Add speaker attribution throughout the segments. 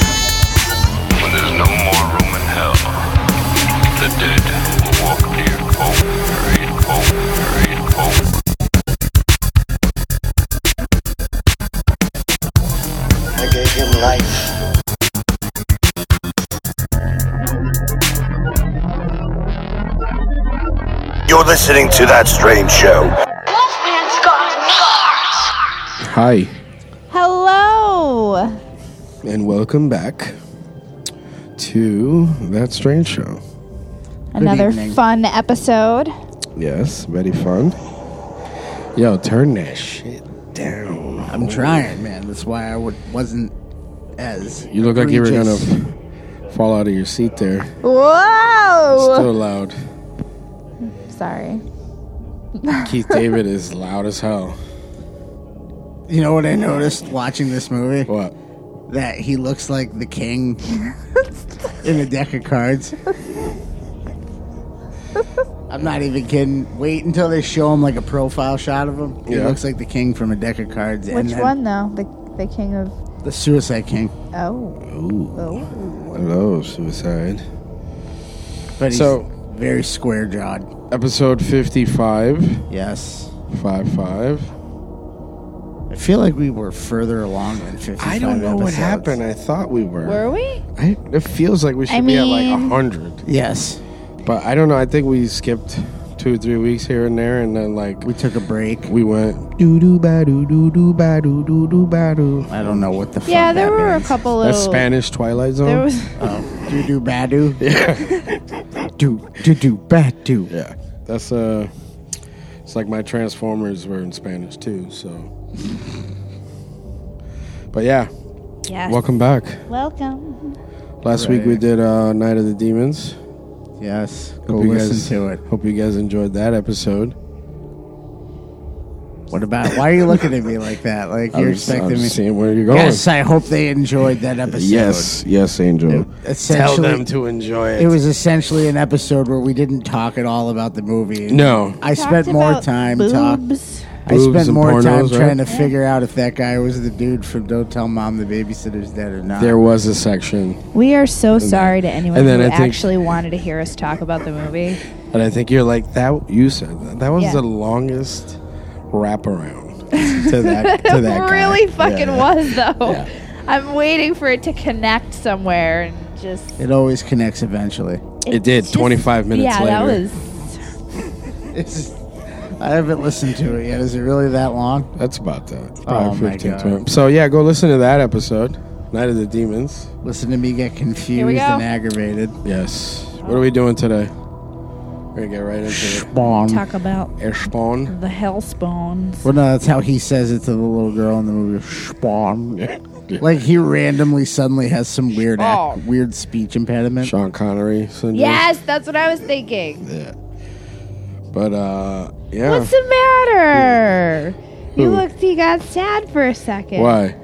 Speaker 1: When there's no more room in hell, the dead will walk near cold, read cold, read cold.
Speaker 2: I gave him life.
Speaker 3: You're listening to that strange show.
Speaker 4: Wolfman's got bars.
Speaker 5: Hi,
Speaker 6: Hello.
Speaker 5: and welcome back to That Strange Show.
Speaker 6: Another
Speaker 7: evening.
Speaker 6: fun episode.
Speaker 5: Yes, very fun. Yo, turn that shit down.
Speaker 7: I'm trying, man. That's why I would, wasn't as.
Speaker 5: You look like you were gonna
Speaker 7: egregious.
Speaker 5: f- fall out of your seat there.
Speaker 6: Whoa.
Speaker 5: Still loud.
Speaker 6: Sorry.
Speaker 5: Keith David is loud as hell.
Speaker 7: You know what I noticed watching this movie?
Speaker 5: What?
Speaker 7: That he looks like the king in a deck of cards. I'm not even kidding. Wait until they show him like a profile shot of him. He
Speaker 5: Yeah.
Speaker 7: looks like the king from a deck of cards. and
Speaker 6: Which
Speaker 7: then
Speaker 6: one though? The the king of
Speaker 7: The Suicide King.
Speaker 6: oh. oh.
Speaker 5: Hello, suicide.
Speaker 7: But he's
Speaker 5: So-
Speaker 7: very square jawed.
Speaker 5: Episode 55.
Speaker 7: Yes.
Speaker 5: 5 5.
Speaker 7: I feel like we were further along than 55
Speaker 5: I don't know what
Speaker 7: episodes.
Speaker 5: happened. I thought we were.
Speaker 6: Were we?
Speaker 5: I, it feels like we should
Speaker 6: I
Speaker 5: be at like
Speaker 6: mean-
Speaker 5: 100.
Speaker 7: Yes.
Speaker 5: But I don't know. I think we skipped two or three weeks here and there, and then like
Speaker 7: We
Speaker 5: we,
Speaker 7: took a break.
Speaker 5: went doo doo ba doo doo doo ba doo doo doo ba doo.
Speaker 7: I don't know what the fuck
Speaker 6: Yeah, there
Speaker 7: that
Speaker 6: were a
Speaker 7: means. Oh.
Speaker 6: couple of
Speaker 5: That's Spanish Twilight Zone.
Speaker 6: There was
Speaker 7: Do do badu. Yeah. do do do badu.
Speaker 5: yeah, that's uh, it's like my Transformers were in Spanish too. So, but yeah,
Speaker 6: yes.
Speaker 5: welcome back.
Speaker 6: Welcome.
Speaker 5: Last week we did uh, Night of the Demons.
Speaker 7: Yes. Go
Speaker 5: Hope you
Speaker 7: listen
Speaker 5: guys-
Speaker 7: to it.
Speaker 5: Hope you guys enjoyed that episode.
Speaker 7: What about? Why are you looking at me like that? Like
Speaker 5: I
Speaker 7: you're
Speaker 5: was- I
Speaker 7: expecting
Speaker 5: was
Speaker 7: me?
Speaker 5: seeing where you're going.
Speaker 7: Yes. I hope they enjoyed that episode.
Speaker 5: yes, yes, Angel. Tell
Speaker 7: Essentially,
Speaker 5: them to enjoy it.
Speaker 7: it was essentially an episode where we didn't talk at all about the movie.
Speaker 5: no.
Speaker 7: I spent
Speaker 6: Talked
Speaker 7: more
Speaker 6: about
Speaker 7: time talking.
Speaker 6: boobs.
Speaker 7: I
Speaker 5: Boobs
Speaker 7: spent
Speaker 5: and
Speaker 7: more time
Speaker 5: pornos, right?
Speaker 7: trying to figure out if that guy was the dude from Don't Tell Mom the Babysitter's Dead or not.
Speaker 5: There was a section,
Speaker 6: We are so sorry to anyone
Speaker 5: and then
Speaker 6: who
Speaker 5: I think-
Speaker 6: actually wanted to hear us talk about the movie.
Speaker 5: and I think you're like that. You said that. That was
Speaker 6: Yeah.
Speaker 5: the longest wraparound to that. To that guy.
Speaker 6: really fucking
Speaker 5: Yeah.
Speaker 6: was though.
Speaker 5: Yeah.
Speaker 6: I'm waiting for it to connect somewhere and just
Speaker 7: it always connects eventually.
Speaker 5: It, did.
Speaker 6: just-
Speaker 5: 25 minutes
Speaker 6: yeah,
Speaker 5: later.
Speaker 6: that was
Speaker 7: It's, I haven't listened to it yet. Is it really that long?
Speaker 5: That's about that.
Speaker 7: Oh,
Speaker 5: Probably
Speaker 7: my
Speaker 5: 15,
Speaker 7: God.
Speaker 5: 20. So yeah, go listen to that episode, Night of the Demons.
Speaker 7: Listen to me get confused
Speaker 6: go.
Speaker 7: and aggravated.
Speaker 5: Yes. What are we doing today? We're gonna get right into it.
Speaker 6: talk about
Speaker 5: Air spawn.
Speaker 6: the hell spawns.
Speaker 7: Well, no, that's how he says it to the little girl in the movie. Spawn.
Speaker 5: Yeah.
Speaker 7: Like he randomly suddenly has some weird act,
Speaker 6: Spawn.
Speaker 7: weird speech impediment.
Speaker 5: Sean Connery syndrome.
Speaker 6: Yes, that's what I was thinking.
Speaker 5: Yeah. But uh, yeah.
Speaker 6: What's the matter? You
Speaker 5: Who?
Speaker 6: looked, you got sad for a second.
Speaker 5: Why?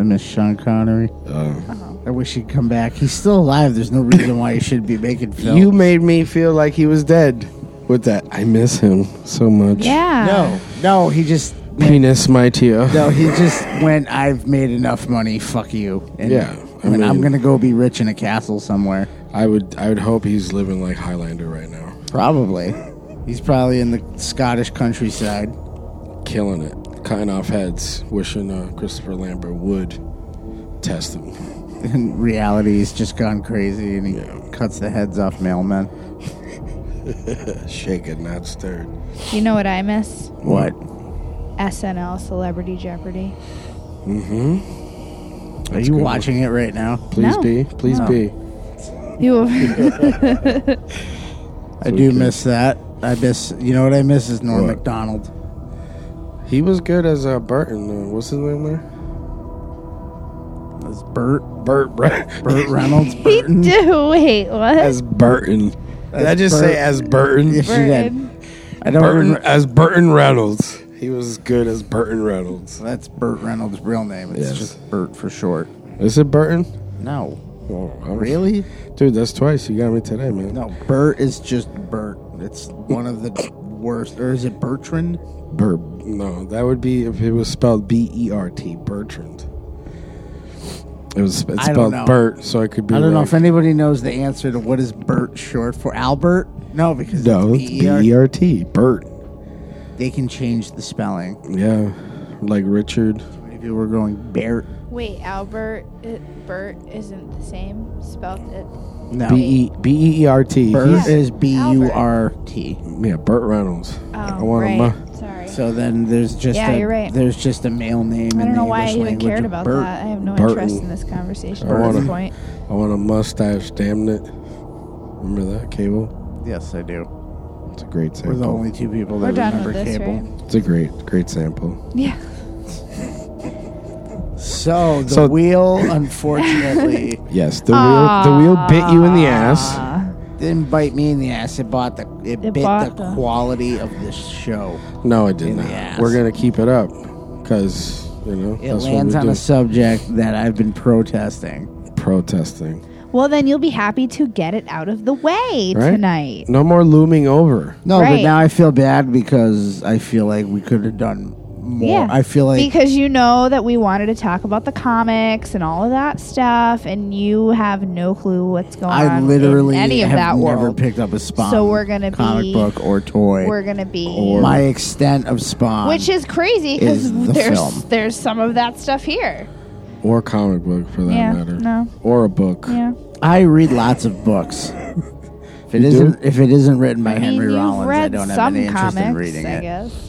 Speaker 7: I miss Sean Connery.
Speaker 5: Uh,
Speaker 7: I wish he'd come back. He's still alive. There's no reason why he should be making films.
Speaker 5: You made me feel like he was dead with that. I miss him so much.
Speaker 6: Yeah.
Speaker 7: no, no. He just
Speaker 5: Penis mightier.
Speaker 7: no. He just went. I've made enough money. Fuck you. And
Speaker 5: Yeah, I
Speaker 7: went, I'm
Speaker 5: mean-
Speaker 7: gonna go be rich in a castle somewhere.
Speaker 5: I would I would hope he's living like Highlander right now.
Speaker 7: Probably. He's probably in the Scottish countryside.
Speaker 5: Killing it. Cutting off heads. Wishing uh, Christopher Lambert would test him.
Speaker 7: In reality, he's just gone crazy and he cuts the heads off mailmen.
Speaker 5: Shaken, not stirred.
Speaker 6: You know what I miss?
Speaker 7: What?
Speaker 6: SNL Celebrity Jeopardy.
Speaker 7: Are you watching it right now?
Speaker 5: Please
Speaker 6: No.
Speaker 5: be. Please
Speaker 6: No.
Speaker 5: be.
Speaker 6: You
Speaker 7: I do miss that. I miss, you know what I miss is Norm
Speaker 5: What?
Speaker 7: MacDonald.
Speaker 5: He was good as uh, Burton. Uh, what's his name there?
Speaker 7: That's Burt,
Speaker 5: Burt, right?
Speaker 7: Burt Reynolds,
Speaker 6: he
Speaker 7: Burton.
Speaker 6: do. Wait, what?
Speaker 5: As Burton. Did I just say
Speaker 7: Burt.
Speaker 5: as Burton?
Speaker 7: Yes, you did.
Speaker 6: Burton.
Speaker 7: I don't
Speaker 5: Burton
Speaker 7: remember.
Speaker 5: as Burton Reynolds. He was good as Burton Reynolds.
Speaker 7: That's Burt Reynolds' real name. It's
Speaker 5: Yes.
Speaker 7: just Burt for short.
Speaker 5: Is it Burton?
Speaker 7: No.
Speaker 5: Well, I was-
Speaker 7: Really?
Speaker 5: Dude, that's twice. You got me today, man.
Speaker 7: No, Bert is just Bert. It's one of the worst. Or is it Bertrand?
Speaker 5: Bert. No, that would be if it was spelled B E R T, Bertrand. It was it's
Speaker 7: I don't
Speaker 5: spelled
Speaker 7: know.
Speaker 5: Bert, so it could be.
Speaker 7: I don't know
Speaker 5: like-
Speaker 7: if anybody knows the answer to what is Bert short for. Albert? No, because
Speaker 5: No,
Speaker 7: it's
Speaker 5: it's B E
Speaker 7: BER.
Speaker 5: R T, Bert.
Speaker 7: They can change the spelling.
Speaker 5: Yeah, like Richard.
Speaker 7: If you were going Bert,
Speaker 6: Wait, Albert, it, Bert isn't the same. Spelled it.
Speaker 7: no.
Speaker 5: B E B E R T.
Speaker 7: Bert
Speaker 5: He's-
Speaker 7: is B U R T.
Speaker 5: Yeah, Burt Reynolds. I
Speaker 6: Oh,
Speaker 5: want him,
Speaker 6: right.
Speaker 5: uh,
Speaker 6: Sorry.
Speaker 7: So then there's just
Speaker 6: Yeah,
Speaker 7: a,
Speaker 6: you're right.
Speaker 7: there's just a male name.
Speaker 6: I
Speaker 7: in
Speaker 6: don't know
Speaker 7: the
Speaker 6: why I
Speaker 7: English
Speaker 6: even
Speaker 7: language
Speaker 6: cared
Speaker 7: of
Speaker 6: about
Speaker 7: Bert.
Speaker 6: that. I have no interest
Speaker 5: Burton.
Speaker 6: in this conversation
Speaker 5: I
Speaker 6: at
Speaker 5: wanna-
Speaker 6: this point.
Speaker 5: I want a mustache, damn it. Remember that cable?
Speaker 7: Yes, I do.
Speaker 5: It's a great
Speaker 7: We're
Speaker 5: sample.
Speaker 7: the only two people that
Speaker 6: We're done
Speaker 7: remember
Speaker 6: with this,
Speaker 7: cable.
Speaker 6: right?
Speaker 5: It's a great, great sample.
Speaker 6: Yeah.
Speaker 7: So the
Speaker 5: So-
Speaker 7: wheel, unfortunately,
Speaker 5: Yes, the wheel, the wheel bit you in the ass.
Speaker 7: didn't bite me in the ass. It bought the it,
Speaker 6: It
Speaker 7: bit the
Speaker 6: bought the-
Speaker 7: quality of this show.
Speaker 5: No, it did
Speaker 7: In the
Speaker 5: not.
Speaker 7: ass.
Speaker 5: We're gonna keep it up, cause you know
Speaker 7: It
Speaker 5: that's
Speaker 7: lands
Speaker 5: what
Speaker 7: on
Speaker 5: we
Speaker 7: a
Speaker 5: do.
Speaker 7: subject that I've been protesting.
Speaker 5: protesting.
Speaker 6: Well, then you'll be happy to get it out of the way
Speaker 5: Right?
Speaker 6: tonight.
Speaker 5: No more looming over.
Speaker 7: No, but
Speaker 6: Right.
Speaker 7: now I feel bad because I feel like we could have done more.
Speaker 6: Yeah.
Speaker 7: I feel like
Speaker 6: because you know that we wanted to talk about the comics and all of that stuff, and you have no clue what's going on.
Speaker 7: I
Speaker 6: in
Speaker 7: literally
Speaker 6: any of
Speaker 7: have
Speaker 6: that
Speaker 7: never
Speaker 6: world.
Speaker 7: picked up a spawn.
Speaker 6: So we're gonna
Speaker 7: comic
Speaker 6: be-
Speaker 7: book or toy.
Speaker 6: We're gonna be,
Speaker 7: my extent of spawn,
Speaker 6: which is crazy because
Speaker 7: is the
Speaker 6: there's
Speaker 7: film.
Speaker 6: there's some of that stuff here.
Speaker 5: Or comic book for that
Speaker 6: Yeah,
Speaker 5: matter.
Speaker 6: no.
Speaker 5: Or a book.
Speaker 6: Yeah,
Speaker 7: I read lots of books. If it isn't if it isn't written by
Speaker 6: I mean,
Speaker 7: Henry
Speaker 6: you've
Speaker 7: Rollins, I
Speaker 6: read
Speaker 7: don't have
Speaker 6: some
Speaker 7: any interest
Speaker 6: comics,
Speaker 7: in reading
Speaker 6: I
Speaker 7: it.
Speaker 6: guess.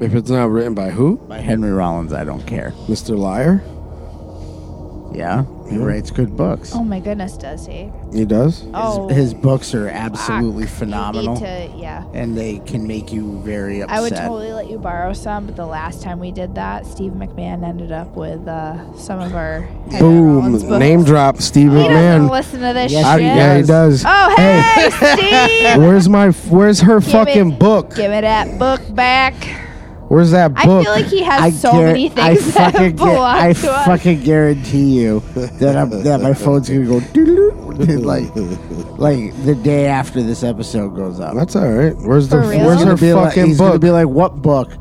Speaker 5: If it's not written by who?
Speaker 7: By Henry Rollins, I don't care.
Speaker 5: Mr. Liar?
Speaker 7: Yeah, he writes good books.
Speaker 6: Oh my goodness, does he?
Speaker 5: He does?
Speaker 6: Oh,
Speaker 7: His books are
Speaker 6: fuck.
Speaker 7: absolutely
Speaker 6: You need
Speaker 7: phenomenal,
Speaker 6: to- yeah.
Speaker 7: and they can make you very upset.
Speaker 6: I would totally let you borrow some, but the last time we did that, Steve McMahon ended up with uh, some of our Henry Rollins
Speaker 5: Boom.
Speaker 6: books.
Speaker 5: Name drop Steve
Speaker 6: He doesn't
Speaker 5: McMahon.
Speaker 6: listen to this
Speaker 7: Yes,
Speaker 5: I-
Speaker 6: shit.
Speaker 5: yeah, he does.
Speaker 6: Oh, hey, Steve!
Speaker 5: Where's my where's her fucking
Speaker 6: it-
Speaker 5: book?
Speaker 6: Give me that book back.
Speaker 5: Where's that book?
Speaker 6: I feel like he has so
Speaker 7: guar-
Speaker 6: many
Speaker 7: I
Speaker 6: things that
Speaker 7: fucking,
Speaker 6: belong
Speaker 7: gu- I
Speaker 6: to us.
Speaker 7: fucking guarantee you that I'm, that my phone's gonna go doo-doo-doo, like like the day after this episode goes up.
Speaker 5: That's all right. Where's the
Speaker 6: For real?
Speaker 5: where's
Speaker 7: He's
Speaker 5: her
Speaker 7: gonna be like-
Speaker 5: fucking
Speaker 7: he's gonna
Speaker 5: book?
Speaker 7: be like, "What book?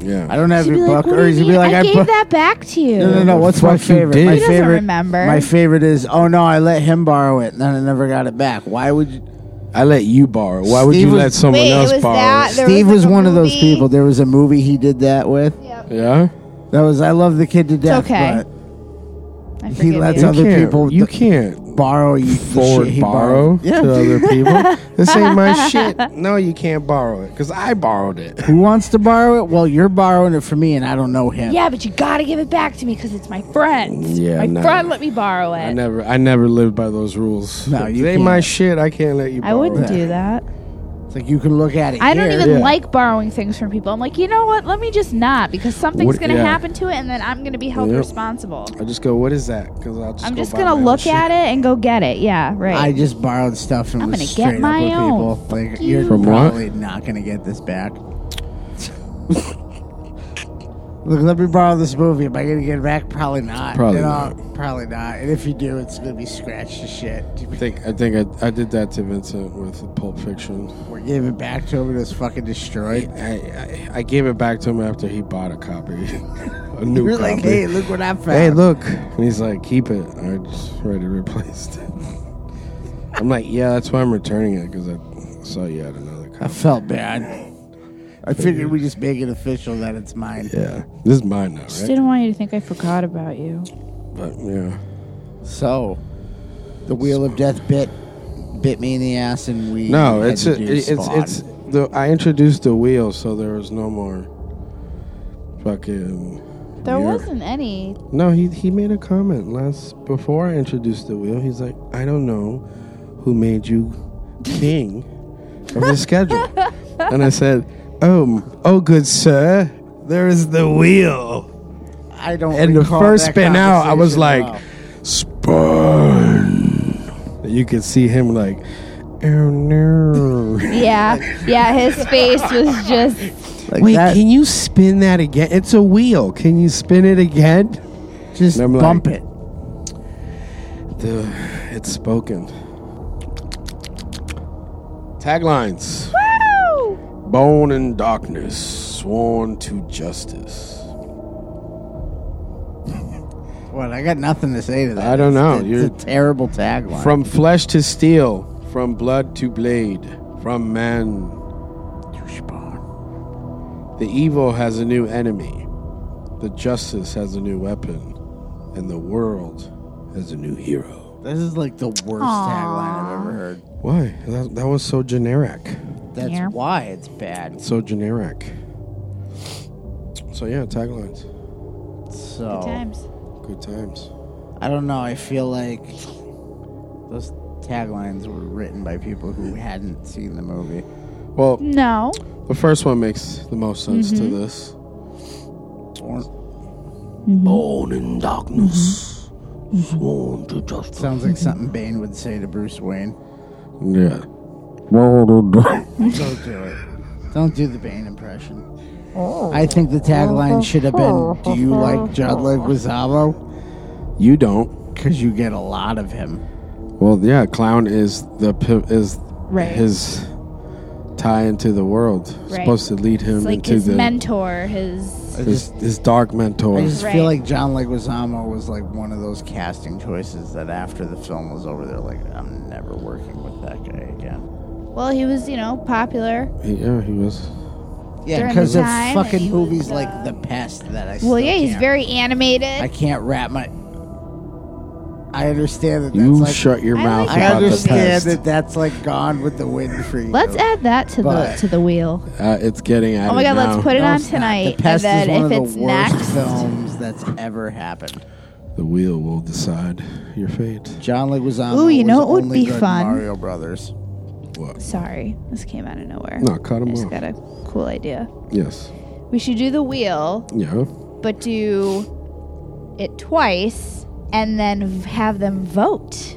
Speaker 7: I
Speaker 5: yeah.
Speaker 7: don't have
Speaker 6: She'd be
Speaker 7: your
Speaker 6: like,
Speaker 7: book."
Speaker 6: what
Speaker 7: Or
Speaker 6: do you
Speaker 7: he's gonna be
Speaker 6: mean?
Speaker 7: like,
Speaker 6: I, gave
Speaker 7: bu-
Speaker 6: that back to you.
Speaker 7: No, no, no. What's my
Speaker 5: Fuck you
Speaker 7: favorite?
Speaker 5: did.
Speaker 7: My
Speaker 5: He
Speaker 6: doesn't
Speaker 7: favorite.
Speaker 6: remember.
Speaker 7: My favorite is, "Oh no, I let him borrow it, and then I never got it back." Why would you?
Speaker 5: I let you borrow. Why would
Speaker 7: Steve
Speaker 5: you
Speaker 7: was-
Speaker 5: let someone
Speaker 6: Wait, it
Speaker 5: else
Speaker 6: was
Speaker 5: borrow?
Speaker 6: that-
Speaker 5: it?
Speaker 6: There
Speaker 7: Steve
Speaker 6: was,
Speaker 7: was
Speaker 6: like, a
Speaker 7: one of those
Speaker 6: movie.
Speaker 7: people. There was a movie he did that with.
Speaker 6: Yep.
Speaker 5: yeah.
Speaker 7: That was "I Love the Kid to Death."
Speaker 6: okay.
Speaker 7: but
Speaker 6: I
Speaker 7: he
Speaker 6: forgive
Speaker 7: lets
Speaker 6: you.
Speaker 7: other
Speaker 5: can't,
Speaker 7: people-
Speaker 5: You can't
Speaker 7: borrow you the
Speaker 5: forward
Speaker 7: shit he
Speaker 5: borrow
Speaker 7: borrowed. Yeah.
Speaker 5: to other people. this ain't my shit. No, you can't borrow it because I borrowed it.
Speaker 7: Who wants to borrow it? Well, you're borrowing it from me, and I don't know him.
Speaker 6: Yeah, but you gotta give it back to me because it's my friend.
Speaker 5: Yeah,
Speaker 6: my
Speaker 5: no.
Speaker 6: friend let me borrow it.
Speaker 5: I never, I never lived by those rules.
Speaker 7: No,
Speaker 5: If
Speaker 7: you
Speaker 5: it ain't my
Speaker 7: can't.
Speaker 5: shit. I can't let you.
Speaker 6: I
Speaker 5: borrow
Speaker 6: wouldn't
Speaker 5: it.
Speaker 6: do that.
Speaker 7: It's like you can look at it.
Speaker 6: I don't
Speaker 7: here.
Speaker 6: even
Speaker 5: Yeah.
Speaker 6: like borrowing things from people. I'm like, you know what? Let me just not because something's
Speaker 5: What-
Speaker 6: gonna
Speaker 5: yeah.
Speaker 6: happen to it, and then I'm gonna be held
Speaker 5: Yep.
Speaker 6: responsible.
Speaker 5: I just go, what is that? Because I'll just.
Speaker 6: I'm
Speaker 5: go
Speaker 6: just
Speaker 5: buy my
Speaker 6: gonna
Speaker 5: own
Speaker 6: look
Speaker 5: shit.
Speaker 6: at it and go get it. Yeah, right.
Speaker 7: I just borrowed stuff and
Speaker 6: I'm
Speaker 7: was
Speaker 6: gonna get
Speaker 7: straight up
Speaker 6: my
Speaker 7: with
Speaker 6: own.
Speaker 7: people. Like you're
Speaker 5: From what?
Speaker 7: probably not gonna get this back. Look, let me borrow this movie. Am I gonna get it back? Probably not.
Speaker 5: Probably
Speaker 7: You know,
Speaker 5: not.
Speaker 7: Probably not. And if you do, it's gonna be scratched to shit.
Speaker 5: I think, I think I, I did that to Vincent with Pulp Fiction.
Speaker 7: We gave it back to him and it was fucking destroyed.
Speaker 5: I, I, I gave it back to him after he bought a copy, a new
Speaker 7: You're
Speaker 5: copy.
Speaker 7: like, hey, look what I found.
Speaker 5: Hey, look. And he's like, keep it. I just already replaced it. I'm like, yeah, that's why I'm returning it because I saw you had another
Speaker 7: I
Speaker 5: copy.
Speaker 7: felt bad. I figured we just make it official that it's mine.
Speaker 5: Yeah, this is mine now,
Speaker 6: just
Speaker 5: right?
Speaker 6: didn't want you to think I forgot about you.
Speaker 5: But yeah,
Speaker 7: So, the wheel of death bit bit me in the ass, and we
Speaker 5: no,
Speaker 7: had
Speaker 5: it's
Speaker 7: to
Speaker 5: a,
Speaker 7: do
Speaker 5: it's
Speaker 7: Spawn.
Speaker 5: it's the I introduced the wheel, so there was no more fucking.
Speaker 6: There
Speaker 5: weird-
Speaker 6: wasn't any.
Speaker 5: No, he he made a comment last before I introduced the wheel. He's like, I don't know who made you king of the schedule, and I said, Oh, m- oh, good sir, there is the wheel.
Speaker 7: I don't.
Speaker 5: And the
Speaker 7: recall
Speaker 5: first
Speaker 7: that
Speaker 5: spin out, I was
Speaker 7: conversation at
Speaker 5: like,
Speaker 7: all.
Speaker 5: Spun. You could see him like, oh no.
Speaker 6: Yeah, yeah. His face was just.
Speaker 7: like
Speaker 5: Wait,
Speaker 7: that,
Speaker 5: can you spin that again? It's a wheel. Can you spin it again?
Speaker 7: just
Speaker 5: And I'm like-
Speaker 7: bump it.
Speaker 5: The, it's spoken. Taglines
Speaker 7: Oh.
Speaker 6: Woo!
Speaker 5: Born in darkness, sworn to justice.
Speaker 7: What? I got nothing to say to that.
Speaker 5: I don't know.
Speaker 7: It's,
Speaker 5: You're-
Speaker 7: it's a terrible tagline.
Speaker 5: From flesh to steel, from blood to blade, from man
Speaker 7: Douchebag.
Speaker 5: The evil has a new enemy. The justice has a new weapon. And the world has a new hero.
Speaker 7: This is like the worst tagline I've ever heard.
Speaker 5: Why? That, that was so generic.
Speaker 7: That's
Speaker 6: Yeah.
Speaker 7: why it's bad.
Speaker 5: So generic. So, yeah, taglines.
Speaker 7: So
Speaker 6: Times.
Speaker 5: Good times.
Speaker 7: I don't know. I feel like those taglines were written by people who hadn't seen the movie.
Speaker 5: Well,
Speaker 6: No.
Speaker 5: the first one makes the most sense to this.
Speaker 7: Or-
Speaker 5: Born in darkness, sworn to justice.
Speaker 7: sounds like something Bane would say to Bruce Wayne.
Speaker 5: Yeah.
Speaker 7: Don't do it. Don't do the Bane impression. I think the tagline should have been Do you like John Leguizamo?
Speaker 5: You don't.
Speaker 7: Because you get a lot of him.
Speaker 5: Well, yeah, clown is the pi- is
Speaker 6: Right.
Speaker 5: his tie into the world.
Speaker 6: Right.
Speaker 5: Supposed to lead him
Speaker 6: It's like
Speaker 5: into
Speaker 6: his
Speaker 5: the
Speaker 6: mentor, his.
Speaker 7: I
Speaker 5: his,
Speaker 7: just,
Speaker 5: his dark mentor.
Speaker 7: I just
Speaker 6: Right.
Speaker 7: feel like John Leguizamo was like one of those casting choices that after the film was over, they're like, I'm never working with that guy again.
Speaker 6: Well, he was, you know, popular.
Speaker 5: He- yeah, he was.
Speaker 7: Yeah,
Speaker 6: During
Speaker 7: because
Speaker 6: the
Speaker 7: of
Speaker 6: time that
Speaker 7: fucking
Speaker 6: he
Speaker 7: movies
Speaker 6: was,
Speaker 7: like
Speaker 6: uh,
Speaker 7: The Pest that I
Speaker 6: Well,
Speaker 7: still
Speaker 6: yeah, he's
Speaker 7: can't-
Speaker 6: very animated.
Speaker 7: I can't wrap my. I understand that that's
Speaker 5: You
Speaker 7: like.
Speaker 5: shut your
Speaker 6: I
Speaker 5: mouth
Speaker 6: like
Speaker 7: I
Speaker 5: about
Speaker 7: understand
Speaker 5: the
Speaker 7: that that's like gone with the wind for you.
Speaker 6: Let's add that to the
Speaker 7: But-
Speaker 6: to the wheel.
Speaker 5: pest. Uh, it's getting out
Speaker 6: Oh my
Speaker 5: of
Speaker 6: god,
Speaker 5: now.
Speaker 6: let's put it
Speaker 7: No,
Speaker 6: on
Speaker 7: it's not.
Speaker 6: tonight,
Speaker 7: The Pest
Speaker 6: and
Speaker 7: is
Speaker 6: then
Speaker 7: one
Speaker 6: if
Speaker 7: of
Speaker 6: it's
Speaker 7: the worst
Speaker 6: next,
Speaker 7: films that's ever happened.
Speaker 5: The wheel will decide your fate.
Speaker 7: John Leguizamo.
Speaker 6: Ooh, you know
Speaker 7: was
Speaker 6: what would
Speaker 7: only
Speaker 6: be
Speaker 7: good in
Speaker 6: fun?
Speaker 7: Mario Brothers.
Speaker 5: What?
Speaker 6: sorry, this came out of nowhere.
Speaker 5: No, cut him
Speaker 6: I just
Speaker 5: off.
Speaker 6: got a cool idea.
Speaker 5: Yes.
Speaker 6: We should do the wheel,
Speaker 5: Yeah.
Speaker 6: but do it twice, and then v- have them vote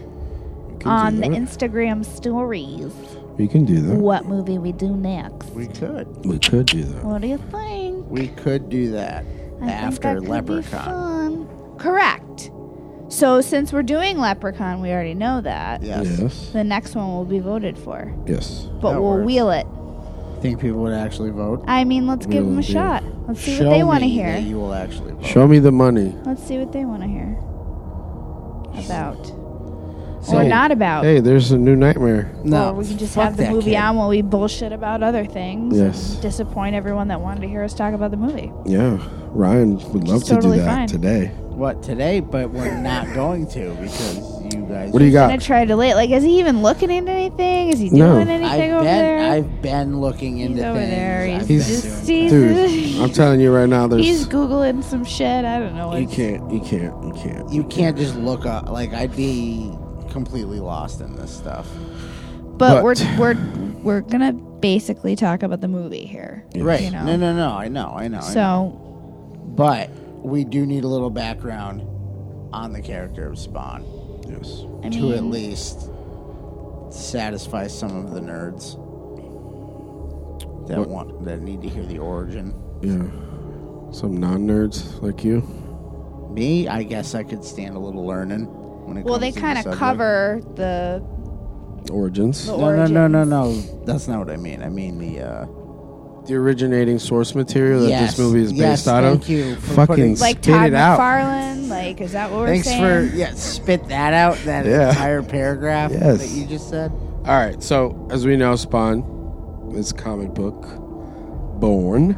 Speaker 5: We can
Speaker 6: on the
Speaker 5: do that.
Speaker 6: Instagram stories
Speaker 5: we can do that.
Speaker 6: what movie we do next.
Speaker 7: We could.
Speaker 5: We could do that.
Speaker 6: What do you think?
Speaker 7: We could do that
Speaker 6: I think
Speaker 7: after
Speaker 6: that could be
Speaker 7: Leprechaun.
Speaker 6: fun. Correct. So since we're doing Leprechaun, we already know that.
Speaker 7: Yes.
Speaker 5: Yes.
Speaker 6: The next one will be voted for,
Speaker 5: Yes.
Speaker 6: but
Speaker 7: That
Speaker 6: we'll
Speaker 7: works.
Speaker 6: wheel it.
Speaker 7: Think people would actually vote?
Speaker 6: I mean, let's give them a
Speaker 5: Really do.
Speaker 6: shot. Let's see what they
Speaker 7: Show
Speaker 6: want to
Speaker 7: me that
Speaker 6: hear.
Speaker 7: you will actually vote.
Speaker 5: Show me the money.
Speaker 6: Let's see what they want to hear about
Speaker 7: So-
Speaker 6: or not about.
Speaker 5: Hey, there's a new nightmare.
Speaker 7: No.
Speaker 6: or we can just
Speaker 7: fuck
Speaker 6: have the
Speaker 7: that
Speaker 6: movie
Speaker 7: kid.
Speaker 6: on while we bullshit about other things. and
Speaker 5: Yes.
Speaker 6: disappoint everyone that wanted to hear us talk about the movie.
Speaker 5: Yeah. Ryan would love
Speaker 6: is
Speaker 5: to
Speaker 6: totally
Speaker 5: do that
Speaker 6: fine.
Speaker 5: today.
Speaker 7: What today? But we're not going to because you guys.
Speaker 5: What do you got?
Speaker 6: I'm gonna try to late. Like, is he even looking into anything? Is he doing
Speaker 5: No.
Speaker 6: anything
Speaker 7: I've been.
Speaker 6: over there?
Speaker 7: I've been looking into
Speaker 6: he's over
Speaker 7: things.
Speaker 6: there. He's
Speaker 7: I've
Speaker 5: He's-
Speaker 7: been doing
Speaker 6: just
Speaker 7: things.
Speaker 6: he's,
Speaker 5: Dude, I'm telling you right now, there's.
Speaker 6: he's googling some shit. I don't know.
Speaker 5: you
Speaker 6: What,
Speaker 5: can't. You can't. You can't.
Speaker 7: You can't just look up. Like I'd be completely lost in this stuff.
Speaker 6: but we're
Speaker 5: but-
Speaker 6: we're we're gonna basically talk about the movie here.
Speaker 7: Right.
Speaker 6: You know.
Speaker 7: No, no, no. I know. I know. I know.
Speaker 6: So
Speaker 7: But we do need a little background on the character of Spawn
Speaker 5: Yes.
Speaker 6: I mean,
Speaker 7: to at least satisfy some of the nerds that
Speaker 5: What-
Speaker 7: want that need to hear the origin.
Speaker 5: Yeah. Some non nerds like you.
Speaker 7: Me, I guess I could stand a little learning. When it
Speaker 6: Well,
Speaker 7: comes
Speaker 6: they
Speaker 7: to the
Speaker 6: kind of
Speaker 7: subject.
Speaker 6: cover the
Speaker 5: Origins.
Speaker 6: the
Speaker 7: No, no, no, no, no. That's not what I mean. I mean the. uh
Speaker 5: the originating source material that
Speaker 7: Yes.
Speaker 5: this movie is based
Speaker 7: Yes,
Speaker 5: out of.
Speaker 7: thank you for
Speaker 5: Fucking
Speaker 7: putting-
Speaker 5: spit
Speaker 6: like Todd
Speaker 5: it out.
Speaker 6: McFarlane. Like, is that what we're
Speaker 7: Thanks for
Speaker 6: saying?
Speaker 7: yeah, spit that out that
Speaker 5: Yeah.
Speaker 7: entire paragraph
Speaker 5: Yes.
Speaker 7: that you just said.
Speaker 5: All right, so as we know, Spawn is comic book born.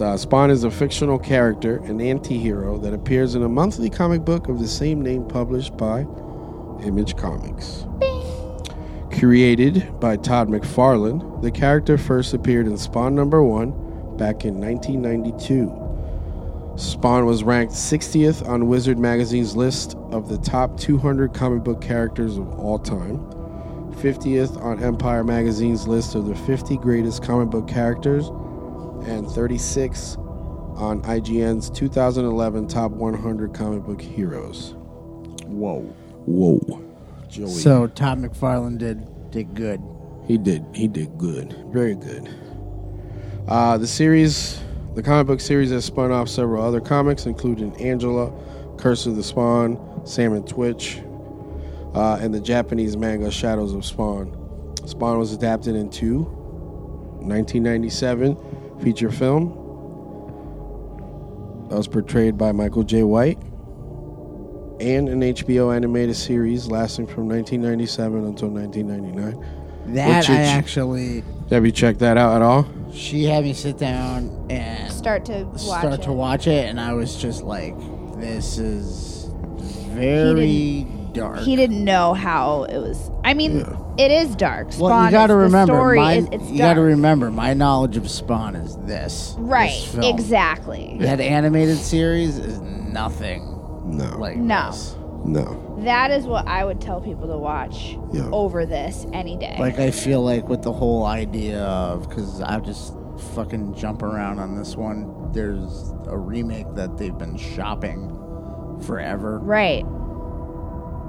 Speaker 7: Yes.
Speaker 5: uh, Spawn is a fictional character, an anti-hero that appears in a monthly comic book of the same name published by Image Comics. Created by Todd McFarlane, the character first appeared in Spawn number 1 back in 1992. Spawn was ranked 60th on Wizard Magazine's list of the top 200 comic book characters of all time, 50th on Empire Magazine's list of the 50 greatest comic book characters, and 36 on IGN's 2011 Top 100 Comic Book Heroes.
Speaker 7: Whoa.
Speaker 5: Whoa. Joey.
Speaker 7: So Todd McFarlane did did good.
Speaker 5: He did. He did good. Very good. Uh, the series, the comic book series, has spun off several other comics, including Angela, Curse of the Spawn, Sam and Twitch, uh, and the Japanese manga Shadows of Spawn. Spawn was adapted into 1997 feature film that was portrayed by Michael J. White, and an HBO animated series lasting from 1997 until 1999.
Speaker 7: That
Speaker 5: Which
Speaker 7: I
Speaker 5: is-
Speaker 7: actually.
Speaker 5: Have you checked that out at all?
Speaker 7: She had me sit down and
Speaker 6: Start to watch.
Speaker 7: start
Speaker 6: it.
Speaker 7: to watch it, and I was just like, "This is
Speaker 6: He
Speaker 7: very dark."
Speaker 6: He didn't know how it was. I mean, it is dark. Spawn
Speaker 7: well, you got to
Speaker 6: is- the
Speaker 7: remember,
Speaker 6: story
Speaker 7: my,
Speaker 6: is- it's
Speaker 7: you got to
Speaker 6: dark.
Speaker 7: remember, my knowledge of Spawn is this.
Speaker 6: Right.
Speaker 7: this film.
Speaker 6: Exactly.
Speaker 7: That animated series is nothing
Speaker 5: No.
Speaker 7: like
Speaker 6: No.
Speaker 7: this.
Speaker 5: no.
Speaker 6: That is what I would tell people to watch
Speaker 5: Yeah.
Speaker 6: over this any day.
Speaker 7: Like I feel like with the whole idea of because I just fucking jump around on this one. There's a remake that they've been shopping forever.
Speaker 6: right.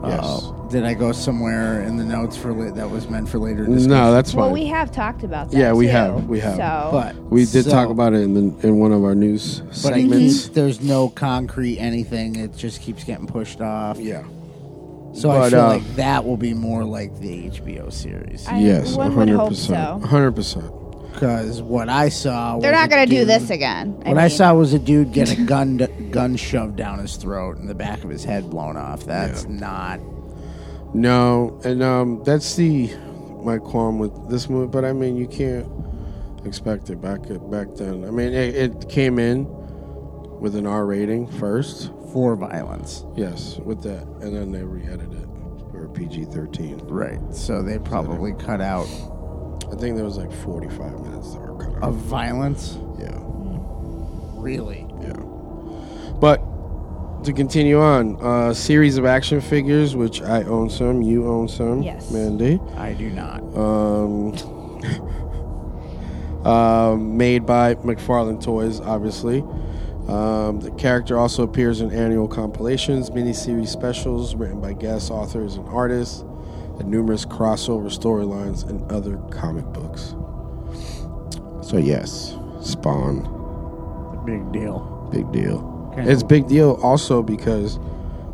Speaker 5: Yes.
Speaker 7: Uh, did I go somewhere in the notes for la- that was meant for later? Discussion?
Speaker 5: No, that's fine.
Speaker 6: Well, we have talked about that.
Speaker 5: Yeah, we
Speaker 6: too,
Speaker 5: have, we have.
Speaker 6: So,
Speaker 7: But
Speaker 5: We did
Speaker 7: so-
Speaker 5: talk about it in the, in one of our news
Speaker 7: But it
Speaker 5: segments.
Speaker 7: keeps, there's no concrete anything. It just keeps getting pushed off.
Speaker 5: Yeah.
Speaker 7: So I
Speaker 5: But,
Speaker 7: feel
Speaker 5: uh,
Speaker 7: like that will be more like the HBO series
Speaker 6: I-
Speaker 5: yes.
Speaker 6: one would
Speaker 5: hundred
Speaker 6: hope
Speaker 5: percent.
Speaker 6: so.
Speaker 5: Hundred percent.
Speaker 7: because what I saw
Speaker 6: They're
Speaker 7: was
Speaker 6: not
Speaker 7: a
Speaker 6: going to do
Speaker 7: dude-
Speaker 6: this again.
Speaker 7: What I, saw was a dude get a gun gun shoved down his throat and the back of his head blown off. That's not
Speaker 5: No, and um, that's the my qualm with this movie. But I mean, you can't expect it back back then. I mean, it, it came in with an R rating first.
Speaker 7: for violence,
Speaker 5: Yes, with that, and then they re-edited it for PG thirteen.
Speaker 7: right? So they probably cut out
Speaker 5: I think there was like forty five minutes that were cut
Speaker 7: of
Speaker 5: off.
Speaker 7: violence.
Speaker 5: Yeah.
Speaker 7: Really?
Speaker 5: Yeah. But to continue on, uh, series of action figures, which I own some, you own some,
Speaker 6: Yes.
Speaker 5: Mandy,
Speaker 7: I do not.
Speaker 5: um, um, made by McFarlane Toys, obviously. Um, the character also appears in annual compilations, miniseries specials written by guest authors and artists, and numerous crossover storylines and other comic books. So yes, Spawn
Speaker 7: Big deal.
Speaker 5: big deal.
Speaker 7: Okay.
Speaker 5: It's big deal also because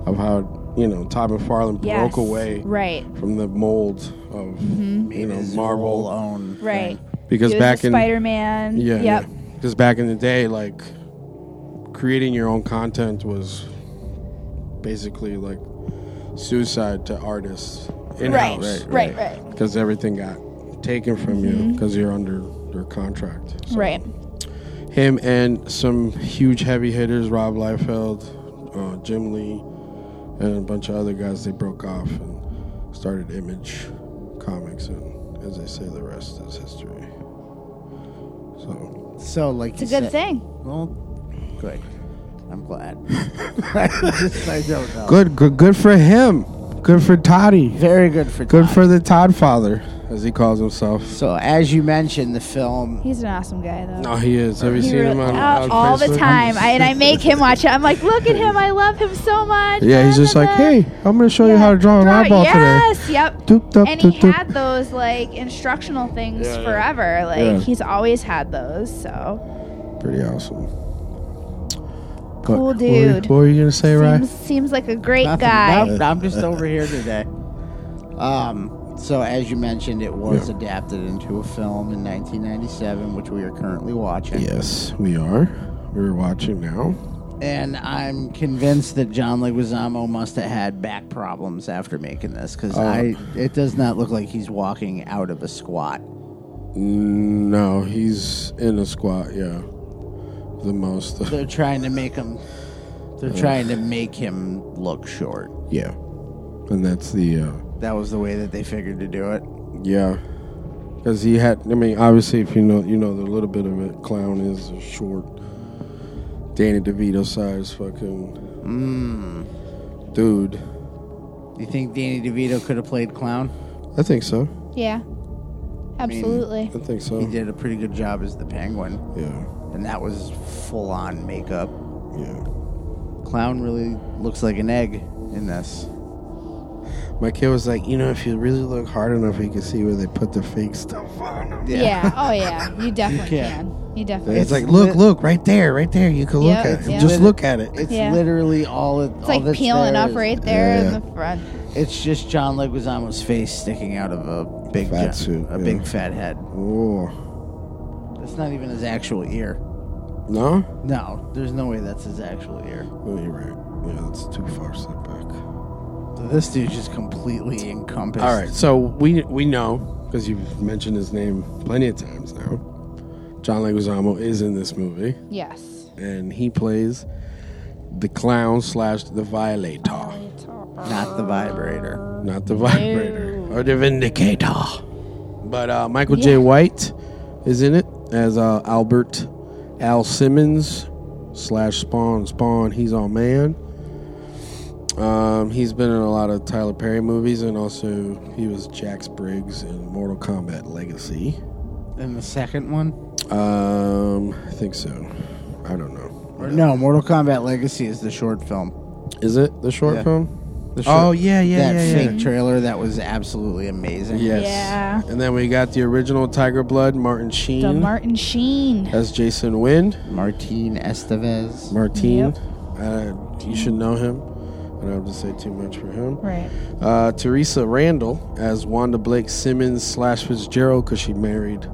Speaker 5: of how you know Todd McFarlane
Speaker 6: Yes. Mm-hmm.
Speaker 5: broke away
Speaker 6: Right.
Speaker 5: from the mold of you know
Speaker 7: His whole
Speaker 5: Marvel
Speaker 7: own
Speaker 6: Right.
Speaker 5: because back in
Speaker 6: Spider Man.
Speaker 5: yeah
Speaker 6: Yep.
Speaker 5: because back in the day like creating your own content was basically like suicide to artists in
Speaker 6: Right.
Speaker 5: house
Speaker 6: Right. Right. Mm-hmm.
Speaker 5: because everything got taken from you because you're under their contract So-
Speaker 6: Right.
Speaker 5: him and some huge heavy hitters, Rob Liefeld, uh, Jim Lee, and a bunch of other guys. They broke off and started Image Comics, and as they say, the rest is history. So,
Speaker 7: thing. So like
Speaker 6: It's a good thing.
Speaker 7: Well, good. I'm glad. I don't know.
Speaker 5: good, good, good for him. Good for Toddy.
Speaker 7: Very good for
Speaker 5: Good
Speaker 7: Todd.
Speaker 5: for the Todd Father, as he calls himself.
Speaker 7: So as you mentioned, the film.
Speaker 6: He's an awesome guy, though.
Speaker 5: No, Oh, he is. Have you
Speaker 6: He
Speaker 5: seen
Speaker 6: really-
Speaker 5: him on,
Speaker 6: uh,
Speaker 5: on
Speaker 6: all the
Speaker 5: Facebook?
Speaker 6: time, I, and I make him watch it. I'm like, look at him. I love him so much.
Speaker 5: Yeah, he's just like, hey, I'm gonna show you how to draw an
Speaker 6: Draw-
Speaker 5: eyeball today.
Speaker 6: yes, yep.
Speaker 5: Doop, doop,
Speaker 6: and he
Speaker 5: doop, doop.
Speaker 6: had those like instructional things
Speaker 5: Yeah, yeah.
Speaker 6: forever. Like
Speaker 5: Yeah.
Speaker 6: he's always had those. So
Speaker 5: Pretty awesome. But
Speaker 6: Cool
Speaker 5: what were you-
Speaker 6: dude.
Speaker 5: What were you gonna say, Ryan?
Speaker 6: seems, seems like a great
Speaker 7: Nothing.
Speaker 6: guy.
Speaker 7: Nope, I'm just over here today. Um. So as you mentioned, it was adapted into a film in 1997, which we are currently watching.
Speaker 5: Yes, we are. We're watching now.
Speaker 7: And I'm convinced that John Leguizamo must have had back problems after making this, because I it does not look like he's walking out of a squat.
Speaker 5: No, he's in a squat, yeah. The most.
Speaker 7: They're trying to make him. They're trying to make him look short.
Speaker 5: yeah. And that's the, uh,
Speaker 7: That was the way that they figured to do it.
Speaker 5: yeah. Because he had, I mean, obviously, if you know, you know, the little bit of it, clown is a short, Danny DeVito size fucking
Speaker 7: Mm.
Speaker 5: dude.
Speaker 7: You think Danny DeVito could have played clown?
Speaker 5: I think so.
Speaker 6: Yeah, absolutely.
Speaker 5: I think so.
Speaker 7: He did a pretty good job as the penguin,
Speaker 5: Yeah.
Speaker 7: and that was full on makeup.
Speaker 5: Yeah.
Speaker 7: Clown really looks like an egg in this.
Speaker 5: My kid was like, you know, if you really look hard enough, you can see where they put the fake stuff on them.
Speaker 6: Yeah. Oh yeah. You definitely
Speaker 7: Yeah.
Speaker 6: can. You definitely.
Speaker 7: It's
Speaker 5: It's, like, look,
Speaker 7: lit-
Speaker 5: look, right there, right there. You can look
Speaker 6: Yeah,
Speaker 5: at it.
Speaker 6: yeah.
Speaker 5: Just look at it.
Speaker 7: It's
Speaker 6: Yeah.
Speaker 7: literally all it.
Speaker 6: It's like peeling up right there
Speaker 5: Yeah,
Speaker 6: in
Speaker 5: yeah.
Speaker 6: the front.
Speaker 7: It's just John Leguizamo's face sticking out of a big
Speaker 5: Fat
Speaker 7: jo-
Speaker 5: suit,
Speaker 7: a
Speaker 5: yeah.
Speaker 7: big fat head.
Speaker 5: oh.
Speaker 7: That's not even his actual ear.
Speaker 5: No?
Speaker 7: No, there's no way that's his actual ear.
Speaker 5: No, you're right. Yeah, that's too far set back.
Speaker 7: This dude's just completely encompassed.
Speaker 5: All right, so we we know because you've mentioned his name plenty of times now. John Leguizamo is in this movie,
Speaker 6: Yes.
Speaker 5: and he plays the clown slash the violator,
Speaker 7: Not the vibrator.
Speaker 5: not the vibrator or the vindicator. But uh, Michael J.
Speaker 6: Yeah.
Speaker 5: White is in it as uh, Albert Al Simmons slash Spawn. Spawn, he's all man. Um, he's been in a lot of Tyler Perry movies, and also he was Jax Briggs in Mortal Kombat Legacy.
Speaker 7: And the second one?
Speaker 5: Um, I think so. I don't know.
Speaker 7: Or no, Mortal Kombat Legacy is the short film.
Speaker 5: Is it the short
Speaker 7: Yeah.
Speaker 5: film?
Speaker 7: The short,
Speaker 5: Oh yeah, yeah,
Speaker 7: that
Speaker 5: yeah,
Speaker 7: fake
Speaker 5: yeah.
Speaker 7: trailer that was absolutely amazing.
Speaker 5: Yes.
Speaker 6: Yeah.
Speaker 5: And then we got the original Tiger Blood, Martin Sheen
Speaker 6: The Martin Sheen.
Speaker 5: as Jason Wynn.
Speaker 7: Martin Estevez.
Speaker 5: Martin.
Speaker 6: Yep.
Speaker 5: Uh, you should know him. I don't have to say too much for him.
Speaker 6: Right.
Speaker 5: Uh, Teresa Randall as Wanda Blake Simmons slash Fitzgerald because she married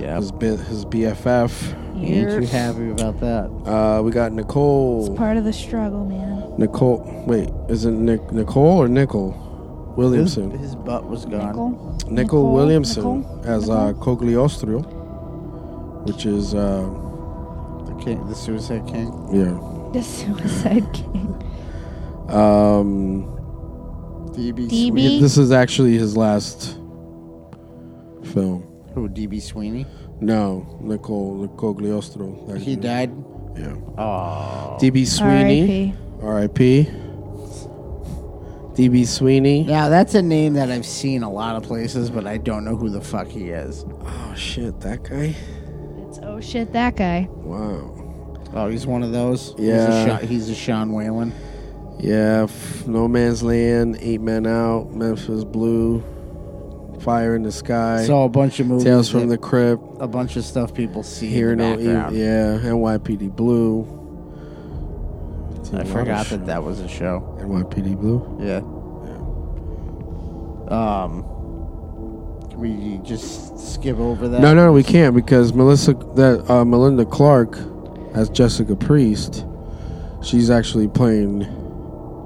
Speaker 7: yeah.
Speaker 5: his, B- his BFF.
Speaker 7: Ain't you
Speaker 6: You're-
Speaker 7: happy about that?
Speaker 5: Uh, we got Nicole.
Speaker 6: Part of the struggle, man.
Speaker 5: Nicole. Wait, is it Nic- Nicole or Nickel
Speaker 7: His,
Speaker 5: Williamson?
Speaker 7: his butt was gone.
Speaker 6: Nicole.
Speaker 5: Nicole, Williamson
Speaker 6: Nicole?
Speaker 5: as uh, Cogliostro, which is uh,
Speaker 7: The, king, the Suicide King.
Speaker 5: yeah.
Speaker 6: The Suicide King.
Speaker 5: Um,
Speaker 7: DB.
Speaker 6: DB.
Speaker 7: Sweeney.
Speaker 6: Me?
Speaker 5: this is actually his last film.
Speaker 7: Who, DB Sweeney?
Speaker 5: No, Nicole Cogliostro. that
Speaker 7: He
Speaker 5: dude.
Speaker 7: died.
Speaker 5: Yeah.
Speaker 7: Oh.
Speaker 5: DB Sweeney.
Speaker 6: R.I.P.
Speaker 5: R.I.P. DB Sweeney.
Speaker 7: Now that's a name that I've seen a lot of places, but I don't know who the fuck he is.
Speaker 5: Oh shit, that guy.
Speaker 6: It's oh shit that guy.
Speaker 5: Wow.
Speaker 7: Oh, he's one of those.
Speaker 5: Yeah.
Speaker 7: he's a, Sha- he's a Sean Whalen.
Speaker 5: Yeah. F- no Man's Land. Eight Men Out. Memphis Blue. Fire in the Sky.
Speaker 7: So a bunch of movies.
Speaker 5: Tales from the
Speaker 7: that-
Speaker 5: Crypt.
Speaker 7: a bunch of stuff people see
Speaker 5: Here
Speaker 7: in the
Speaker 5: No Evil.
Speaker 7: background.
Speaker 5: Yeah. NYPD Blue. It's a
Speaker 7: I
Speaker 5: lot of
Speaker 7: forgot
Speaker 5: sh-
Speaker 7: that that was a show.
Speaker 5: NYPD Blue.
Speaker 7: Yeah. Um. Can we just skip over that?
Speaker 5: No, no, we can't because Melissa, that uh, Melinda Clark, as Jessica Priest, she's actually playing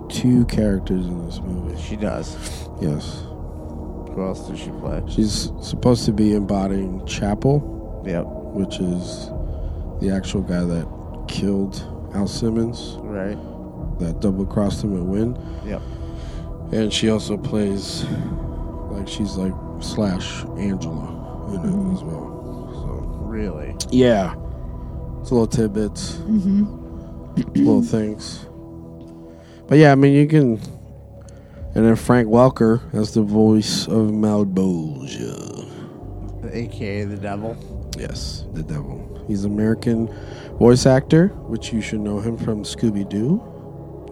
Speaker 5: two characters in this movie.
Speaker 7: She does.
Speaker 5: Yes,
Speaker 7: Who else does she play?
Speaker 5: she's supposed to be embodying Chapel,
Speaker 7: Yep.
Speaker 5: which is the actual guy that killed Al Simmons,
Speaker 7: Right.
Speaker 5: that double crossed him at Win,
Speaker 7: Yep.
Speaker 5: and she also plays like she's like slash Angela in it as well. So.
Speaker 7: Mm-hmm. Really.
Speaker 5: Yeah. It's little tidbits. Mm-hmm. little things. But yeah, I mean, you can. And then Frank Welker as the voice of Malbolgia.
Speaker 7: AKA the devil.
Speaker 5: Yes, the devil. He's American voice actor, which you should know him from Scooby Doo,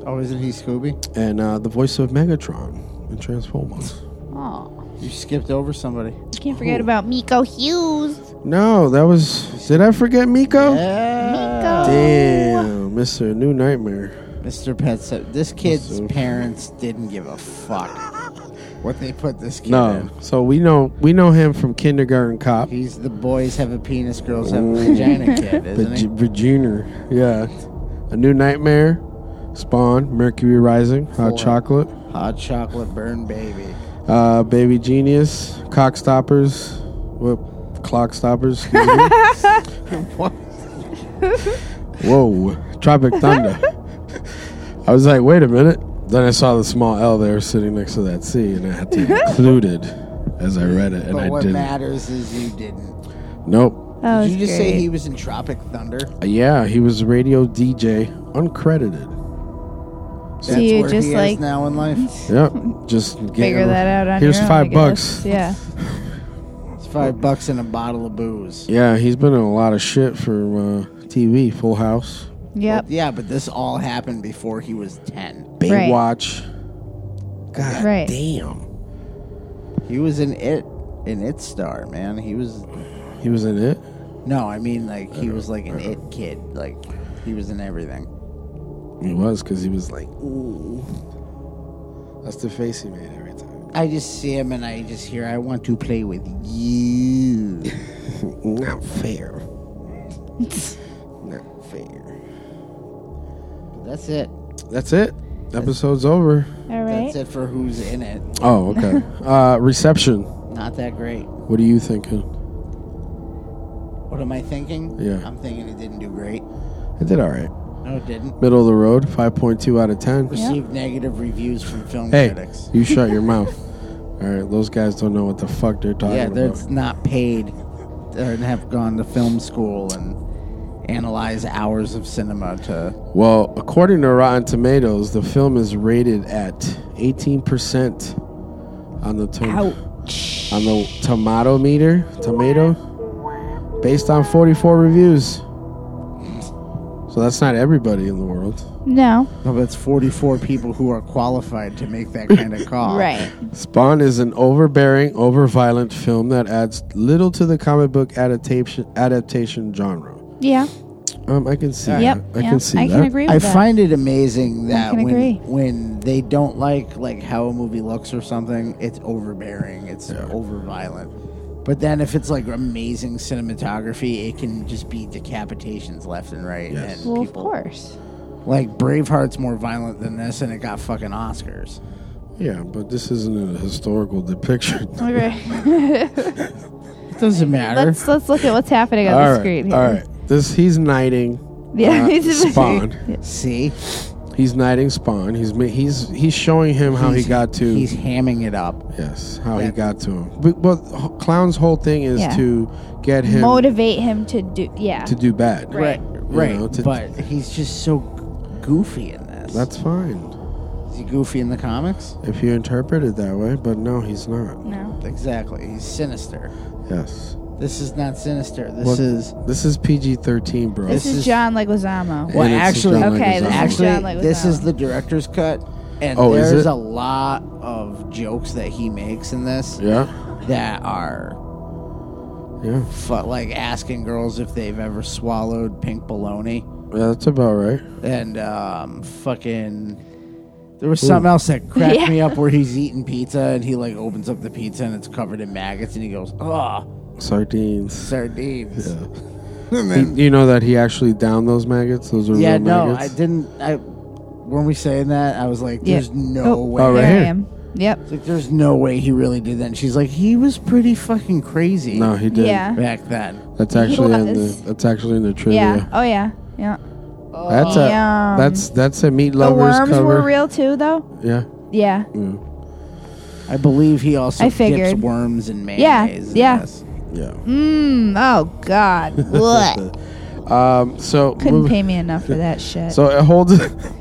Speaker 7: Oh, isn't he Scooby?
Speaker 5: and uh, the voice of Megatron in Transformers.
Speaker 6: Oh.
Speaker 7: You skipped over somebody.
Speaker 6: You can't
Speaker 5: Oh.
Speaker 6: forget about Miko Hughes.
Speaker 5: No, that was. Did I forget Miko?
Speaker 6: Uh,
Speaker 7: Yeah.
Speaker 5: Damn, Mr. New Nightmare.
Speaker 7: Mr. Pet Cemetery. This kid's
Speaker 5: Mr.
Speaker 7: parents didn't give a fuck what they put this kid
Speaker 5: No,
Speaker 7: in.
Speaker 5: so we know we know him from Kindergarten Cop.
Speaker 7: He's the boys have a penis, girls have a
Speaker 5: Ooh.
Speaker 7: vagina kid, isn't
Speaker 5: The
Speaker 7: he?
Speaker 5: Virginia, yeah. A New Nightmare, Spawn, Mercury Rising, Hot
Speaker 7: Four.
Speaker 5: Chocolate,
Speaker 7: Hot chocolate burn baby.
Speaker 5: uh, Baby Genius, Cock Stoppers, whoop, Clock Stoppers. excuse me.
Speaker 7: What?
Speaker 5: Whoa, Tropic Thunder. I was like, wait a minute. Then I saw the small L there sitting next to that C, and I had to include it as I read it, and
Speaker 7: But
Speaker 5: I
Speaker 7: what
Speaker 5: didn't.
Speaker 7: matters is you didn't.
Speaker 5: Nope.
Speaker 7: Did
Speaker 6: That was
Speaker 7: you just
Speaker 6: great.
Speaker 7: say he was in Tropic Thunder?
Speaker 5: Yeah, he was a radio DJ, uncredited.
Speaker 7: That's
Speaker 6: So you
Speaker 7: where
Speaker 6: just
Speaker 7: he
Speaker 6: like
Speaker 7: is now in life.
Speaker 5: Yep. Just get
Speaker 6: figure that out on
Speaker 5: Here's
Speaker 6: your own,
Speaker 5: five
Speaker 6: I
Speaker 5: bucks.
Speaker 6: guess. Yeah.
Speaker 7: It's five bucks and a bottle of booze.
Speaker 5: Yeah, he's been in a lot of shit for uh, TV, Full House,
Speaker 6: Yep.
Speaker 7: Yeah, but this all happened before he was ten.
Speaker 6: Right.
Speaker 5: Baywatch, God
Speaker 6: Right.
Speaker 5: damn.
Speaker 7: He was an it, an it star, man. He was
Speaker 5: He was in it?
Speaker 7: no, I mean like he was like an it kid. Like he was in everything.
Speaker 5: He was, because he was like, ooh. That's the face he made every time.
Speaker 7: I just see him and I just hear, I want to play with you.
Speaker 5: Not fair. Not fair.
Speaker 7: That's it.
Speaker 5: That's it. Episode's over.
Speaker 6: All right.
Speaker 7: That's it for who's in it.
Speaker 5: Oh, okay. uh, reception.
Speaker 7: Not that great.
Speaker 5: What are you thinking?
Speaker 7: What am I thinking?
Speaker 5: Yeah.
Speaker 7: I'm thinking it didn't do great.
Speaker 5: I did all right.
Speaker 7: No, it didn't.
Speaker 5: Middle of the road, 5.2 out of 10.
Speaker 7: Received negative reviews from film
Speaker 5: Hey,
Speaker 7: critics.
Speaker 5: you shut your mouth. All right, those guys don't know what the fuck they're talking
Speaker 7: Yeah, they're
Speaker 5: about.
Speaker 7: not paid and have gone to film school and analyze hours of cinema to.
Speaker 5: Well, according to Rotten Tomatoes, the film is rated at 18% on the tom-
Speaker 6: Ouch.
Speaker 5: on the tomato meter, tomato, based on 44 reviews. So that's not everybody in the world.
Speaker 6: No.
Speaker 7: No, that's 44 people who are qualified to make that kind of call.
Speaker 6: Right.
Speaker 5: Spawn is an overbearing, overviolent film that adds little to the comic book adaptation adaptation genre.
Speaker 6: Yeah.
Speaker 5: Um, I can see.
Speaker 6: Yep.
Speaker 5: that. I
Speaker 6: yeah.
Speaker 5: can see
Speaker 6: I
Speaker 5: that.
Speaker 6: can agree with
Speaker 7: I
Speaker 6: that.
Speaker 7: find it amazing that
Speaker 6: can
Speaker 7: when
Speaker 6: agree.
Speaker 7: when they don't like like how a movie looks or something, it's overbearing, it's over overviolent. But then if it's like amazing cinematography, it can just be decapitations left and right.
Speaker 5: Yes.
Speaker 7: And
Speaker 6: Well, of
Speaker 7: people
Speaker 6: course.
Speaker 7: like Braveheart's more violent than this, and it got fucking Oscars.
Speaker 5: Yeah, but this isn't a historical depiction.
Speaker 6: Okay.
Speaker 7: It doesn't matter.
Speaker 6: let's let's look at what's happening on the
Speaker 5: all right,
Speaker 6: screen. Here.
Speaker 5: all right. This he's knighting
Speaker 6: Yeah.
Speaker 5: uh,
Speaker 6: he's-
Speaker 5: Spawn.
Speaker 7: See
Speaker 5: He's knighting Spawn. He's ma- he's he's showing him how he
Speaker 7: He's-
Speaker 5: got to.
Speaker 7: He's hamming it up.
Speaker 5: Yes, how he
Speaker 7: Yeah.
Speaker 5: got to him. But, but h- Clown's whole thing is
Speaker 6: Yeah.
Speaker 5: to get him
Speaker 6: Motivate him to do. Yeah.
Speaker 5: to do bad.
Speaker 6: Right.
Speaker 5: You
Speaker 7: right.
Speaker 5: know, to-
Speaker 7: but he's just so goofy in this.
Speaker 5: That's fine
Speaker 7: Is he goofy in the comics?
Speaker 5: if you interpret it that way. But no, he's not.
Speaker 6: No.
Speaker 7: Exactly. He's sinister.
Speaker 5: Yes.
Speaker 7: This is not sinister. This
Speaker 5: What-
Speaker 7: is
Speaker 5: This is PG thirteen, bro.
Speaker 6: This,
Speaker 7: This
Speaker 6: is,
Speaker 7: is-
Speaker 6: John Leguizamo.
Speaker 7: well,
Speaker 5: And it's
Speaker 7: actually-
Speaker 5: done like
Speaker 6: Okay,
Speaker 5: a
Speaker 6: this is
Speaker 5: zombie.
Speaker 6: Actually- John
Speaker 7: actually
Speaker 6: Leguizamo.
Speaker 7: this is the director's cut, and
Speaker 5: Oh, is
Speaker 7: there's
Speaker 5: it?
Speaker 7: a lot of jokes that he makes in this
Speaker 5: yeah,
Speaker 7: that are
Speaker 5: yeah,
Speaker 7: fu- like asking girls if they've ever swallowed pink bologna,
Speaker 5: yeah. That's about right.
Speaker 7: and um, fucking. There was something else that cracked
Speaker 6: Yeah.
Speaker 7: me up where he's eating pizza and he like opens up the pizza and it's covered in maggots and he goes, "Oh,
Speaker 5: Sardines.
Speaker 7: sardines."
Speaker 5: Yeah. You- you know that he actually downed those maggots. Those are
Speaker 7: Yeah,
Speaker 5: real
Speaker 7: no,
Speaker 5: maggots.
Speaker 7: I didn't. I when we saying that, I was like,
Speaker 6: Yeah.
Speaker 7: "There's no
Speaker 6: Oh.
Speaker 7: way."
Speaker 5: Oh, right
Speaker 6: there
Speaker 5: here.
Speaker 6: I am. Yep.
Speaker 7: It's Like, there's no way he really did that. And she's like, he was pretty fucking crazy.
Speaker 5: No, he did.
Speaker 6: Yeah.
Speaker 7: back then.
Speaker 5: That's actually in
Speaker 6: was.
Speaker 5: the. That's actually in the trivia.
Speaker 6: Yeah. Oh yeah. Yeah.
Speaker 5: That's a.
Speaker 6: Yum.
Speaker 5: That's that's a meat
Speaker 6: The
Speaker 5: lovers
Speaker 6: worms
Speaker 5: cover.
Speaker 6: were real too, though.
Speaker 5: Yeah.
Speaker 6: Yeah.
Speaker 7: I believe he also
Speaker 6: I figured.
Speaker 7: dips worms and mayonnaise.
Speaker 6: Yeah,
Speaker 7: in
Speaker 6: yeah.
Speaker 7: this.
Speaker 5: Yeah.
Speaker 6: Mm, oh God. What?
Speaker 5: Um. So.
Speaker 6: Couldn't
Speaker 5: mov-
Speaker 6: pay me enough for that shit.
Speaker 5: So it holds.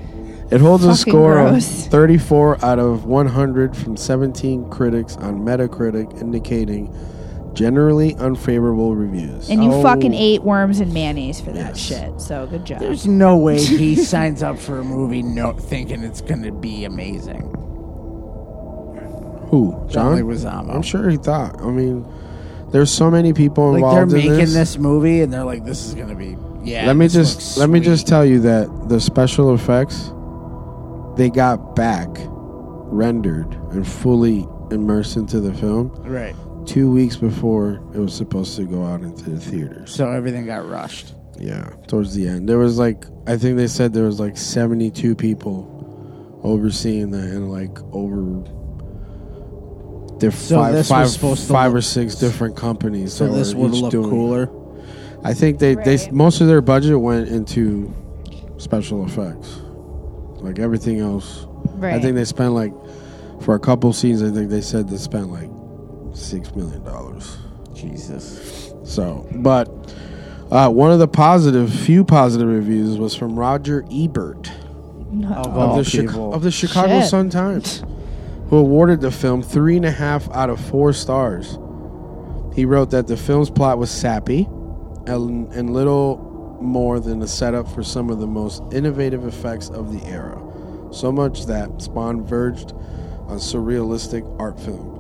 Speaker 5: It holds a
Speaker 6: Fucking
Speaker 5: score
Speaker 6: gross.
Speaker 5: of 34 out of 100 from 17 critics on Metacritic, indicating generally unfavorable reviews.
Speaker 6: and you
Speaker 7: Oh.
Speaker 6: fucking ate worms and mayonnaise for that
Speaker 5: Yes.
Speaker 6: shit. So good job.
Speaker 7: There's no way he signs up for a movie no thinking it's gonna be amazing.
Speaker 5: Who?
Speaker 7: John
Speaker 5: John?
Speaker 7: Leguizamo.
Speaker 5: I'm sure he thought. I mean, there's so many people
Speaker 7: Like they're
Speaker 5: involved in
Speaker 7: making
Speaker 5: this.
Speaker 7: this. movie and they're like, this is gonna be yeah.
Speaker 5: let me
Speaker 7: this
Speaker 5: just
Speaker 7: looks
Speaker 5: let me
Speaker 7: sweet.
Speaker 5: just tell you that the special effects they got back rendered and fully immersed into the film
Speaker 7: right.
Speaker 5: two weeks before it was supposed to go out into the theaters.
Speaker 7: So everything got rushed.
Speaker 5: Yeah, towards the end, there was like I think they said there was like seventy-two people overseeing that and like over. Diff-
Speaker 7: So
Speaker 5: five,
Speaker 7: this was
Speaker 5: five-
Speaker 7: supposed to
Speaker 5: five
Speaker 7: look-
Speaker 5: or six different companies.
Speaker 7: So
Speaker 5: that
Speaker 7: this
Speaker 5: were
Speaker 7: would
Speaker 5: each
Speaker 7: look
Speaker 5: doing-
Speaker 7: cooler.
Speaker 5: I think they, they
Speaker 6: Right.
Speaker 5: most of their budget went into special effects. Like everything else,
Speaker 6: right.
Speaker 5: I think they spent like for a couple scenes. I think they said they spent like six million dollars.
Speaker 7: Jesus.
Speaker 5: So, but uh, one of the positive, few positive reviews was from Roger Ebert
Speaker 7: Of,
Speaker 5: of
Speaker 7: all
Speaker 5: the Chi-
Speaker 7: Oh, people.
Speaker 5: of the Chicago
Speaker 6: Shit.
Speaker 5: Sun Times, who awarded the film three and a half out of four stars. He wrote that the film's plot was sappy and, and little more than a setup for some of the most innovative effects of the era. So much that Spawn verged a surrealistic art film.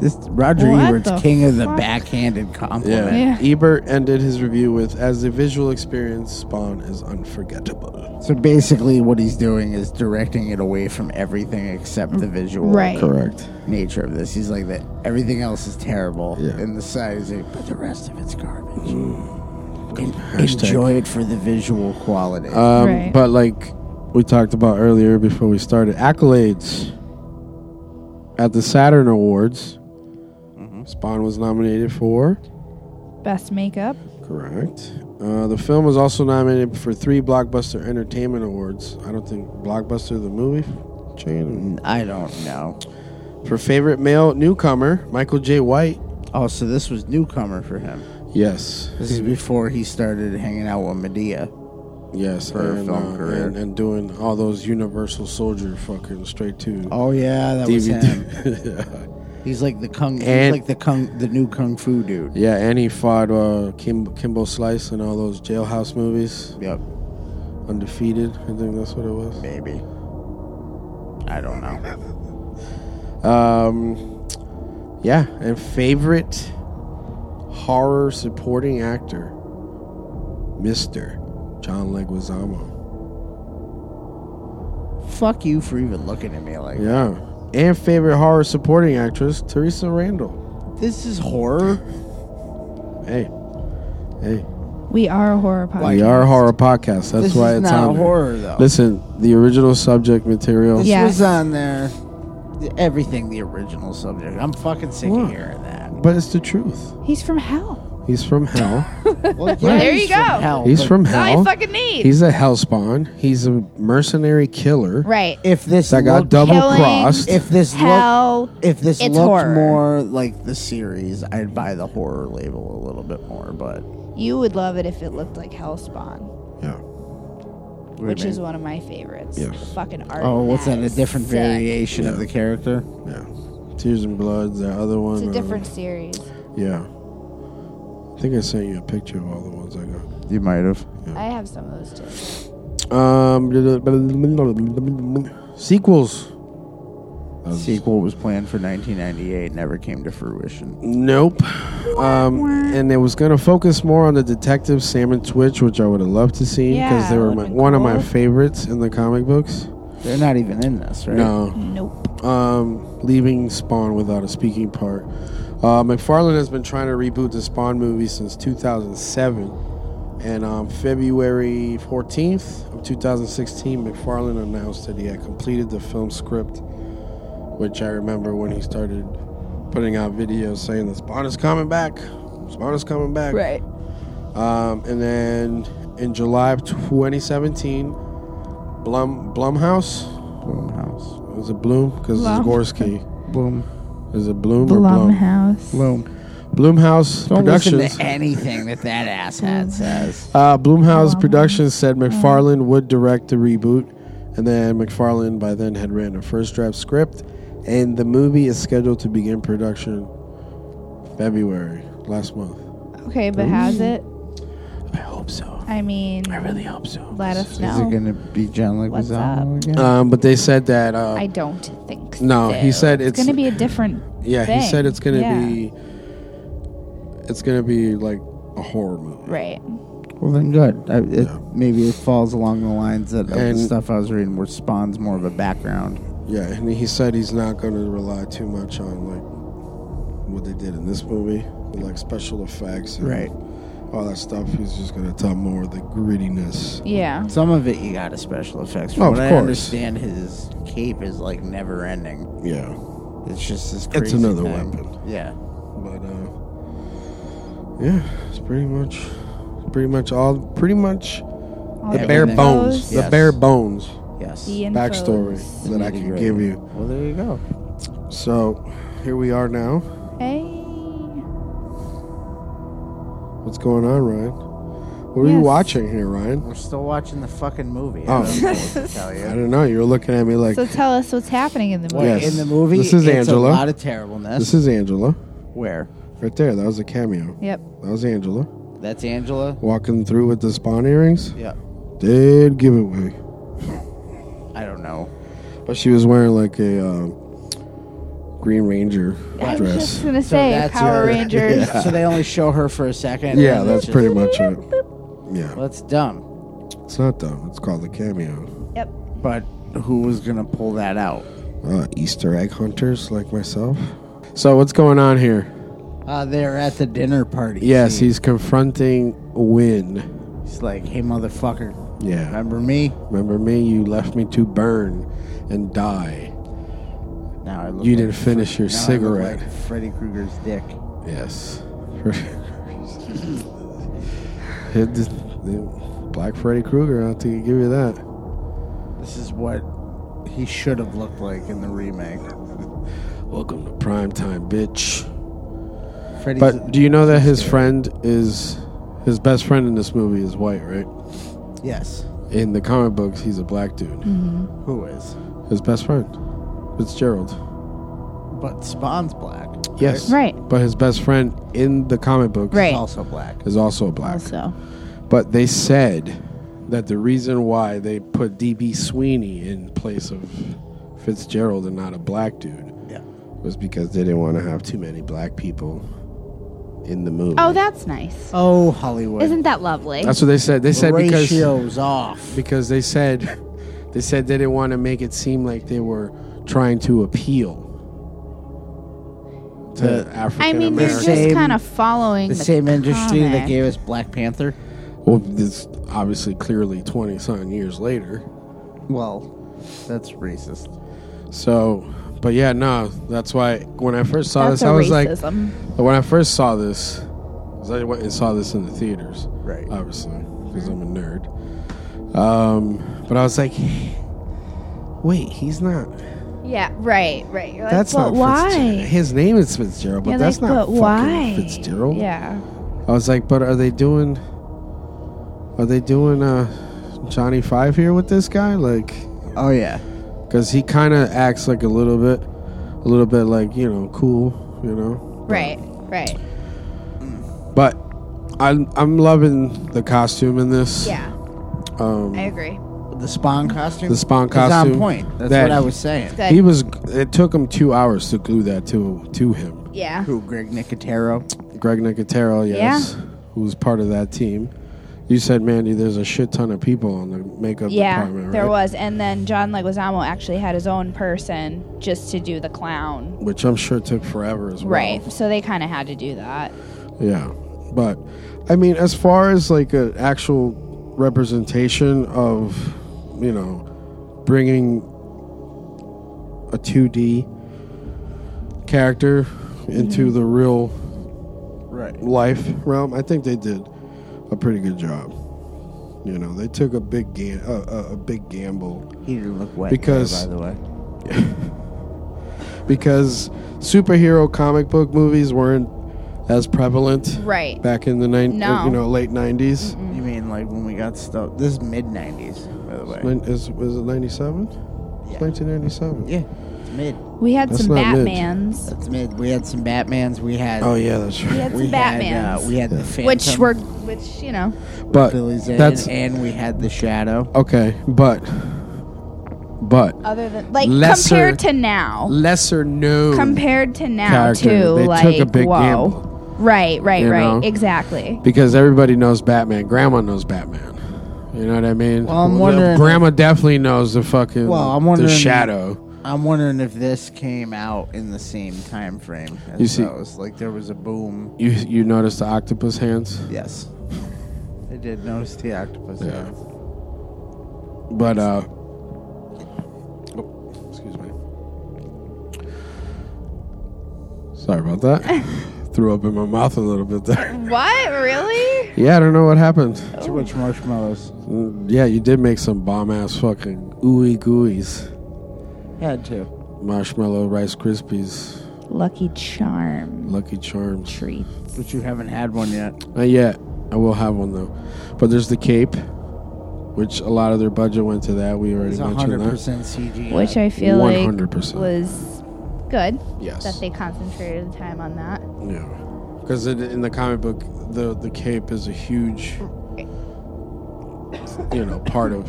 Speaker 7: This Roger
Speaker 6: What
Speaker 7: Ebert's
Speaker 6: the
Speaker 7: king of the
Speaker 6: fuck?
Speaker 7: backhanded compliment.
Speaker 6: Yeah.
Speaker 5: Ebert ended his review with As the visual experience, Spawn is unforgettable.
Speaker 7: So basically, what he's doing is directing it away from everything except the visual
Speaker 6: Mm, Right.
Speaker 5: Correct.
Speaker 7: nature of this. He's like that. Everything else is terrible,
Speaker 5: Yeah.
Speaker 7: and the side is like, but the rest of it's garbage. En-
Speaker 5: Hashtag.
Speaker 7: Enjoy it for the visual quality.
Speaker 5: Um,
Speaker 6: Right.
Speaker 5: But like we talked about earlier before we started, accolades at the Saturn Awards. Spawn was nominated for.
Speaker 6: Best makeup.
Speaker 5: Correct. Uh, the film was also nominated for three Blockbuster Entertainment Awards. I don't think Blockbuster the movie chain
Speaker 7: I don't know.
Speaker 5: for favorite male newcomer Michael J. White.
Speaker 7: Oh, so this was newcomer for him.
Speaker 5: Yes,
Speaker 7: This is before he started hanging out with Medea.
Speaker 5: yes,
Speaker 7: For a
Speaker 5: and, uh,
Speaker 7: film career.
Speaker 5: and, and doing all those Universal Soldier fucking straight to
Speaker 7: Oh yeah, that was him.
Speaker 5: DVD.
Speaker 7: He's like the kung. he's
Speaker 5: And-
Speaker 7: like the kung, the new kung fu dude.
Speaker 5: Yeah, and he fought uh, Kim- Kimbo Slice and all those jailhouse movies.
Speaker 7: Yep,
Speaker 5: Undefeated, I think that's what it was.
Speaker 7: maybe. I don't know.
Speaker 5: Um, yeah, and favorite horror supporting actor, Mister John Leguizamo.
Speaker 7: Fuck you for even looking at me like
Speaker 5: Yeah, and favorite horror supporting actress, Teresa Randall.
Speaker 7: this is horror.
Speaker 5: Hey, hey,
Speaker 6: We are a horror podcast.
Speaker 5: we are a horror podcast. That's
Speaker 7: this
Speaker 5: why
Speaker 7: is
Speaker 5: it's
Speaker 7: not
Speaker 5: on there.
Speaker 7: horror though.
Speaker 5: Listen, the original subject material.
Speaker 7: this
Speaker 6: Yeah.
Speaker 7: was on there. The- Everything the original subject. I'm fucking sick
Speaker 5: What?
Speaker 7: of hearing that.
Speaker 5: But it's the truth.
Speaker 6: He's from hell.
Speaker 5: He's from hell.
Speaker 6: Oh
Speaker 7: Well, yeah,
Speaker 6: There
Speaker 7: he's
Speaker 6: you
Speaker 7: from
Speaker 6: go.
Speaker 7: hell,
Speaker 5: He's
Speaker 7: but
Speaker 5: from
Speaker 6: That's all
Speaker 5: hell.
Speaker 6: you fucking need.
Speaker 5: He's a hellspawn. He's a mercenary killer
Speaker 6: right.
Speaker 7: If this
Speaker 5: that got
Speaker 7: looked-
Speaker 5: double
Speaker 6: killing-
Speaker 5: crossed.
Speaker 7: If this looked
Speaker 6: hell.
Speaker 7: if this
Speaker 6: It's
Speaker 7: looked
Speaker 6: horror.
Speaker 7: more like the series, I'd buy the horror label a little bit more. But
Speaker 6: You would love it if it looked like Hellspawn,
Speaker 5: yeah.
Speaker 6: which is one of my favorites.
Speaker 5: Yes.
Speaker 6: Fucking art.
Speaker 7: Oh,
Speaker 6: in
Speaker 7: what's that? A
Speaker 6: is
Speaker 7: different
Speaker 6: sick.
Speaker 7: variation of the character?
Speaker 5: Yeah. Tears and Bloods, the other one.
Speaker 6: It's a
Speaker 5: uh,
Speaker 6: different series.
Speaker 5: yeah. I think I sent you a picture of all the ones I got.
Speaker 7: You might have.
Speaker 6: I have some of those too.
Speaker 5: Um, sequels.
Speaker 7: Sequel was planned for 1998, never came to fruition.
Speaker 5: Nope. Um, and it was gonna focus more on the detective Sam and Twitch, which I would have loved to see because
Speaker 6: Yeah,
Speaker 5: they were
Speaker 6: would've
Speaker 5: my,
Speaker 6: been
Speaker 5: one of my
Speaker 6: cool.
Speaker 5: favorites in the comic books.
Speaker 7: They're not even in this, right?
Speaker 5: No,
Speaker 6: Nope.
Speaker 5: um, leaving Spawn without a speaking part. Uh, McFarlane has been trying to reboot the Spawn movie since 2007, and on February 14th of 2016, McFarlane announced that he had completed the film script, which I remember when he started putting out videos saying that Spawn is coming back, Spawn is coming back.
Speaker 6: Right.
Speaker 5: Um, and then in July of 2017, Blum Blumhouse
Speaker 7: Bloomhouse.
Speaker 5: was it Bloom? Because it's
Speaker 6: Blum.
Speaker 5: Gorsky.
Speaker 7: Bloom.
Speaker 5: Is it Bloom or
Speaker 6: Blumhouse.
Speaker 7: Bloom.
Speaker 5: Bloom? Bloomhouse
Speaker 7: Don't
Speaker 5: Productions.
Speaker 7: listen to anything that that asshat says.
Speaker 5: Uh, Bloomhouse Productions said McFarlane would direct the reboot, and then McFarlane by then had written a first draft script, and the movie is scheduled to begin production February last month.
Speaker 6: Okay, but how's it?
Speaker 5: I hope so.
Speaker 6: I mean,
Speaker 5: really hope so.
Speaker 6: let us
Speaker 7: Is it
Speaker 6: know.
Speaker 7: going to be John
Speaker 6: What's
Speaker 7: Leguizamo again?
Speaker 5: Um, but they said that. Uh,
Speaker 6: I don't think.
Speaker 5: No,
Speaker 6: so.
Speaker 5: he said
Speaker 6: it's
Speaker 5: it's-
Speaker 6: going to be a different.
Speaker 5: yeah, he
Speaker 6: thing.
Speaker 5: said it's gonna
Speaker 6: Yeah.
Speaker 5: be. It's gonna be like a horror movie.
Speaker 6: Right.
Speaker 7: Well, then good. I, it, Maybe it falls along the lines that of the
Speaker 5: And-
Speaker 7: stuff I was reading where Spawn's more of a background.
Speaker 5: Yeah, and he said he's not going to rely too much on like what they did in this movie, like special effects, and
Speaker 7: Right.
Speaker 5: All that stuff. He's just going to tell more of the grittiness.
Speaker 6: Yeah.
Speaker 7: Some of it you got a special effects. From
Speaker 5: Oh, of
Speaker 7: what I
Speaker 5: course.
Speaker 7: understand, his cape is like never ending.
Speaker 5: Yeah,
Speaker 7: It's just this. Crazy
Speaker 5: It's another
Speaker 7: thing.
Speaker 5: weapon.
Speaker 7: Yeah.
Speaker 5: but uh, yeah, it's pretty much, pretty much all, pretty much
Speaker 6: All
Speaker 5: the
Speaker 7: the
Speaker 5: bare
Speaker 7: infos.
Speaker 5: bones,
Speaker 7: Yeah.
Speaker 5: the bare bones
Speaker 7: Yes.
Speaker 6: The infos.
Speaker 5: backstory that I
Speaker 7: Nitty
Speaker 5: can
Speaker 7: gritty.
Speaker 5: give you.
Speaker 7: Well, there you go.
Speaker 5: So here we are now.
Speaker 6: Hey.
Speaker 5: What's going on, Ryan? What are you
Speaker 6: Yes.
Speaker 5: watching here, Ryan?
Speaker 7: We're still watching the fucking movie. I
Speaker 5: Oh.
Speaker 7: don't know what to tell
Speaker 5: I
Speaker 7: you.
Speaker 5: don't know. You're looking at me like
Speaker 6: So tell us what's happening in the
Speaker 7: Boy,
Speaker 6: movie.
Speaker 5: Yes.
Speaker 7: In the movie,
Speaker 5: This is
Speaker 7: it's a
Speaker 5: Angela.
Speaker 7: lot of terribleness.
Speaker 5: this is Angela
Speaker 7: where
Speaker 5: right there. That was a cameo.
Speaker 6: Yep.
Speaker 5: That was Angela.
Speaker 7: that's Angela.
Speaker 5: Walking through with the spawn earrings.
Speaker 7: Yeah.
Speaker 5: Did give it away.
Speaker 7: I don't know.
Speaker 5: But she was wearing like a um, Green Ranger
Speaker 6: I was
Speaker 5: dress.
Speaker 6: just gonna say
Speaker 7: that's
Speaker 6: Power
Speaker 7: her-
Speaker 6: Rangers.
Speaker 7: So they only show her for a second.
Speaker 5: Yeah,
Speaker 7: and
Speaker 5: that's
Speaker 7: it's just-
Speaker 5: pretty much it. Yeah,
Speaker 7: Well, it's dumb.
Speaker 5: it's not dumb. It's called a cameo.
Speaker 6: Yep.
Speaker 7: But who was gonna pull that out?
Speaker 5: Uh, Easter egg hunters like myself. So what's going on here?
Speaker 7: Uh, they're at the dinner party.
Speaker 5: Yes,
Speaker 7: scene.
Speaker 5: he's confronting Win.
Speaker 7: he's like, "Hey, motherfucker,
Speaker 5: Yeah,
Speaker 7: remember me?"
Speaker 5: remember me? You left me to burn and die.
Speaker 7: Now I look
Speaker 5: You
Speaker 7: like
Speaker 5: didn't finish your
Speaker 7: now I look
Speaker 5: cigarette.
Speaker 7: like Freddy Krueger's dick.
Speaker 5: Yes. Hit this- Black Freddy Krueger. I don't think he give you that.
Speaker 7: This is what he should have looked like in the remake.
Speaker 5: Welcome to prime time, bitch.
Speaker 7: Freddy's
Speaker 5: But do you know that his friend is his best friend in this movie is white, right?
Speaker 7: yes.
Speaker 5: In the comic books, he's a black dude.
Speaker 6: Mm-hmm.
Speaker 7: Who is?
Speaker 5: His best friend, Fitzgerald.
Speaker 7: But Spawn's black.
Speaker 5: Yes,
Speaker 6: Right.
Speaker 5: But his best friend in the comic books
Speaker 6: Right.
Speaker 7: He's also black.
Speaker 5: is also black.
Speaker 6: Also,
Speaker 5: But they said that the reason why they put DB Sweeney in place of Fitzgerald and not a black dude
Speaker 7: Yeah.
Speaker 5: was because they didn't want to have too many black people in the movie.
Speaker 8: Oh, that's nice.
Speaker 7: Oh, Hollywood.
Speaker 8: Isn't that lovely?
Speaker 5: That's what they said. They
Speaker 7: the
Speaker 5: said because
Speaker 7: ratios off?
Speaker 5: because they said they said they didn't want to make it seem like they were trying to appeal to African
Speaker 8: I mean, they're
Speaker 5: Americans.
Speaker 8: just
Speaker 7: Same-
Speaker 8: kind of following
Speaker 7: The same industry that
Speaker 8: comic.
Speaker 7: gave us Black Panther.
Speaker 5: Well, this obviously clearly twenty something years later.
Speaker 7: Well, that's racist.
Speaker 5: So, but yeah, no, that's why when I first saw
Speaker 6: that's
Speaker 5: this,
Speaker 6: a
Speaker 5: I was
Speaker 6: racism.
Speaker 5: like, when I first saw this, 'cause I went and saw this in the theaters,
Speaker 7: Right.
Speaker 5: Obviously, because I'm a nerd. Um, but I was like, wait, he's not.
Speaker 6: yeah. Right. Right. You're like,
Speaker 5: That's
Speaker 6: but
Speaker 5: not Fitzgerald.
Speaker 6: why?
Speaker 5: His name is Fitzgerald, but
Speaker 6: You're
Speaker 5: that's
Speaker 6: like,
Speaker 5: not
Speaker 6: but
Speaker 5: fucking
Speaker 6: why?
Speaker 5: Fitzgerald.
Speaker 6: Yeah.
Speaker 5: I was like, but are they doing? Are they doing uh, Johnny Five here with this guy? Like,
Speaker 7: Oh yeah.
Speaker 5: because he kind of acts like a little bit, a little bit like you know, cool, you know.
Speaker 6: Right. Right.
Speaker 5: But I'm I'm loving the costume in this.
Speaker 6: Yeah.
Speaker 5: Um,
Speaker 6: I agree.
Speaker 7: The Spawn costume.
Speaker 5: The Spawn
Speaker 7: is
Speaker 5: costume
Speaker 7: on point. That's
Speaker 5: that-
Speaker 7: what I was saying.
Speaker 6: Good.
Speaker 5: He was. It took him two hours to glue that to to him.
Speaker 6: yeah.
Speaker 7: Who? Greg Nicotero.
Speaker 5: Greg Nicotero, yes, who was part of that team. You said, Mandy, there's a shit ton of people on the makeup
Speaker 6: Yeah,
Speaker 5: department, right?
Speaker 6: there was. And then John Leguizamo actually had his own person just to do the clown.
Speaker 5: Which I'm sure took forever as well.
Speaker 6: Right. So they kind of had to do that.
Speaker 5: Yeah. But, I mean, as far as like an actual representation of, you know, bringing a 2D character into the real
Speaker 7: Right.
Speaker 5: life realm, I think they did a pretty good job. You know, they took a big gam- a, a, a big gamble
Speaker 7: He didn't look wet.
Speaker 5: Because-
Speaker 7: though, by the way.
Speaker 5: because superhero comic book movies weren't as prevalent
Speaker 6: Right.
Speaker 5: back in the nine,
Speaker 6: No.
Speaker 5: you know, late 90s.
Speaker 7: You mean like when we got stuff? This is mid '90s, by the way.
Speaker 5: Nin- Is, was it 97?
Speaker 7: Yeah.
Speaker 5: 1997.
Speaker 7: Yeah, it's mid.
Speaker 6: We had
Speaker 5: That's
Speaker 6: some
Speaker 5: not mid.
Speaker 6: Batmans,
Speaker 7: It's mid. We had some Batman's. We had.
Speaker 5: Oh yeah, that's
Speaker 6: We
Speaker 5: right.
Speaker 6: had
Speaker 7: We
Speaker 6: some
Speaker 7: had.
Speaker 6: Batmans,
Speaker 7: Uh, we had the Phantom.
Speaker 6: which were, which you know,
Speaker 5: But
Speaker 7: Billy Zane.
Speaker 5: that's
Speaker 7: and we had the Shadow.
Speaker 5: okay, but but
Speaker 6: other than like
Speaker 5: Lesser-
Speaker 6: compared to now,
Speaker 5: lesser known
Speaker 6: compared to now
Speaker 5: character.
Speaker 6: too,
Speaker 5: They
Speaker 6: like
Speaker 5: took a big
Speaker 6: whoa,
Speaker 5: gamble.
Speaker 6: right, right,
Speaker 5: You
Speaker 6: right,
Speaker 5: know?
Speaker 6: exactly.
Speaker 5: because everybody knows Batman. Grandma knows Batman. You know what I mean?
Speaker 7: Well, I'm
Speaker 5: The-
Speaker 7: wondering-
Speaker 5: Grandma definitely knows the fucking
Speaker 7: Well, I'm wondering-
Speaker 5: the shadow.
Speaker 7: I'm wondering if this came out in the same time frame as
Speaker 5: You see-
Speaker 7: those. Like there was a boom.
Speaker 5: You you notice the octopus hands?
Speaker 7: Yes. I did notice the octopus.
Speaker 5: Yeah.
Speaker 7: hands.
Speaker 5: But uh oh, excuse me. Sorry about that. Threw up in my mouth a little bit there.
Speaker 6: What really?
Speaker 5: Yeah, I don't know what happened.
Speaker 7: Too much marshmallows.
Speaker 5: Mm, Yeah, you did make some bomb ass fucking ooey gooeys.
Speaker 7: Had to.
Speaker 5: Marshmallow Rice Krispies,
Speaker 6: Lucky Charm
Speaker 5: Lucky Charms.
Speaker 6: treat.
Speaker 7: But you haven't had one yet.
Speaker 5: Not yet. I will have one though. But there's the cape, which a lot of their budget went to that. We already
Speaker 7: It's
Speaker 5: mentioned
Speaker 7: 100%
Speaker 5: that.
Speaker 7: CG.
Speaker 6: Which I feel like
Speaker 5: 100%.
Speaker 6: was good
Speaker 5: Yes.
Speaker 6: that they concentrated the time on that.
Speaker 5: Yeah, because in the comic book, the the cape is a huge, you know, part of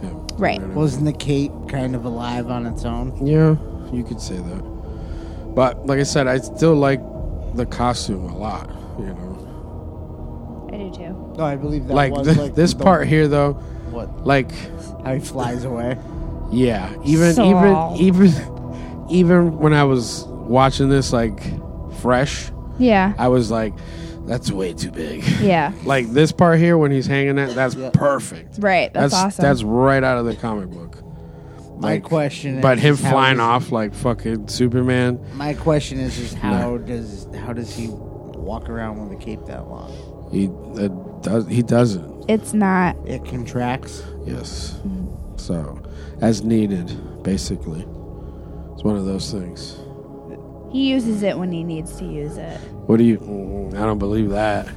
Speaker 5: him.
Speaker 6: Right.
Speaker 5: You know what I mean?
Speaker 7: Wasn't the cape kind of alive on its own?
Speaker 5: Yeah, you could say that. But like I said, I still like the costume a lot. You know,
Speaker 6: I do too.
Speaker 7: No, I believe that
Speaker 5: like,
Speaker 7: was
Speaker 5: th-
Speaker 7: like
Speaker 5: this
Speaker 7: the-
Speaker 5: part here though,
Speaker 7: What?
Speaker 5: like
Speaker 7: How he flies away.
Speaker 5: yeah, even
Speaker 6: So-
Speaker 5: even even even when I was watching this like fresh,
Speaker 6: Yeah.
Speaker 5: I was like, that's way too big.
Speaker 6: Yeah.
Speaker 5: Like this part here when he's hanging that, that's perfect.
Speaker 6: Right. That's, awesome.
Speaker 5: That's right out of the comic book.
Speaker 7: My question.
Speaker 5: But
Speaker 7: is
Speaker 5: him
Speaker 7: how
Speaker 5: flying
Speaker 7: is-
Speaker 5: off like fucking Superman.
Speaker 7: My question is just how does how does he walk around with a cape that long?
Speaker 5: He uh, does. He doesn't.
Speaker 6: it's not.
Speaker 7: It contracts.
Speaker 5: Yes. So, as needed, basically, it's one of those things.
Speaker 6: He uses it when he needs to use it.
Speaker 5: What do you? Mm, I don't believe that.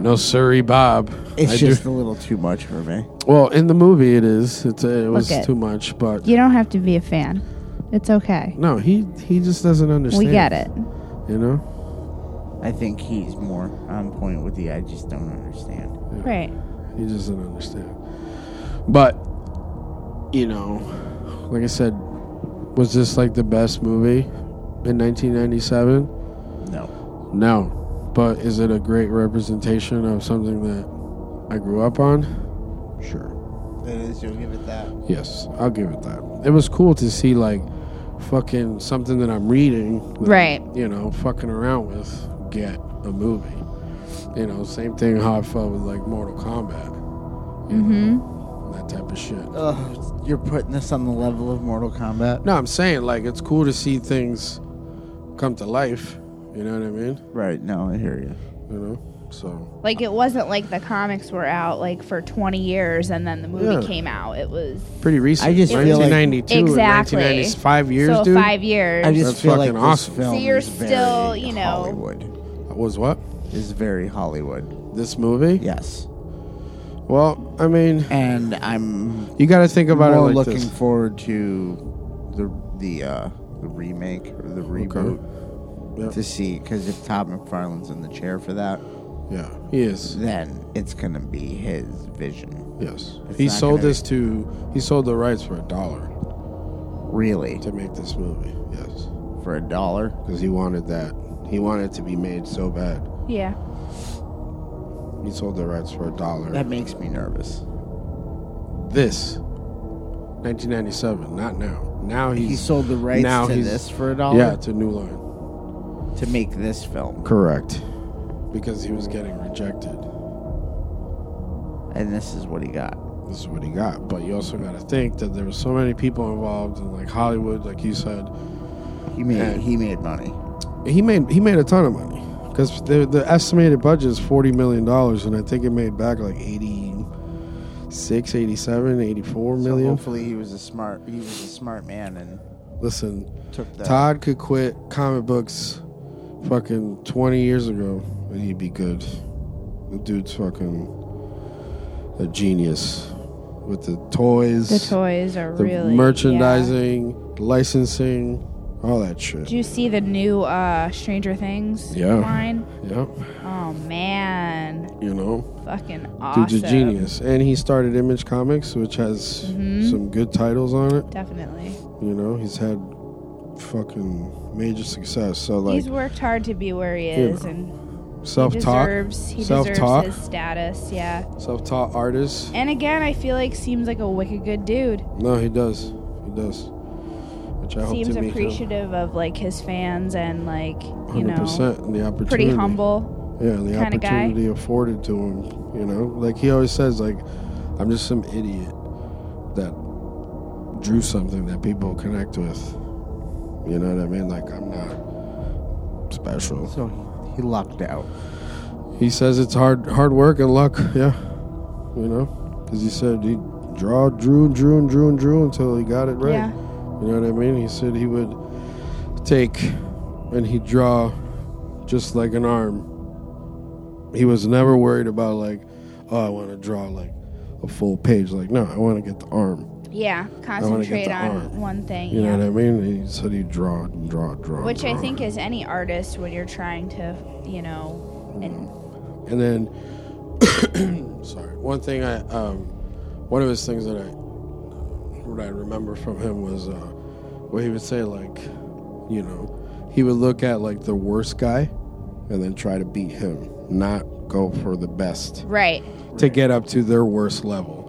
Speaker 5: No, sorry, Bob.
Speaker 7: It's
Speaker 5: I do-
Speaker 7: just a little too much for me.
Speaker 5: well in the movie. It is. It's uh, it was
Speaker 6: it.
Speaker 5: too much. But
Speaker 6: You don't have to be a fan. It's okay.
Speaker 5: no, he he just doesn't understand.
Speaker 6: We get it.
Speaker 5: You know.
Speaker 7: I think he's more on point with the I just don't understand.
Speaker 6: Right.
Speaker 5: He just doesn't understand. But you know, like I said, was this like the best movie in 1997?
Speaker 7: No.
Speaker 5: No, but is it a great representation of something that I grew up on?
Speaker 7: Sure. It is, you'll give it that.
Speaker 5: Yes, I'll give it that. It was cool to see like fucking something that I'm reading, that I'm,
Speaker 6: Right.
Speaker 5: you know, fucking around with, get a movie. You know, same thing how I felt with like Mortal Kombat,
Speaker 6: Mm-hmm.
Speaker 5: that type of shit.
Speaker 7: Ugh, you're putting this on the level of Mortal Kombat.
Speaker 5: No, I'm saying like it's cool to see things come to life. You know what I mean?
Speaker 7: Right, no, I hear you.
Speaker 5: You know, so
Speaker 6: Like it wasn't like the comics were out like for 20 years and then the movie
Speaker 5: Yeah.
Speaker 6: came out. It was
Speaker 5: pretty recent.
Speaker 7: I just feel like-
Speaker 5: 1992 and
Speaker 6: Exactly.
Speaker 5: 1995 years,
Speaker 6: so
Speaker 5: dude.
Speaker 6: five years.
Speaker 7: I just
Speaker 5: That's
Speaker 7: feel like
Speaker 5: fucking
Speaker 7: this
Speaker 5: awesome.
Speaker 7: film
Speaker 6: So you're
Speaker 7: is very
Speaker 6: still, you know-
Speaker 7: Hollywood.
Speaker 5: was what?
Speaker 7: Is very Hollywood.
Speaker 5: This movie?
Speaker 7: Yes.
Speaker 5: Well, I mean,
Speaker 7: And I'm
Speaker 5: you got to think about it
Speaker 7: more
Speaker 5: like
Speaker 7: looking
Speaker 5: this.
Speaker 7: forward to the the uh, the remake or the reboot
Speaker 5: Yep.
Speaker 7: to see because if Todd McFarlane's in the chair for that,
Speaker 5: Yeah, he is.
Speaker 7: then it's gonna be his vision.
Speaker 5: Yes,
Speaker 7: It's
Speaker 5: he
Speaker 7: not
Speaker 5: sold
Speaker 7: gonna-
Speaker 5: this to. He sold the rights for a dollar
Speaker 7: Really,
Speaker 5: to make this movie. Yes,
Speaker 7: for a dollar.
Speaker 5: because he wanted that. He wanted it to be made so bad.
Speaker 6: yeah.
Speaker 5: He sold the rights for a dollar.
Speaker 7: That makes me nervous.
Speaker 5: this, 1997, not now. Now he's
Speaker 7: He sold the rights
Speaker 5: now
Speaker 7: to
Speaker 5: he's-
Speaker 7: this for a dollar
Speaker 5: yeah to New Line.
Speaker 7: to make this film,
Speaker 5: Correct. Because he was getting rejected.
Speaker 7: and this is what he got.
Speaker 5: this is what he got. But you also got to think that there were so many people involved in like Hollywood, like you said.
Speaker 7: He made
Speaker 5: Yeah.
Speaker 7: he made money.
Speaker 5: He made he made a ton of money because the the estimated budget is forty million dollars, and I think it made back like 86, 87, 84
Speaker 7: So
Speaker 5: million.
Speaker 7: hopefully he was a smart he was a smart man and
Speaker 5: Listen,
Speaker 7: took that.
Speaker 5: Todd could quit comic books fucking twenty years ago, and he'd be good. The dude's fucking a genius with the toys.
Speaker 6: The toys are
Speaker 5: the
Speaker 6: really yeah.
Speaker 5: merchandising, licensing, all that shit.
Speaker 6: Did you see the new uh Stranger Things
Speaker 5: Yeah.
Speaker 6: line?
Speaker 5: yep.
Speaker 6: Oh man,
Speaker 5: You know,
Speaker 6: fucking awesome.
Speaker 5: dude's a genius, and he started Image Comics, which has
Speaker 6: Mm-hmm.
Speaker 5: some good titles on it.
Speaker 6: Definitely.
Speaker 5: You know, he's had fucking major success. So like
Speaker 6: He's worked hard to be where he
Speaker 5: You
Speaker 6: is
Speaker 5: know,
Speaker 6: and
Speaker 5: self
Speaker 6: he
Speaker 5: taught,
Speaker 6: deserves he
Speaker 5: Self-taught.
Speaker 6: deserves his status, yeah.
Speaker 5: self taught artist.
Speaker 6: And again, I feel like seems like a wicked good dude.
Speaker 5: No, he does, he does. Which I
Speaker 6: seems
Speaker 5: hope to meet him.
Speaker 6: appreciative of like his fans and like, you
Speaker 5: Hundred
Speaker 6: know,
Speaker 5: percent, and the opportunity.
Speaker 6: pretty humble.
Speaker 5: Yeah, and the
Speaker 6: kinda guy.
Speaker 5: opportunity afforded to him, you know? Like he always says, like, I'm just some idiot that drew something that people connect with. You know what I mean? Like I'm not special.
Speaker 7: So he, he lucked out.
Speaker 5: He says it's hard hard work and luck, yeah. You know? Cuz he said he draw drew and drew and drew and drew until he got it right.
Speaker 6: Yeah.
Speaker 5: You know what I mean? He said he would take and he'd draw just like an arm. He was never worried about like, oh, I want to draw like a full page. Like, no, I want to get the arm.
Speaker 6: Yeah,
Speaker 5: wanna get
Speaker 6: concentrate
Speaker 5: the
Speaker 6: on
Speaker 5: arm.
Speaker 6: one thing.
Speaker 5: You
Speaker 6: yeah.
Speaker 5: know what I mean? And he said he'd draw and draw and draw.
Speaker 6: Which I
Speaker 5: draw.
Speaker 6: think is any artist when you're trying to, you know, and
Speaker 5: And then, sorry, one thing I, um, one of his things that I, what I remember from him was uh, what he would say, like, you know, he would look at like the worst guy and then try to beat him, not go for the best
Speaker 8: Right.
Speaker 5: to get up to their worst level.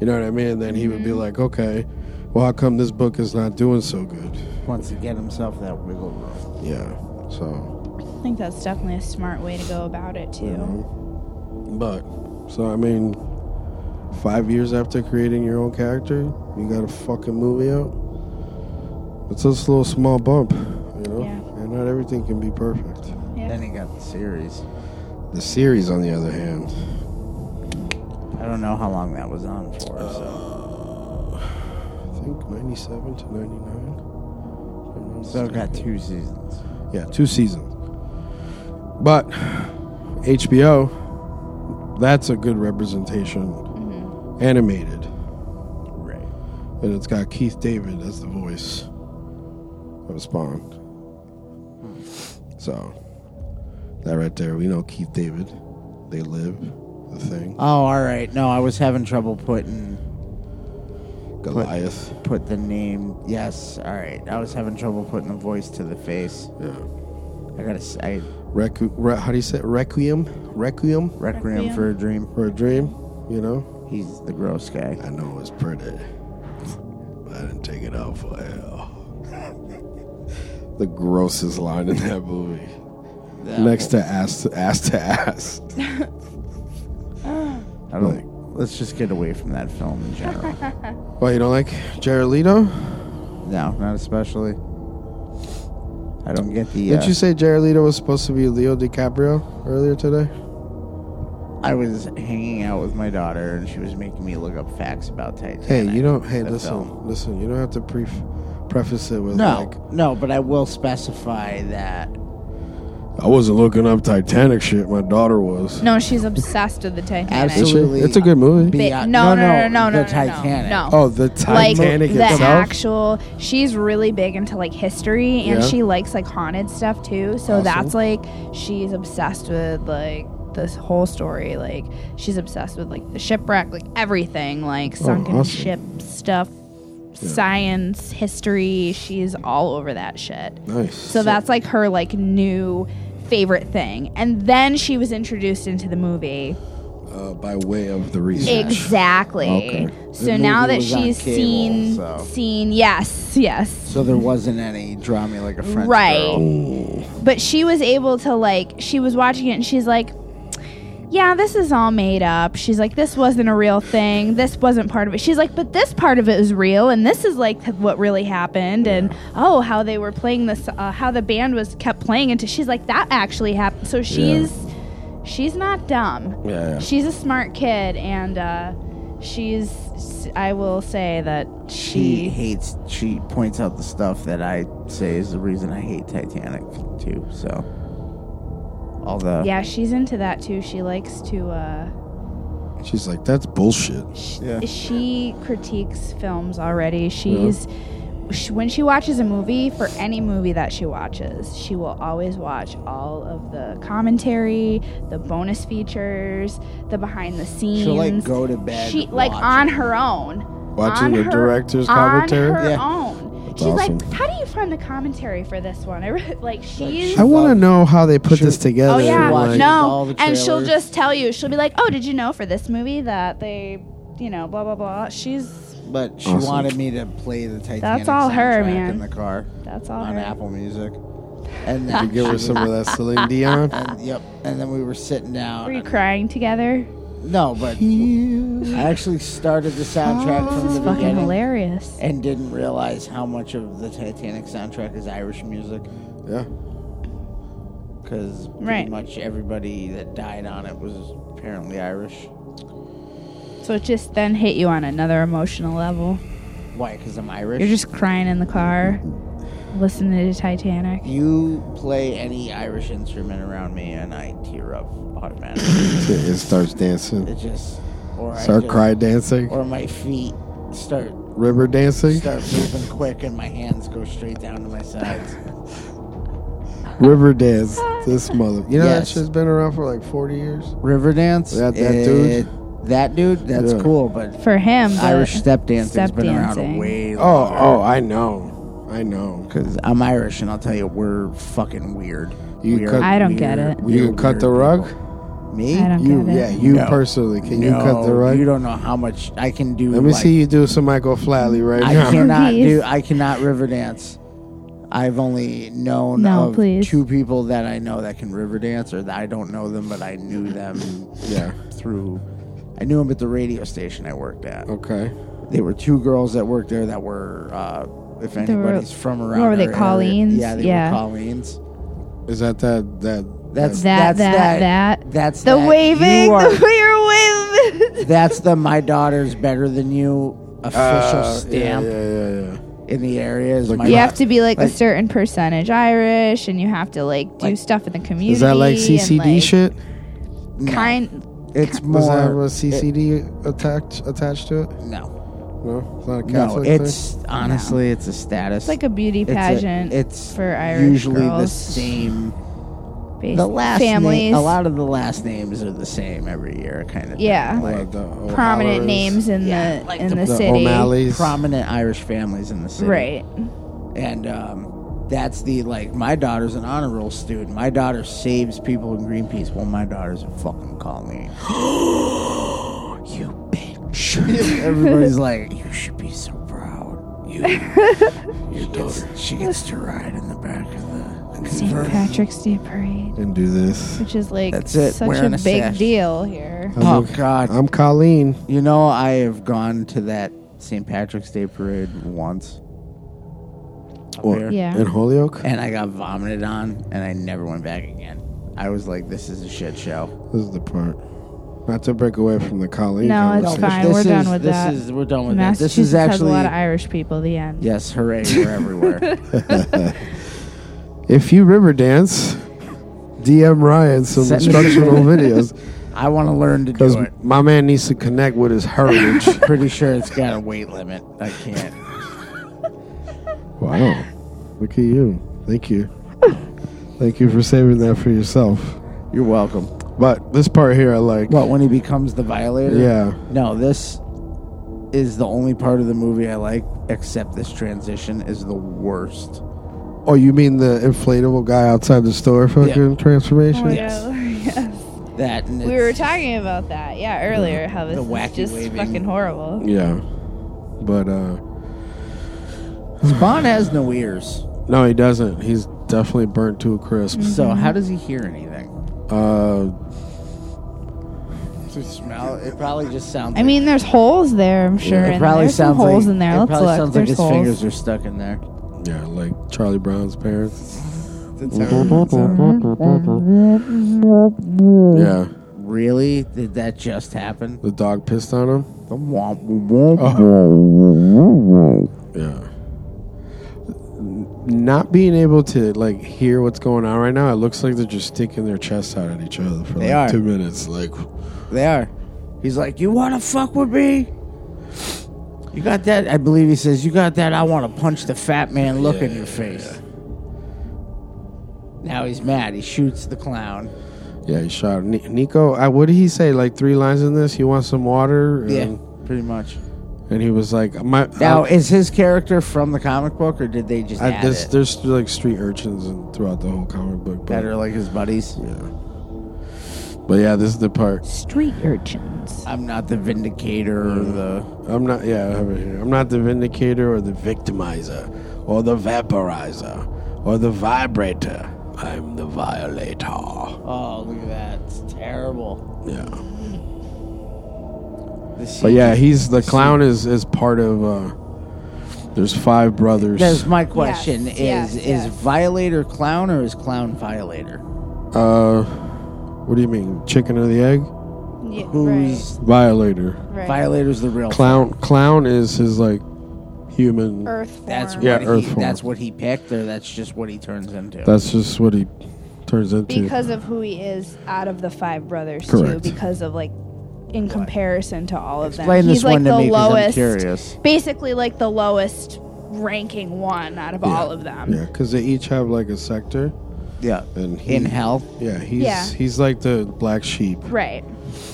Speaker 5: You know what I mean? And then he would be like, okay, well, how come this book is not doing so good?
Speaker 7: Wants to get himself that wiggle room.
Speaker 5: Yeah. So,
Speaker 6: I think that's definitely a smart way to go about it too.
Speaker 5: but, so I mean, five years after creating your own character, you got a fucking movie out. It's just a little small bump, you know?
Speaker 6: Yeah.
Speaker 5: And not everything can be perfect.
Speaker 7: Then he got the series.
Speaker 5: The series, on the other hand,
Speaker 7: I don't know how long that was on for. So,
Speaker 5: uh, I think 97 to 99.
Speaker 7: so it got two seasons.
Speaker 5: Yeah, two seasons. But HBO, that's a good representation, animated,
Speaker 7: Right.
Speaker 5: and it's got Keith David as the voice of Spawn. So that right there, we know Keith David. They live, the thing,
Speaker 7: Oh, all right. No, I was having trouble putting
Speaker 5: Goliath.
Speaker 7: put the name. Yes. All right. I was having trouble putting the voice to the face.
Speaker 5: Yeah.
Speaker 7: I gotta. s- I
Speaker 5: Requ- re- how do you say it? Requiem? Requiem
Speaker 7: Requiem
Speaker 6: Requiem.
Speaker 7: for a Dream.
Speaker 5: for a dream, you know?
Speaker 7: He's the gross guy.
Speaker 5: I know it's pretty. but I didn't take it out for hell. the grossest line in that movie. Next to ass to ass to ass.
Speaker 7: I don't. let's just get away from that film in general.
Speaker 5: Why you don't like Jared Leto?
Speaker 7: no, not especially. I don't get the. uh,
Speaker 5: Didn't you say Jared Leto was supposed to be Leo DiCaprio earlier today?
Speaker 7: I was hanging out with my daughter, and she was making me look up facts about Titanic.
Speaker 5: Hey, you don't. Hey,
Speaker 7: the
Speaker 5: listen,
Speaker 7: film.
Speaker 5: listen. You don't have to pre- preface it with
Speaker 7: No,
Speaker 5: like
Speaker 7: no, but I will specify that.
Speaker 5: I wasn't looking up Titanic shit. My daughter was.
Speaker 6: No, she's obsessed with the Titanic.
Speaker 5: Is she?
Speaker 7: Absolutely.
Speaker 5: It's a good movie.
Speaker 7: Be-
Speaker 6: Ba-
Speaker 7: Yeah, no,
Speaker 6: no, no, no, no, no,
Speaker 7: no,
Speaker 6: no,
Speaker 7: the Titanic.
Speaker 6: No.
Speaker 5: Oh, the
Speaker 6: like
Speaker 5: Titanic
Speaker 6: the
Speaker 5: itself.
Speaker 6: actual she's really big into like history
Speaker 5: Yeah.
Speaker 6: and she likes like haunted stuff too so
Speaker 5: Awesome.
Speaker 6: that's like she's obsessed with like this whole story like she's obsessed with like the shipwreck like everything like sunken
Speaker 5: awesome.
Speaker 6: ship stuff science history she's all over that shit
Speaker 5: nice.
Speaker 6: so that's like her like new favorite thing and then she was introduced into the movie
Speaker 5: uh, by way of the research.
Speaker 6: Exactly.
Speaker 5: Okay.
Speaker 6: So
Speaker 7: The
Speaker 6: now
Speaker 7: movie
Speaker 6: that
Speaker 7: was on
Speaker 6: she's
Speaker 7: cable,
Speaker 6: seen,
Speaker 7: so.
Speaker 6: seen, yes, yes,
Speaker 7: So there wasn't any draw me like a French
Speaker 6: Right.
Speaker 7: girl.
Speaker 6: but she was able to like, she was watching it and she's like, yeah, this is all made up. She's like, this wasn't a real thing. This wasn't part of it. She's like, but this part of it is real, and this is like what really happened, and oh, how they were playing this, uh, how the band was kept playing until she's like, that actually happened. So she's, she's not dumb.
Speaker 5: Yeah, yeah.
Speaker 6: She's a smart kid, and uh, she's. I will say that
Speaker 7: She
Speaker 6: she.
Speaker 7: hates. She points out the stuff that I say is the reason I hate Titanic too. So all the
Speaker 6: Yeah, she's into that too. She likes to. Uh,
Speaker 5: She's like, that's bullshit.
Speaker 6: sh- She critiques films already. She's. sh when she watches a movie, for any movie that she watches, she will always watch all of the commentary, the bonus features, the behind the scenes.
Speaker 7: She'll, like, go to bed
Speaker 6: She like
Speaker 7: watching.
Speaker 6: on her own.
Speaker 5: Watching
Speaker 6: on
Speaker 5: the
Speaker 6: her-
Speaker 5: director's
Speaker 6: on
Speaker 5: commentary?
Speaker 6: her
Speaker 7: Yeah.
Speaker 6: own.
Speaker 5: That's
Speaker 6: she's
Speaker 5: awesome.
Speaker 6: like, how do you find the commentary for this one? I really, like she's.
Speaker 5: I want to know how they put
Speaker 7: Sure.
Speaker 5: this together.
Speaker 6: Oh yeah,
Speaker 5: like-
Speaker 7: watches all
Speaker 6: no,
Speaker 7: the
Speaker 6: and she'll
Speaker 7: trailers.
Speaker 6: just tell you. She'll be like, "Oh, did you know for this movie that they, you know, blah blah blah." She's
Speaker 7: But she
Speaker 5: Awesome.
Speaker 7: wanted me to play the Titanic.
Speaker 6: all her,
Speaker 7: soundtrack
Speaker 6: man.
Speaker 7: In the car
Speaker 6: that's all.
Speaker 7: on
Speaker 6: her.
Speaker 7: Apple Music, and
Speaker 5: You
Speaker 7: then
Speaker 5: give her some of that Celine Dion.
Speaker 7: And, yep. And then we were sitting
Speaker 6: Were
Speaker 7: down.
Speaker 6: you crying together?
Speaker 7: no, but I actually started the soundtrack from the
Speaker 6: Fucking
Speaker 7: beginning
Speaker 6: hilarious.
Speaker 7: and didn't realize how much of the Titanic soundtrack is Irish music
Speaker 5: Yeah.
Speaker 7: because pretty
Speaker 6: Right.
Speaker 7: much everybody that died on it was apparently Irish.
Speaker 6: So it just then hit you on another emotional level.
Speaker 7: Why? Because I'm Irish.
Speaker 6: You're just crying in the car, listening to Titanic.
Speaker 7: you play any Irish instrument around me and I tear up automatically.
Speaker 5: It starts dancing.
Speaker 7: it just or I
Speaker 5: Start
Speaker 7: just,
Speaker 5: cry dancing.
Speaker 7: or my feet start
Speaker 5: River dancing.
Speaker 7: start moving quick and my hands go straight down to my sides.
Speaker 5: River dance. This mother. You know
Speaker 7: Yes.
Speaker 5: that shit's been around for like 40 years.
Speaker 7: Riverdance.
Speaker 5: That- that dude?
Speaker 7: That dude. That's
Speaker 5: Yeah.
Speaker 7: cool, but
Speaker 6: For him, but
Speaker 7: Irish step dancing has
Speaker 6: step
Speaker 7: been around
Speaker 6: dancing.
Speaker 7: way.
Speaker 5: Oh,
Speaker 7: Longer.
Speaker 5: oh, I know. I know.
Speaker 7: Because I'm Irish, and I'll tell you, we're fucking weird.
Speaker 5: You
Speaker 7: We are
Speaker 5: cut-
Speaker 6: I don't get it.
Speaker 5: You can cut the rug?
Speaker 7: people. Me?
Speaker 6: I don't
Speaker 5: You,
Speaker 6: get it.
Speaker 5: yeah, you
Speaker 7: No.
Speaker 5: personally. Can you
Speaker 7: No,
Speaker 5: cut the rug?
Speaker 7: You don't know how much I can do.
Speaker 5: Let me
Speaker 7: like,
Speaker 5: see you do some Michael Flatley right
Speaker 7: I
Speaker 5: now.
Speaker 7: cannot
Speaker 6: Please.
Speaker 7: do. I cannot river dance. I've only known
Speaker 6: No,
Speaker 7: of
Speaker 6: please.
Speaker 7: two people that I know that can river dance, or that I don't know them, but I knew them
Speaker 5: Yeah.
Speaker 7: through. I knew them at the radio station I worked at.
Speaker 5: Okay.
Speaker 7: They were two girls that worked there that were, uh, if
Speaker 6: They were-
Speaker 7: anybody's from around,
Speaker 6: what were they,
Speaker 7: our area-
Speaker 6: Colleens?
Speaker 7: Yeah, they
Speaker 6: Yeah.
Speaker 7: were Colleens.
Speaker 5: Is that that that?
Speaker 7: That's
Speaker 6: That,
Speaker 7: that's
Speaker 6: that, that.
Speaker 7: That's
Speaker 6: The
Speaker 7: that. You
Speaker 6: waving,
Speaker 7: are-
Speaker 6: the way you're waving.
Speaker 7: that's the my daughter's better than you official
Speaker 5: Uh,
Speaker 7: stamp
Speaker 5: Yeah, yeah, yeah. yeah.
Speaker 7: in the area. Is
Speaker 5: Like
Speaker 7: my
Speaker 6: you
Speaker 7: da-
Speaker 6: have to be like, a
Speaker 7: Like-
Speaker 6: certain percentage Irish, and you have to like do
Speaker 7: Like-
Speaker 6: stuff in the community.
Speaker 5: Is that like
Speaker 6: and,
Speaker 5: CCD
Speaker 6: like,
Speaker 5: shit?
Speaker 7: No.
Speaker 6: Kind.
Speaker 7: It's more.
Speaker 5: Was
Speaker 7: it-
Speaker 5: that was CCD attached attached to it?
Speaker 7: no,
Speaker 5: No, it's not a
Speaker 7: no.
Speaker 5: Catholic
Speaker 7: It's honestly, it's a status.
Speaker 6: It's like a beauty
Speaker 7: It's a-
Speaker 6: pageant.
Speaker 7: it's
Speaker 6: for Irish
Speaker 7: usually the
Speaker 6: girls.
Speaker 7: same.
Speaker 6: based
Speaker 7: The last
Speaker 6: families.
Speaker 7: name, a lot of the last names are the same every year, kind of.
Speaker 6: Yeah.
Speaker 7: thing.
Speaker 5: thing.
Speaker 7: like
Speaker 5: Like the oh, O'Halloran's,
Speaker 6: prominent names in
Speaker 7: Yeah,
Speaker 6: the
Speaker 7: like
Speaker 6: in
Speaker 7: the-
Speaker 6: the,
Speaker 5: the
Speaker 6: city.
Speaker 5: O'Malley's.
Speaker 7: prominent Irish families in the city,
Speaker 6: Right.
Speaker 7: And um, that's the like. My daughter's an honor roll student. My daughter saves people in Greenpeace. Well, my daughter's a fucking colleen. you bitch! Everybody's like, you should be so proud. You, your daughter. She gets to ride in the back of the.
Speaker 6: St. Patrick's Day parade,
Speaker 5: and do this.
Speaker 6: which is like
Speaker 7: That's it,
Speaker 6: such a
Speaker 7: wearing a
Speaker 6: big
Speaker 7: sash.
Speaker 6: deal here.
Speaker 7: Oh God!
Speaker 5: I'm Colleen.
Speaker 7: You know, I have gone to that St. Patrick's Day parade once. Up here.
Speaker 6: Yeah.
Speaker 5: In Holyoke,
Speaker 7: And I got vomited on, and I never went back again. I was like, this is a shit show.
Speaker 5: this is the part. Not to break away from the Colleen.
Speaker 6: No, it's
Speaker 5: conversation.
Speaker 6: fine.
Speaker 7: This
Speaker 6: We're
Speaker 7: is,
Speaker 6: done with
Speaker 7: this
Speaker 6: that.
Speaker 7: is- we're done with that.
Speaker 6: Massachusetts
Speaker 7: This is
Speaker 6: has a
Speaker 7: actually.
Speaker 6: lot of Irish people. The end.
Speaker 7: yes, hooray, we're everywhere.
Speaker 5: If you river dance, DM Ryan some
Speaker 7: Send-
Speaker 5: instructional videos
Speaker 7: I want to learn to
Speaker 5: because
Speaker 7: do it.
Speaker 5: my man needs to connect with his heritage.
Speaker 7: Pretty sure it's got a weight limit. I can't.
Speaker 5: wow, look at you. Thank you. Thank you for saving that for yourself.
Speaker 7: You're welcome.
Speaker 5: But this part here, I like.
Speaker 7: What, when he becomes the violator?
Speaker 5: Yeah.
Speaker 7: No, this is the only part of the movie I like, except this transition is the worst.
Speaker 5: Oh, you mean the inflatable guy outside the store fucking
Speaker 6: Oh
Speaker 5: transformation?
Speaker 6: my
Speaker 7: Yes.
Speaker 6: God. Yes.
Speaker 7: That and
Speaker 6: We
Speaker 7: it's-
Speaker 6: were talking about that, yeah, earlier. How this
Speaker 7: The
Speaker 6: is
Speaker 7: wacky
Speaker 6: just
Speaker 7: waving.
Speaker 6: fucking horrible.
Speaker 5: Yeah. But uh
Speaker 7: Spawn has no ears,
Speaker 5: no, he doesn't. He's definitely burnt to a crisp.
Speaker 7: so
Speaker 6: Mm-hmm.
Speaker 7: how does he hear anything?
Speaker 5: Uh
Speaker 7: Does he smell? It probably just sounds.
Speaker 6: I mean, there's holes there, I'm sure.
Speaker 7: it
Speaker 6: and
Speaker 7: probably
Speaker 6: there's
Speaker 7: sounds
Speaker 6: some holes
Speaker 7: like,
Speaker 6: in there.
Speaker 7: It
Speaker 6: Let's
Speaker 7: probably
Speaker 6: look.
Speaker 7: sounds like
Speaker 6: there's
Speaker 7: his
Speaker 6: holes.
Speaker 7: fingers are stuck in there.
Speaker 5: yeah, like Charlie Brown's parents.
Speaker 7: Mm-hmm.
Speaker 5: yeah.
Speaker 7: Really? Did that just happen? Uh.
Speaker 5: The dog pissed on him?
Speaker 7: The womp womp.
Speaker 5: Yeah. Not being able to like hear what's going on right now, it looks like they're just sticking their chests out at each other for
Speaker 7: They
Speaker 5: like
Speaker 7: are.
Speaker 5: two minutes. Like
Speaker 7: They are. He's like, you want to fuck with me? You got that? I believe he says, you got that? I want to punch the fat man look in your face. Now he's mad. He shoots the clown.
Speaker 5: Yeah, he shot Ni- Nico. I, what did he say? Like three lines in this. You want some water? And,
Speaker 7: Yeah, Mm-hmm. pretty much.
Speaker 5: And he was like, "My
Speaker 7: Now,
Speaker 5: I-
Speaker 7: is his character from the comic book, or did they just
Speaker 5: I-
Speaker 7: add
Speaker 5: this,
Speaker 7: it?
Speaker 5: there's like street urchins and throughout the whole comic book. But,
Speaker 7: that are like his buddies?
Speaker 5: but yeah, this is the part.
Speaker 6: Street urchins.
Speaker 7: I'm not the vindicator or the.
Speaker 5: I'm not. Yeah, I have it here. I'm not the vindicator or the victimizer or the vaporizer or the vibrator. I'm the violator.
Speaker 7: Oh, look at that! It's terrible.
Speaker 5: Yeah.
Speaker 7: The
Speaker 5: But yeah,
Speaker 7: CG
Speaker 5: he's the clown is is part of. uh There's five brothers.
Speaker 7: That's my question:
Speaker 6: Yes,
Speaker 7: Is
Speaker 6: yes,
Speaker 7: is
Speaker 6: yes.
Speaker 7: violator clown or is clown violator?
Speaker 5: uh, what do you mean, chicken or the egg?
Speaker 6: Yeah, right.
Speaker 7: Who's
Speaker 5: Violator.
Speaker 6: right.
Speaker 7: violator's the real
Speaker 5: Clown clown is his like human.
Speaker 6: Earth form.
Speaker 7: That's
Speaker 5: Yeah,
Speaker 7: what
Speaker 5: Earth
Speaker 7: he,
Speaker 5: form.
Speaker 7: that's what he picked, or that's just what he turns into.
Speaker 5: That's just what he turns into.
Speaker 6: because of who he is out of the five brothers
Speaker 5: Correct.
Speaker 6: too because of like in comparison to all of them
Speaker 7: Explain
Speaker 6: he's
Speaker 7: this
Speaker 6: like
Speaker 7: one to
Speaker 6: the
Speaker 7: me 'cause I'm
Speaker 6: lowest
Speaker 7: curious.
Speaker 6: basically like the lowest ranking one out of all of them
Speaker 5: yeah, because they each have like a sector,
Speaker 7: yeah.
Speaker 5: and he,
Speaker 7: In hell,
Speaker 5: Yeah, he's
Speaker 6: Yeah.
Speaker 5: he's like the black sheep.
Speaker 6: right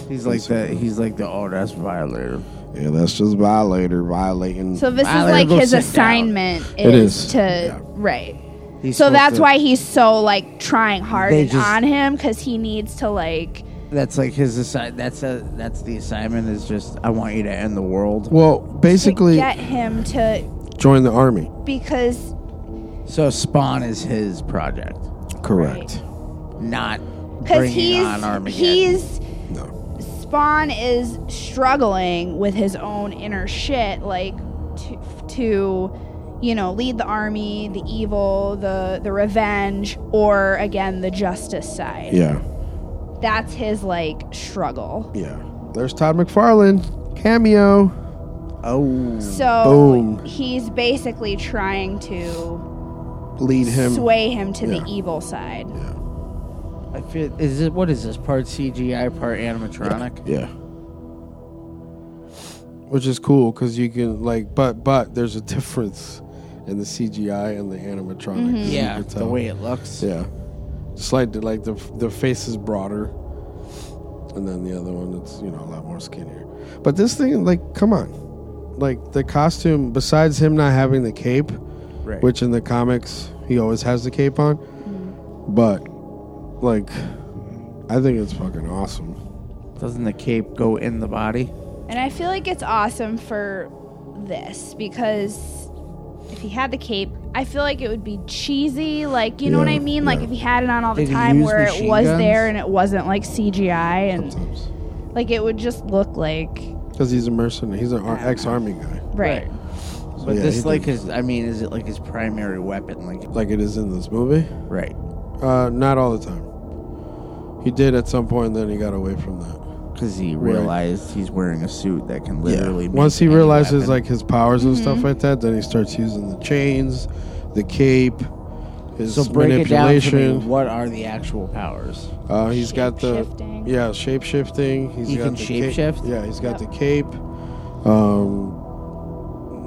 Speaker 7: he's like the he's like the oh that's violator.
Speaker 5: Yeah, that's just violator violating.
Speaker 6: So this
Speaker 7: Wow,
Speaker 6: is
Speaker 7: there
Speaker 6: like
Speaker 7: goes
Speaker 6: his
Speaker 7: sit down.
Speaker 6: assignment
Speaker 5: It is.
Speaker 6: is, to
Speaker 5: Yeah.
Speaker 6: right.
Speaker 7: He's
Speaker 6: So
Speaker 7: supposed
Speaker 6: that's
Speaker 7: to-
Speaker 6: why he's so like trying hard
Speaker 7: They
Speaker 6: and
Speaker 7: just-
Speaker 6: on him because he needs to like
Speaker 7: That's like his assi- That's a. That's the assignment. Is just I want you to end the world.
Speaker 5: well,
Speaker 6: to
Speaker 5: basically,
Speaker 6: get him to
Speaker 5: join the army.
Speaker 6: because
Speaker 7: So Spawn is his project,
Speaker 5: Correct.
Speaker 7: not
Speaker 6: because
Speaker 7: bringing
Speaker 6: he's
Speaker 7: on Armageddon.
Speaker 6: he's
Speaker 5: No.
Speaker 6: Spawn is struggling with his own inner shit like to, to you know lead the army, the evil, the the revenge, or again the justice side.
Speaker 5: Yeah.
Speaker 6: That's his like struggle.
Speaker 5: Yeah. There's Todd McFarlane cameo.
Speaker 7: oh,
Speaker 6: So
Speaker 5: Boom.
Speaker 6: he's basically trying to
Speaker 5: Lead him.
Speaker 6: sway him to the
Speaker 5: Yeah.
Speaker 6: evil side.
Speaker 7: I feel. Is it what is this part CGI, part animatronic?
Speaker 5: Yeah. Which is cool because you can like, but but there's a difference in the CGI and the animatronics. You
Speaker 7: Mm-hmm. Yeah,
Speaker 5: can
Speaker 7: the
Speaker 5: tell.
Speaker 7: way it looks.
Speaker 5: Yeah. Just like the, like the the face is broader, and then the other one it's you know a lot more skinnier. But this thing, like, come on, like the costume. Besides him not having the cape,
Speaker 7: Right.
Speaker 5: which in the comics he always has the cape on, but like, I think it's fucking awesome.
Speaker 7: doesn't the cape go in the body?
Speaker 6: And I feel like it's awesome for this because if he had the cape, I feel like it would be cheesy. Like, you know what
Speaker 5: Yeah,
Speaker 6: I mean? Like,
Speaker 5: yeah.
Speaker 6: if he had it on all the
Speaker 7: Did he
Speaker 6: time
Speaker 7: use
Speaker 6: where it
Speaker 7: machine
Speaker 6: was
Speaker 7: guns?
Speaker 6: there and it wasn't like CGI, and
Speaker 5: Sometimes.
Speaker 6: like it would just look like.
Speaker 5: Because he's a mercenary. He's an ar- ex-army guy.
Speaker 6: Right.
Speaker 7: But
Speaker 5: Yeah, he
Speaker 7: this, like,
Speaker 5: did.
Speaker 7: his. I mean, is it like his primary weapon? Like,
Speaker 5: Like it is in this movie.
Speaker 7: right?
Speaker 5: Uh, not all the time. He did at some point, then he got away from that.
Speaker 7: Because he realized he's wearing a suit that can literally. make
Speaker 5: Once he
Speaker 7: any
Speaker 5: realizes
Speaker 7: weapon.
Speaker 5: like his powers and stuff like that, then he starts using the chains, the cape, his
Speaker 7: So break it down to me.
Speaker 5: manipulation.
Speaker 7: What are the actual powers?
Speaker 5: Uh, he's got the
Speaker 6: Shape-shifting.
Speaker 5: yeah shape shifting. He's
Speaker 7: He
Speaker 5: got
Speaker 7: can
Speaker 5: the cape-
Speaker 7: shape-shift?
Speaker 5: Yeah, he's got the cape, um,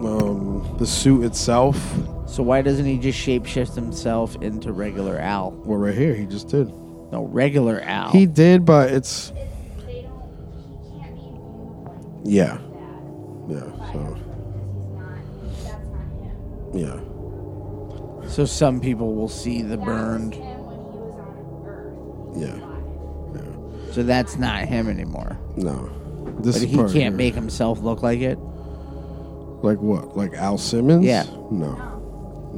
Speaker 5: um, the suit itself.
Speaker 7: So why doesn't he just shapeshift himself into regular Al?
Speaker 5: Well, right here, he just did.
Speaker 7: No, regular Al.
Speaker 5: He did, but it's yeah, yeah. So yeah,
Speaker 7: so some people will see the burned.
Speaker 5: yeah.
Speaker 7: So that's not him anymore.
Speaker 5: No, this
Speaker 7: But
Speaker 5: is
Speaker 7: he
Speaker 5: part here.
Speaker 7: can't make himself look like it.
Speaker 5: like what like Al Simmons.
Speaker 7: Yeah.
Speaker 5: no,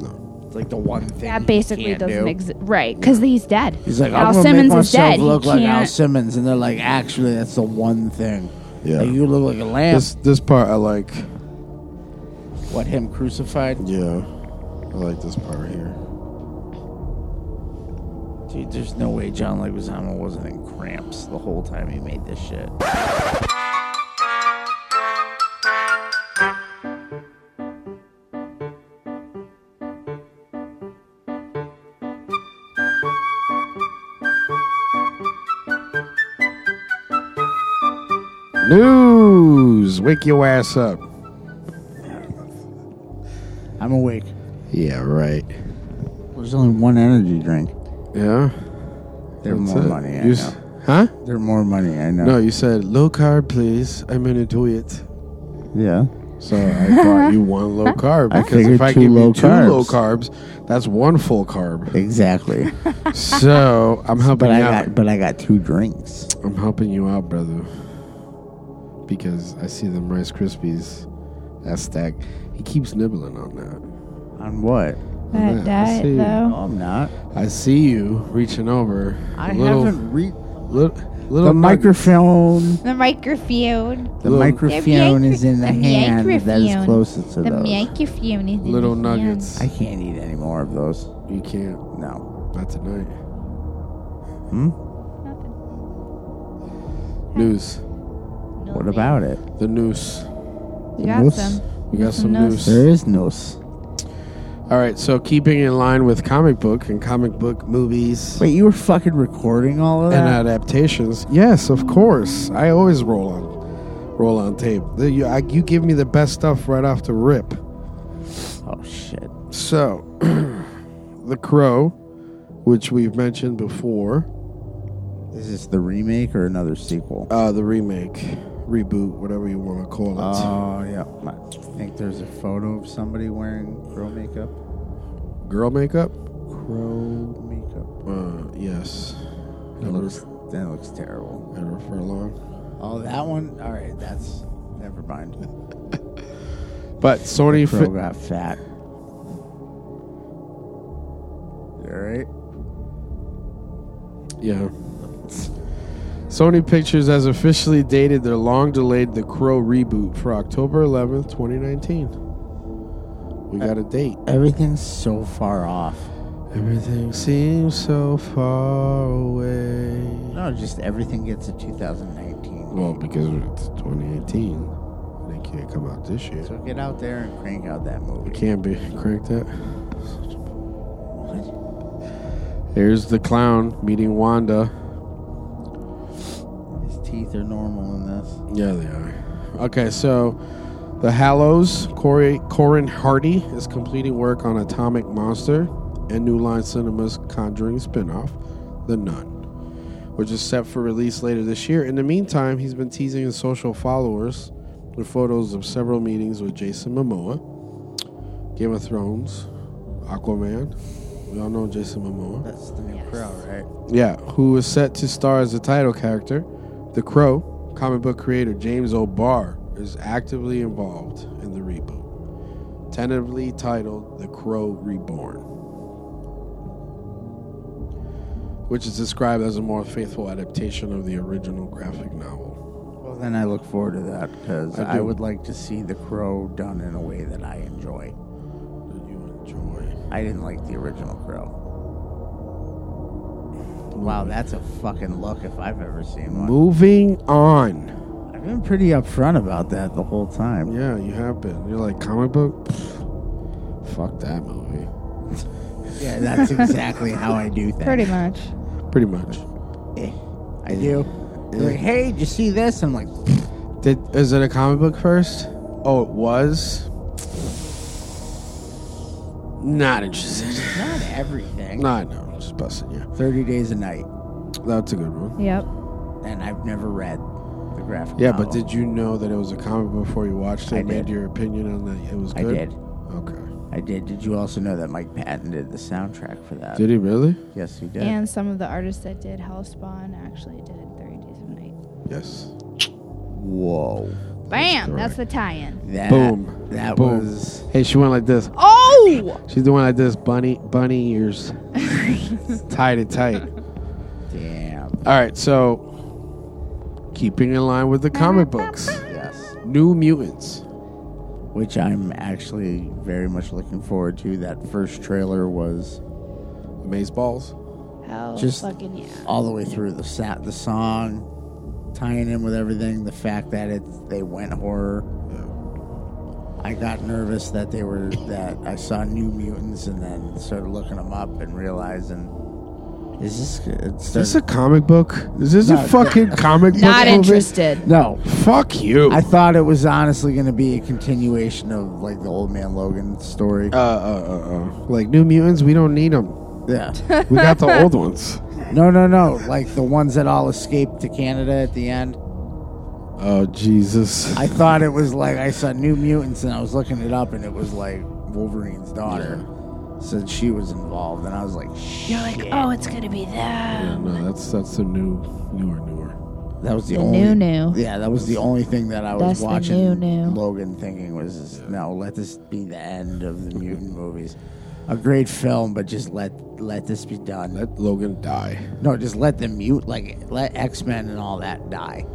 Speaker 5: no.
Speaker 7: It's like the one thing
Speaker 6: That
Speaker 7: he
Speaker 6: basically
Speaker 7: can't
Speaker 6: doesn't
Speaker 7: do.
Speaker 6: exist. Right. Because he's dead.
Speaker 7: He's like,
Speaker 6: Al
Speaker 7: I'm gonna
Speaker 6: Simmons
Speaker 7: make
Speaker 6: is
Speaker 7: myself
Speaker 6: dead. He
Speaker 7: look like Al
Speaker 6: can't-
Speaker 7: Simmons, and they're like, actually, that's the one thing.
Speaker 5: Yeah.
Speaker 7: Like, you look like a lamb.
Speaker 5: This this part I like.
Speaker 7: what him crucified?
Speaker 5: Yeah, I like this part right here.
Speaker 7: Dude, there's no way John Leguizamo wasn't in cramps the whole time he made this shit.
Speaker 5: News, wake your ass up.
Speaker 7: I'm awake.
Speaker 5: Yeah, right.
Speaker 7: There's only one energy drink.
Speaker 5: Yeah.
Speaker 7: They're
Speaker 5: that's
Speaker 7: more
Speaker 5: it.
Speaker 7: money. I
Speaker 5: You
Speaker 7: know.
Speaker 5: s- huh?
Speaker 7: They're more money. I know.
Speaker 5: No, you said low carb, please. I'm gonna do it.
Speaker 7: Yeah.
Speaker 5: So I bought you one low carb
Speaker 7: I
Speaker 5: because
Speaker 7: figured
Speaker 5: if I
Speaker 7: two
Speaker 5: give
Speaker 7: low
Speaker 5: you two
Speaker 7: carbs.
Speaker 5: low carbs, that's one full carb.
Speaker 7: Exactly.
Speaker 5: So I'm helping
Speaker 7: but I
Speaker 5: you out.
Speaker 7: got but I got two drinks.
Speaker 5: I'm helping you out, brother. Because I see them Rice Krispies that stack. He keeps nibbling on that.
Speaker 7: On what?
Speaker 5: That
Speaker 6: That
Speaker 5: Yeah, I diet, see.
Speaker 6: diet,
Speaker 5: though.
Speaker 7: No,
Speaker 6: though.
Speaker 7: I'm not.
Speaker 5: I see you reaching over.
Speaker 7: I
Speaker 5: a little,
Speaker 7: haven't read
Speaker 5: Little, little
Speaker 7: the
Speaker 5: nugget.
Speaker 7: microphone.
Speaker 6: The microphone.
Speaker 7: The
Speaker 5: Little-
Speaker 7: microphone is in the
Speaker 6: The
Speaker 7: hand that is
Speaker 6: microphone.
Speaker 7: closest to
Speaker 6: The
Speaker 7: those.
Speaker 6: microphone is in
Speaker 5: Little
Speaker 6: his hand.
Speaker 5: nuggets.
Speaker 7: I can't eat any more of those.
Speaker 5: you can't.
Speaker 7: No.
Speaker 5: Not tonight.
Speaker 7: Hmm?
Speaker 5: News.
Speaker 7: What about it?
Speaker 5: The noose.
Speaker 6: You got
Speaker 7: Noose?
Speaker 6: some.
Speaker 5: We got some
Speaker 6: noose.
Speaker 5: news.
Speaker 7: There is no. s-
Speaker 5: All right, so keeping in line with comic book and comic book movies
Speaker 7: Wait, uh, you were fucking recording all of
Speaker 5: and
Speaker 7: that?
Speaker 5: adaptations, yes, of course. I always roll on, roll on tape. The- You, I- you give me the best stuff right off the rip.
Speaker 7: oh shit.
Speaker 5: So, The Crow, which we've mentioned before,
Speaker 7: Is this the remake or another sequel?
Speaker 5: uh, the remake Uh, reboot, whatever you want to call it.
Speaker 7: Oh yeah, I think there's a photo of somebody wearing girl makeup.
Speaker 5: Girl makeup?
Speaker 7: Crow makeup.
Speaker 5: Uh, yes.
Speaker 7: That looks that looks terrible.
Speaker 5: Ever furlong.
Speaker 7: Oh, that one. All right, that's never mind.
Speaker 5: But Sony
Speaker 7: Crow
Speaker 5: fi-
Speaker 7: got fat. All right.
Speaker 5: Yeah. Sony Pictures has officially dated their long delayed The Crow reboot for October 11th, 2019. We got a date.
Speaker 7: Everything's so far off.
Speaker 5: Everything seems so far away.
Speaker 7: No, just everything gets a 2019.
Speaker 5: Well, because it's 2018, they can't come out this year.
Speaker 7: So get out there and crank out that
Speaker 5: It
Speaker 7: movie.
Speaker 5: can't be cranked up. Here's the clown meeting Wanda.
Speaker 7: His teeth are normal in this.
Speaker 5: Yeah, they are. Okay, so the Hallows, Corey, Corin Hardy is completing work on Atomic Monster and New Line Cinema's Conjuring spinoff, The Nun, which is set for release later this year. In the meantime, he's been teasing his social followers with photos of several meetings with Jason Momoa, Game of Thrones, Aquaman. We all know Jason Momoa.
Speaker 7: That's the new crow, right?
Speaker 5: Yeah, who was set to star as the title character. The Crow, comic book creator James O'Barr, is actively involved in the reboot, tentatively titled The Crow Reborn, which is described as a more faithful adaptation of the original graphic novel.
Speaker 7: Well, then I look forward to that because
Speaker 5: I
Speaker 7: I,
Speaker 5: do.
Speaker 7: would like to see the crow done in a way that I enjoy.
Speaker 5: Did you enjoy?
Speaker 7: I didn't like the original crow. Wow, that's a fucking look if I've ever seen one.
Speaker 5: Moving on.
Speaker 7: I've been pretty upfront about that the whole time.
Speaker 5: Yeah, you have been. You're like, comic book? Pfft, fuck that movie.
Speaker 7: Yeah, that's exactly how I do things.
Speaker 6: Pretty much.
Speaker 5: Pretty much.
Speaker 7: Eh, I do. They're like, hey, did you see this? I'm like,
Speaker 5: Did is it a comic book first? Oh, it was. Not interested.
Speaker 7: not everything.
Speaker 5: No, I know. I'm just busting you.
Speaker 7: 30 Days a Night.
Speaker 5: That's a good one.
Speaker 6: Yep.
Speaker 7: And I've never read the graphic
Speaker 5: Yeah,
Speaker 7: novel.
Speaker 5: but did you know that it was a comic book before you watched it?
Speaker 7: I
Speaker 5: and Made
Speaker 7: did.
Speaker 5: your opinion on that it was
Speaker 7: I
Speaker 5: good.
Speaker 7: did.
Speaker 5: Okay.
Speaker 7: I did. Did you also know that Mike Patton did the soundtrack for that?
Speaker 5: Did he really?
Speaker 7: Yes, he did.
Speaker 6: And some of the artists that did Hellspawn actually did 30 Days of Night.
Speaker 5: Yes.
Speaker 7: Whoa.
Speaker 6: Bam! That's the tie-in.
Speaker 7: That,
Speaker 5: Boom.
Speaker 7: That
Speaker 5: Boom.
Speaker 7: was.
Speaker 5: Hey, she went like this.
Speaker 6: Oh!
Speaker 5: She's doing like this, bunny, bunny ears, tied it tight.
Speaker 7: Damn.
Speaker 5: All right, so keeping in line with the comic books,
Speaker 7: Yes.
Speaker 5: New Mutants.
Speaker 7: Which I'm actually very much looking forward to. That first trailer was
Speaker 5: Maze balls.
Speaker 6: Hell
Speaker 7: Just-
Speaker 6: fucking yeah.
Speaker 7: all the way through the sa- the song, tying in with everything. The fact that it they went horror. I got nervous that they were that I saw New Mutants and then started looking them up and realizing, is this it's
Speaker 5: Is this a comic book? Is this a fucking comic book?
Speaker 6: Not
Speaker 5: movie?
Speaker 6: interested.
Speaker 7: no?
Speaker 5: Fuck you.
Speaker 7: I thought it was honestly going to be a continuation of like the Old Man Logan story.
Speaker 5: uh, uh, uh, uh. Like New Mutants, we don't need them.
Speaker 7: yeah,
Speaker 5: We got the old ones.
Speaker 7: no, no, no, like the ones that all escaped to Canada at the end.
Speaker 5: Oh Jesus.
Speaker 7: I thought it was like I saw New Mutants and I was looking it up and it was like Wolverine's daughter said she was involved and I was like,
Speaker 6: You're like, oh, it's gonna be them.
Speaker 5: yeah, no, that's that's the new, newer, newer.
Speaker 7: that was the,
Speaker 8: The
Speaker 7: only
Speaker 8: new new.
Speaker 7: yeah, that was the only thing that I was
Speaker 8: That's the
Speaker 7: watching
Speaker 8: new new.
Speaker 7: Logan thinking was is, no, let this be the end of the mutant movies. A great film, but just let let this be done.
Speaker 5: Let Logan die.
Speaker 7: no, just let the mute like let X Men and all that die.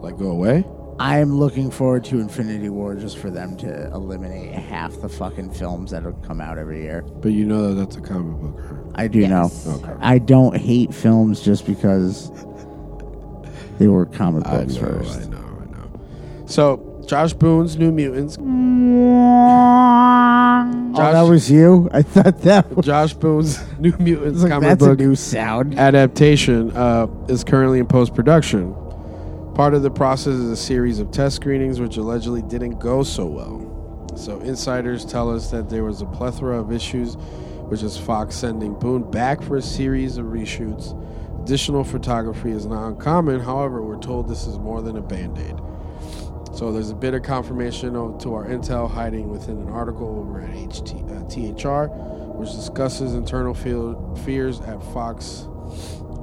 Speaker 5: Like go away.
Speaker 7: I'm looking forward to Infinity War just for them to eliminate half the fucking films that'll come out every year.
Speaker 5: But you know that that's a comic book. Right?
Speaker 7: I do
Speaker 8: Yes.
Speaker 7: know.
Speaker 5: Okay.
Speaker 7: I don't hate films just because they were comic books
Speaker 5: I
Speaker 7: first.
Speaker 5: know. I know. So Josh Boone's New Mutants.
Speaker 6: Mm.
Speaker 7: Oh, that was you? I thought that was
Speaker 5: Josh Boone's New Mutants
Speaker 7: like,
Speaker 5: comic
Speaker 7: that's
Speaker 5: book
Speaker 7: a new sound.
Speaker 5: adaptation uh, is currently in post production. Part of the process is a series of test screenings, which allegedly didn't go so well. So, insiders tell us that there was a plethora of issues, which is Fox sending Boone back for a series of reshoots. Additional photography is not uncommon, however, we're told this is more than a band aid. So there's a bit of confirmation of- to our intel hiding within an article over at HT, uh, THR, which discusses internal feel, fears at Fox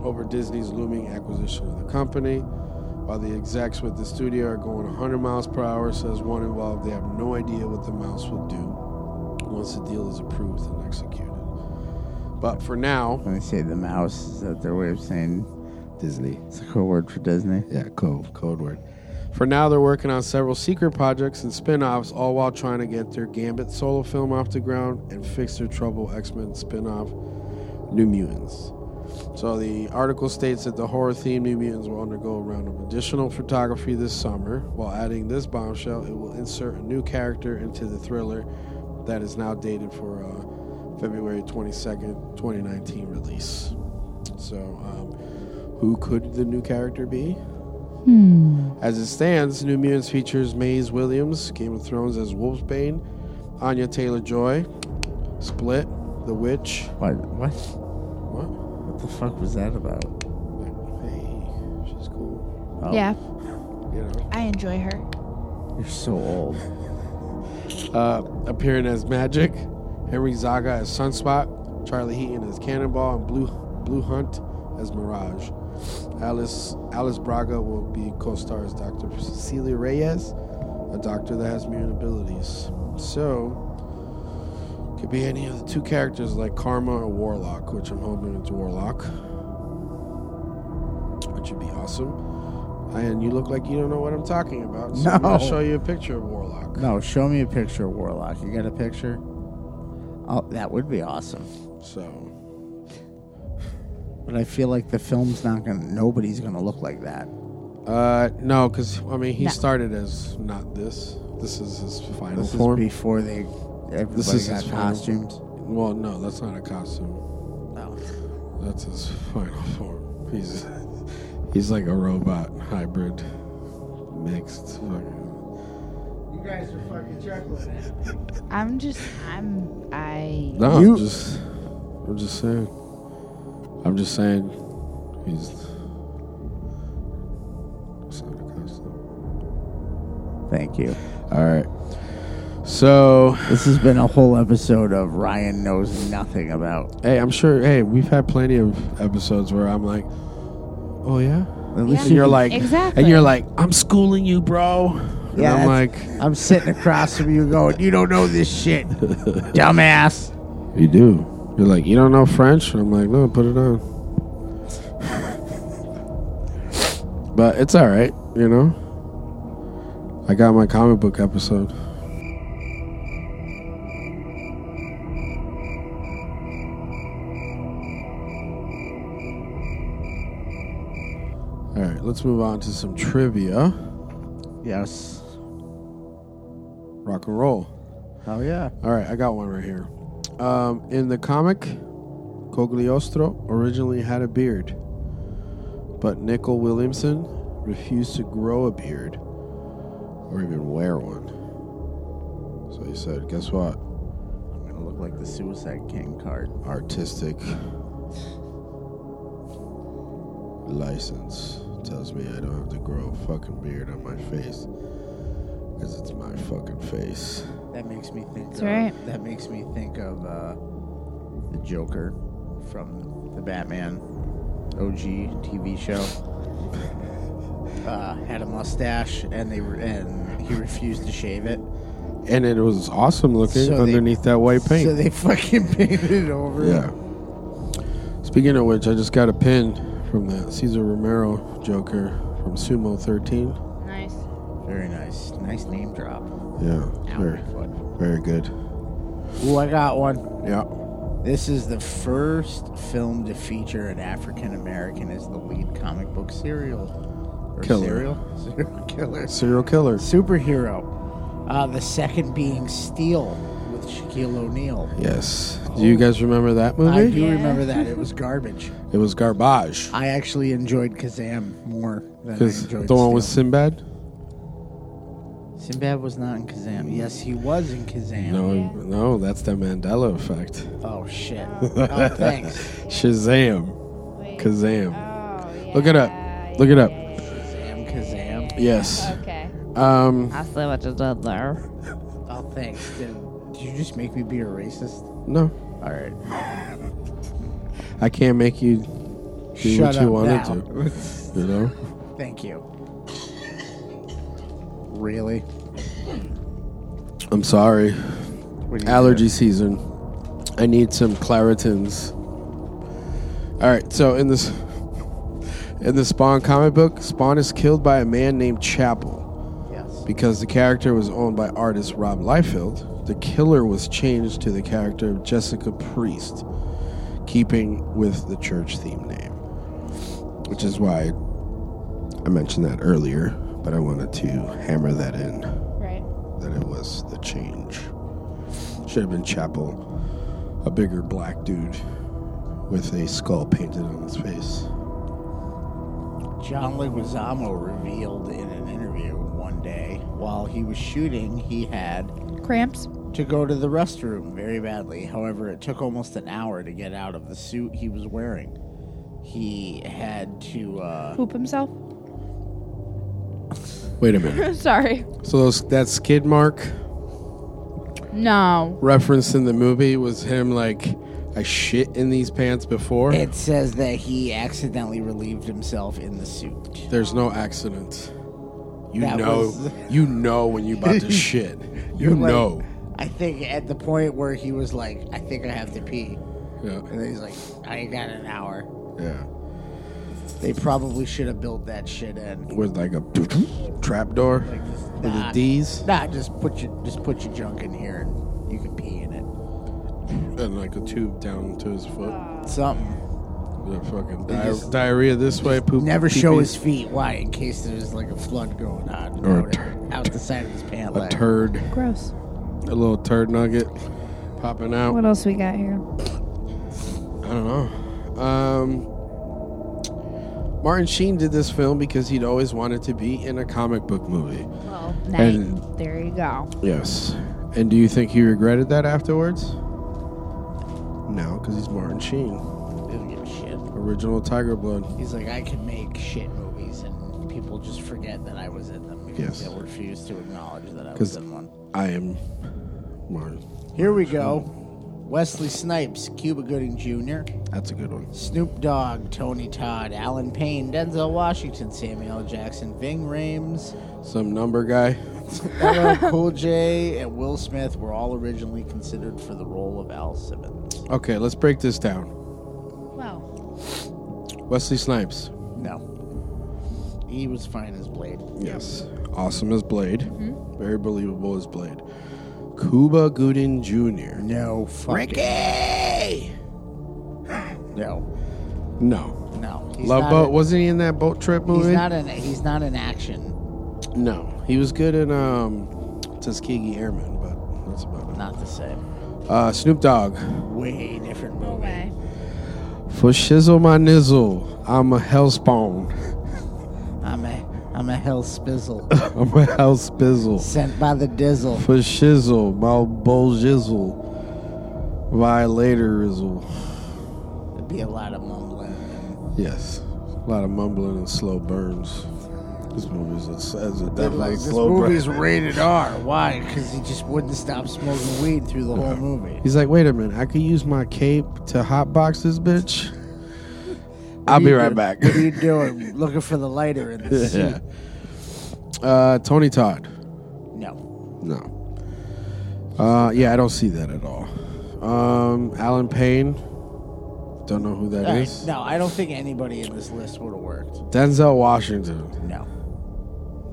Speaker 5: over Disney's looming acquisition of the company. While the execs with the studio are going 100 miles per hour, says one involved, they have no idea what the mouse will do once the deal is approved and executed. But for now,
Speaker 7: When they say the mouse, is that their way of saying
Speaker 9: Disney.
Speaker 7: it's a code word for Disney?
Speaker 9: Yeah, code code word.
Speaker 5: For now, they're working on several secret projects and spin offs, all while trying to get their Gambit solo film off the ground and fix their trouble X Men spin off, New Mutants. So the article states that the horror themed New Mutants will undergo a round of additional photography this summer. While adding this bombshell, it will insert a new character into the thriller that is now dated for uh, February 22nd, 2019 release. So, um, who could the new character be? As it stands, New Mutants features Maze Williams, Game of Thrones as Wolfsbane, Anya Taylor Joy, Split, The Witch.
Speaker 7: What? What?
Speaker 5: What?
Speaker 7: What the fuck was that about?
Speaker 5: Hey, she's cool.
Speaker 7: Oh,
Speaker 6: Yeah,
Speaker 5: You know,
Speaker 6: I enjoy her.
Speaker 7: You're so old.
Speaker 5: uh, appearing as Magic, Henry Zaga as Sunspot, Charlie Heaton as Cannonball, and Blue Blue Hunt as Mirage. Alice Alice Braga will be co-star as Dr. Cecilia Reyes, a doctor that has mutant abilities. So, Could be any of the two characters like Karma or Warlock, which I'm hoping it's Warlock. Which would be awesome. And you look like you don't know what I'm talking about. So I'm
Speaker 7: No.
Speaker 5: gonna show you a picture of Warlock.
Speaker 7: No, show me a picture of Warlock. You got a picture? Oh, that would be awesome.
Speaker 5: So
Speaker 7: But I feel like the film's not gonna. Nobody's gonna look like that.
Speaker 5: uh no, because I mean he started as not this. This is his final
Speaker 7: This is
Speaker 5: form.
Speaker 7: before they. Everybody
Speaker 5: is
Speaker 7: got
Speaker 5: his final-
Speaker 7: costumes.
Speaker 5: well, no, that's not a costume.
Speaker 7: No.
Speaker 5: That's his final form. He's he's like a robot hybrid mixed fucking
Speaker 7: You guys are fucking chuckling.
Speaker 8: I'm just, I'm, I.
Speaker 5: No,
Speaker 7: You-
Speaker 5: I'm just, I'm just saying. I'm just saying, he's. it's not a custom.
Speaker 7: Thank you.
Speaker 5: All right. So,
Speaker 7: This has been a whole episode of Ryan knows nothing about.
Speaker 5: hey, I'm sure. Hey, we've had plenty of episodes where I'm like, "Oh yeah,"
Speaker 7: At least
Speaker 5: and you're like,
Speaker 8: Exactly.
Speaker 5: and you're like, "I'm schooling you, bro." And
Speaker 7: Yeah,
Speaker 5: I'm like,
Speaker 7: that's- I'm sitting across from you going, you don't know this shit, dumbass.
Speaker 5: "You do." You're like, "You don't know French?" And I'm like, "No, put it on." but it's all right, you know. I got my comic book episode. All right, let's move on to some trivia.
Speaker 7: Yes.
Speaker 5: Rock and roll.
Speaker 7: Hell Oh, yeah.
Speaker 5: All right, I got one right here. Um, in the comic, Cogliostro originally had a beard, but Nickel Williamson refused to grow a beard or even wear one. So he said, Guess what?
Speaker 7: I'm gonna look like the Suicide King card.
Speaker 5: artistic license tells me I don't have to grow a fucking beard on my face because it's my fucking face.
Speaker 7: That makes me think.
Speaker 6: That's
Speaker 7: of,
Speaker 6: right.
Speaker 7: That makes me think of uh, the Joker from the Batman OG TV show. Uh, had a mustache, and they re- and he refused to shave it.
Speaker 5: And it was awesome looking
Speaker 7: So they-
Speaker 5: underneath that white paint.
Speaker 7: So they fucking painted it over.
Speaker 5: yeah. Speaking of which, I just got a pin from that Cesar Romero Joker from Sumo 13.
Speaker 8: Nice.
Speaker 7: Very nice. Nice name drop.
Speaker 5: Yeah,
Speaker 7: Ow,
Speaker 5: very,
Speaker 7: my foot.
Speaker 5: very good.
Speaker 7: Ooh, I got one.
Speaker 5: Yeah.
Speaker 7: This is the first film to feature an African American as the lead comic book serial. Or
Speaker 5: Killer.
Speaker 7: Serial? Serial killer.
Speaker 5: Serial killer.
Speaker 7: Superhero. Uh, the second being Steel with Shaquille O'Neal.
Speaker 5: Yes. Do you guys remember that movie?
Speaker 7: I do remember that. It was garbage.
Speaker 5: It was garbage.
Speaker 7: I actually enjoyed Kazam more than I
Speaker 5: Because the
Speaker 7: enjoyed
Speaker 5: one with
Speaker 7: Steel.
Speaker 5: Sinbad?
Speaker 7: Sinbad was not in Kazam. Yes, he was in Kazam.
Speaker 5: No, no, that's the Mandela effect.
Speaker 7: Oh, shit. Oh, thanks.
Speaker 5: Shazam, Kazam.
Speaker 8: Oh, yeah.
Speaker 5: Look it up. Look it up.
Speaker 7: Kazam, Kazam.
Speaker 5: Yes.
Speaker 8: Okay.
Speaker 5: Um,
Speaker 8: I see what you did there.
Speaker 7: Oh, thanks. Did, did you just make me be a racist?
Speaker 5: no,
Speaker 7: All right.
Speaker 5: I can't make you do
Speaker 7: Shut
Speaker 5: what you
Speaker 7: up
Speaker 5: wanted
Speaker 7: now.
Speaker 5: to. You know,
Speaker 7: Thank you. Really?
Speaker 5: I'm sorry.
Speaker 7: What do you
Speaker 5: allergy season. I need some Claritins. All right, so in this in the Spawn comic book, Spawn is killed by a man named Chapel
Speaker 7: think? Yes.
Speaker 5: because the character was owned by artist Rob Liefeld. The killer was changed to the character of Jessica Priest, keeping with the church theme name, which is why I mentioned that earlier. But I wanted to hammer that in
Speaker 6: Right.
Speaker 5: that it was the change. Should have been Chapel, a bigger black dude with a skull painted on his face.
Speaker 7: John Leguizamo revealed in an interview one day while he was shooting, he had
Speaker 6: Cramps.
Speaker 7: to go to the restroom very badly. However, it took almost an hour to get out of the suit he was wearing. He had to. Uh,
Speaker 6: Poop himself.
Speaker 5: Wait a minute.
Speaker 6: Sorry.
Speaker 5: so those, that skid mark
Speaker 6: No.
Speaker 5: referenced in the movie was him like, I shit in these pants before.
Speaker 7: it says that he accidentally relieved himself in the suit.
Speaker 5: There's no accident. You
Speaker 7: That
Speaker 5: know,
Speaker 7: was-
Speaker 5: you know when you about to shit. You
Speaker 7: Like,
Speaker 5: know.
Speaker 7: I think at the point where he was like, "I think I have to pee," and then he's like, "I ain't got an hour."
Speaker 5: yeah, yeah.
Speaker 7: They probably should have built that shit in.
Speaker 5: With like a trap door with the
Speaker 7: Nah.
Speaker 5: D's
Speaker 7: Nah, just put your just put your junk in here and you can pee in it.
Speaker 5: and like a tube down to his foot.
Speaker 7: Something.
Speaker 5: The fucking
Speaker 7: They
Speaker 5: di-
Speaker 7: just-
Speaker 5: diarrhea this way, poop.
Speaker 7: Never
Speaker 5: pee-pee.
Speaker 7: show his feet. Why? In case there's like a flood going on
Speaker 5: Or a
Speaker 7: out,
Speaker 5: tur-
Speaker 7: out the side of his pant
Speaker 5: a
Speaker 7: leg.
Speaker 5: turd,
Speaker 6: Gross.
Speaker 5: a little turd nugget popping out.
Speaker 6: What else we got here?
Speaker 5: I don't know. Um, Martin Sheen did this film because he'd always wanted to be in a comic book movie.
Speaker 6: Well,
Speaker 7: Uh,
Speaker 5: And-
Speaker 6: there you go.
Speaker 5: Yes. And do you think he regretted that afterwards? No, because he's Martin Sheen,
Speaker 7: Doesn't give a shit.
Speaker 5: original Tiger Blood.
Speaker 7: He's like, I can make shit movies and people just forget that I was in them. because
Speaker 5: Yes.
Speaker 7: They'll refuse to acknowledge that I
Speaker 5: 'Cause-
Speaker 7: was in one.
Speaker 5: I am Martin.
Speaker 7: Here we go.
Speaker 5: Mm-hmm.
Speaker 7: Wesley Snipes, Cuba Gooding Jr.,
Speaker 5: That's a good one.
Speaker 7: Snoop Dogg, Tony Todd, Alan Payne, Denzel Washington, Samuel L. Jackson, Ving Rhames,
Speaker 5: Some number guy.
Speaker 7: LL Cool J, and Will Smith were all originally considered for the role of Al Simmons.
Speaker 5: Okay, let's break this down.
Speaker 6: Well,
Speaker 5: Wesley Snipes.
Speaker 7: No. He was fine as Blade.
Speaker 5: Yes. Awesome as Blade.
Speaker 7: Mm-hmm.
Speaker 5: Very believable as Blade. Cuba Gooding Jr.
Speaker 7: No fucking.
Speaker 5: Ricky!
Speaker 7: No.
Speaker 5: No.
Speaker 7: No. He's
Speaker 5: Love
Speaker 7: not
Speaker 5: Boat.
Speaker 7: a-
Speaker 5: Wasn't he in that boat trip movie?
Speaker 7: He's not an he's not an action.
Speaker 5: no. He was good in um, Tuskegee Airmen, but that's about
Speaker 7: Not the same.
Speaker 5: it. Uh, Snoop Dogg.
Speaker 7: Way different movie.
Speaker 6: way.
Speaker 5: For shizzle my nizzle, I'm a hellspawn.
Speaker 7: I'm a I'm a hell spizzle
Speaker 5: I'm a hellspizzle.
Speaker 7: sent by the dizzle.
Speaker 5: For shizzle, my bull jizzle. Violator rizzle.
Speaker 7: It'd be a lot of mumbling.
Speaker 5: Yes, a lot of mumbling and slow burns. This movie's a, is a definitely
Speaker 7: Like, this
Speaker 5: slow burn.
Speaker 7: movie's rated R. Why? Because he just wouldn't stop smoking weed through the whole movie.
Speaker 5: He's like, wait a minute, I could use my cape to hotbox this bitch. I'll be right back.
Speaker 7: What are you doing? Looking for the lighter in this suit?
Speaker 5: yeah. Uh, Tony Todd.
Speaker 7: No.
Speaker 5: No. Uh, yeah, I don't see that at all. Um, Alan Payne. Don't know who that
Speaker 7: All right,
Speaker 5: is.
Speaker 7: Uh, No, I don't think anybody in this list would have worked.
Speaker 5: Denzel Washington.
Speaker 7: No.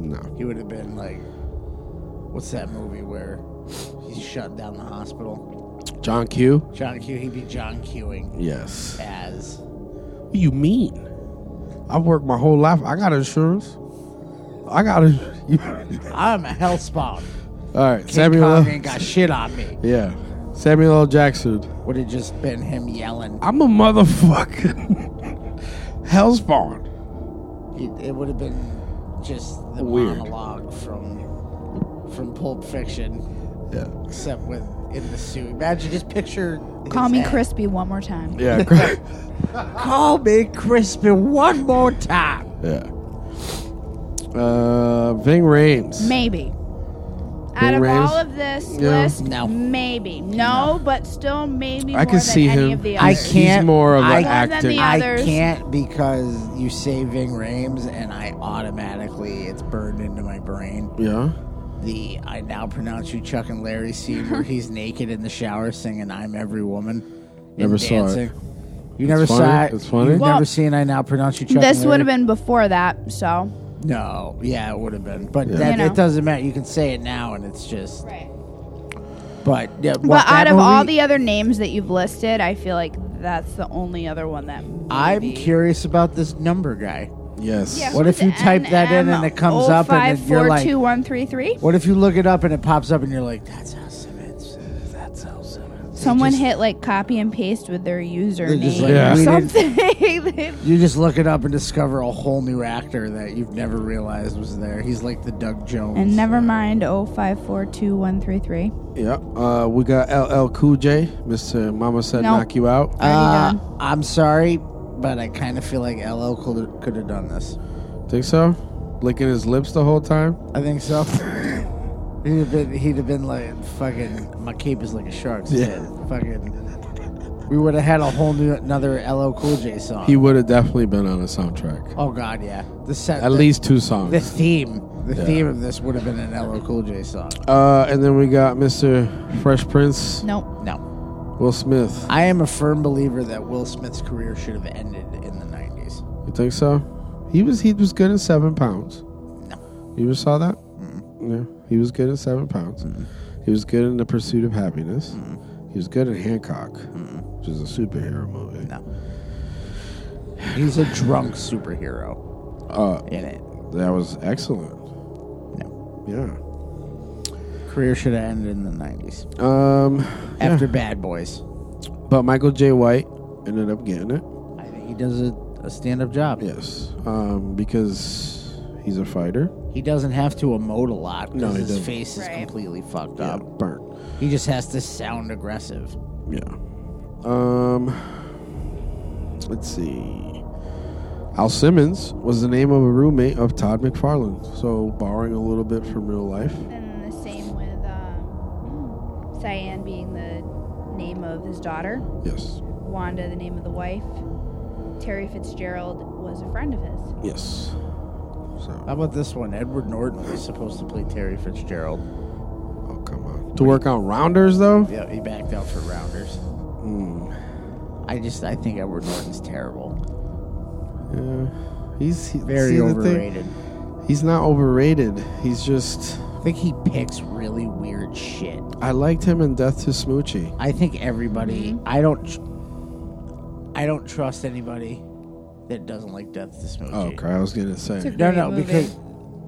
Speaker 5: No.
Speaker 7: He would have been like, what's that movie where he's shut down the hospital?
Speaker 5: John Q.
Speaker 7: John Q. He'd be John Qing
Speaker 5: Yes.
Speaker 7: as
Speaker 5: What you mean? I've worked my whole life. I got insurance. I got it.
Speaker 7: I'm a hell spawn.
Speaker 5: All right,
Speaker 7: King
Speaker 5: Samuel.
Speaker 7: Kong
Speaker 5: L.
Speaker 7: ain't got shit on me.
Speaker 5: Yeah, Samuel L. Jackson.
Speaker 7: Would have just been him yelling.
Speaker 5: I'm a motherfucking hellspawn.
Speaker 7: It, it would have been just the
Speaker 5: Weird.
Speaker 7: monologue from from Pulp Fiction,
Speaker 5: Yeah.
Speaker 7: except with in the suit. Imagine just picture. his
Speaker 6: Call me
Speaker 7: head.
Speaker 6: crispy one more time.
Speaker 5: Yeah. Great.
Speaker 7: Call me Crispin one more time.
Speaker 5: yeah. Uh, Ving Rhames.
Speaker 6: Maybe. Out of
Speaker 5: Rhames?
Speaker 6: all of this
Speaker 5: Yeah.
Speaker 6: list,
Speaker 7: No.
Speaker 6: maybe. No, but still maybe
Speaker 5: I
Speaker 6: more
Speaker 5: can
Speaker 6: than
Speaker 5: see
Speaker 6: any
Speaker 5: him.
Speaker 6: of the
Speaker 7: I
Speaker 6: others.
Speaker 5: He's- He's
Speaker 7: can't-
Speaker 5: more of
Speaker 7: I-
Speaker 5: an
Speaker 6: More than
Speaker 5: acting.
Speaker 6: the
Speaker 7: I
Speaker 6: others.
Speaker 7: can't because you say Ving Rhames and I automatically it's burned into my brain.
Speaker 5: yeah.
Speaker 7: The I now pronounce you Chuck and Larry scene where he's naked in the shower singing "I'm Every Woman." and
Speaker 5: Never saw it.
Speaker 7: dancing. You never
Speaker 5: funny.
Speaker 7: saw it.
Speaker 5: It's funny.
Speaker 7: You've
Speaker 6: Well,
Speaker 7: never seen I now pronounce you Chuck. and
Speaker 6: This
Speaker 7: Larry?
Speaker 6: would have been before that, so.
Speaker 7: no. Yeah, it would have been. But
Speaker 5: Yeah.
Speaker 7: that,
Speaker 6: You know.
Speaker 7: it doesn't matter. You can say it now, and it's just.
Speaker 6: Right.
Speaker 7: But yeah,
Speaker 6: But out of all the other names that you've listed, I feel like that's the only other one that.
Speaker 7: I'm
Speaker 6: maybe-
Speaker 7: curious about this number guy.
Speaker 5: Yes.
Speaker 6: Yeah,
Speaker 7: What
Speaker 6: who's
Speaker 7: if you type that in and it comes up and then you're like-
Speaker 6: 0542-133?
Speaker 7: What if you look it up and it pops up and you're like, that's how Simmons. That's how Simmons.
Speaker 6: Someone
Speaker 7: just-
Speaker 6: hit like copy and paste with their username
Speaker 7: just
Speaker 5: like, Yeah.
Speaker 6: or
Speaker 7: we didn't-
Speaker 6: something.
Speaker 7: You just look it up and discover a whole new actor that you've never realized was there. He's like the Doug Jones.
Speaker 6: and never mind 0542-133.
Speaker 5: Yeah. Uh, we got LL Cool J. Mr. Mama said
Speaker 6: No.
Speaker 5: knock you out.
Speaker 7: Uh,
Speaker 5: Ah.
Speaker 6: Already
Speaker 7: I'm sorry, but I kind of feel like LL could have done this.
Speaker 5: Think so? Licking his lips the whole time.
Speaker 7: I think so. he'd, have been, he'd have been like, fucking, my cape is like a shark's
Speaker 5: Yeah.
Speaker 7: head. Fucking. We would have had a whole new, another LL Cool J song.
Speaker 5: He would have definitely been on a soundtrack.
Speaker 7: oh, God, yeah. The set, the-
Speaker 5: At least two
Speaker 7: The
Speaker 5: songs.
Speaker 7: theme, the
Speaker 5: Yeah.
Speaker 7: theme of this would have been an LL Cool J song.
Speaker 5: Uh, and then we got Mr. Fresh Prince,
Speaker 6: Nope.
Speaker 7: No,
Speaker 5: Will Smith.
Speaker 7: I am a firm believer that Will Smith's career should have ended in the '90s.
Speaker 5: You think so? He was he was good at seven pounds. You ever saw that? Yeah. He was good at seven pounds. He was good in the pursuit of happiness. He was good in Hancock, which is a superhero movie.
Speaker 7: He's a drunk superhero
Speaker 5: Uh,
Speaker 7: in it.
Speaker 5: that was excellent.
Speaker 7: No,
Speaker 5: Yeah.
Speaker 7: career should have ended in the '90s
Speaker 5: Um,
Speaker 7: after Bad Boys.
Speaker 5: but Michael J. White ended up getting it.
Speaker 7: I think he does a, a stand-up job.
Speaker 5: Yes. Um, because he's a fighter.
Speaker 7: He doesn't have to emote a lot because
Speaker 5: No, he
Speaker 7: his
Speaker 5: doesn't.
Speaker 7: face is
Speaker 6: Right.
Speaker 7: completely fucked
Speaker 5: Yeah.
Speaker 7: up.
Speaker 5: Burnt.
Speaker 7: He just has to sound aggressive.
Speaker 5: Yeah. Um. Let's see. Al Simmons was the name of a roommate of Todd McFarlane. So borrowing a little bit from real life.
Speaker 6: And the same with um, Cyan being the name of his daughter,
Speaker 5: Yes.
Speaker 6: Wanda the name of the wife. Terry Fitzgerald was a friend of his.
Speaker 5: Yes. So.
Speaker 7: How about this one? Edward Norton was supposed to play Terry Fitzgerald.
Speaker 5: Oh come on. To work on rounders though.
Speaker 7: Yeah, he backed out for rounders.
Speaker 5: Mm.
Speaker 7: I just I think Edward Norton's terrible.
Speaker 5: Yeah. He's he,
Speaker 7: Very
Speaker 5: see the thing?
Speaker 7: overrated.
Speaker 5: He's not overrated. He's just.
Speaker 7: I think he picks really weird shit.
Speaker 5: I liked him in Death to Smoochie.
Speaker 7: I think everybody I don't tr- I don't trust anybody that doesn't like Death to Smoochie.
Speaker 5: Oh, okay, I was gonna say.
Speaker 7: No,
Speaker 6: Great
Speaker 7: no,
Speaker 6: movie.
Speaker 7: because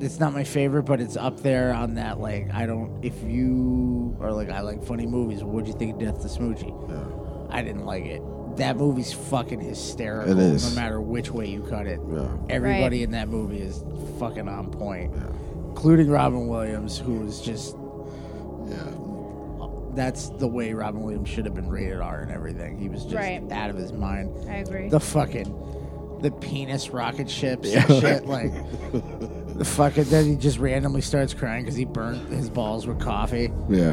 Speaker 7: it's not my favorite, but it's up there on that like I don't if you are like I like funny movies, what'd you think of Death to Smoochie? I didn't like it. That movie's fucking hysterical
Speaker 5: It is.
Speaker 7: no matter which way you cut it.
Speaker 5: Yeah.
Speaker 7: Everybody
Speaker 6: Right.
Speaker 7: in that movie is fucking on point, including Robin Williams, who was just. That's the way Robin Williams should have been rated R and everything. He was just
Speaker 6: Right.
Speaker 7: out of his mind.
Speaker 6: I agree.
Speaker 7: The fucking, the penis rocket ships and shit like. The fucking then he just randomly starts crying because he burnt his balls with coffee.
Speaker 5: Yeah.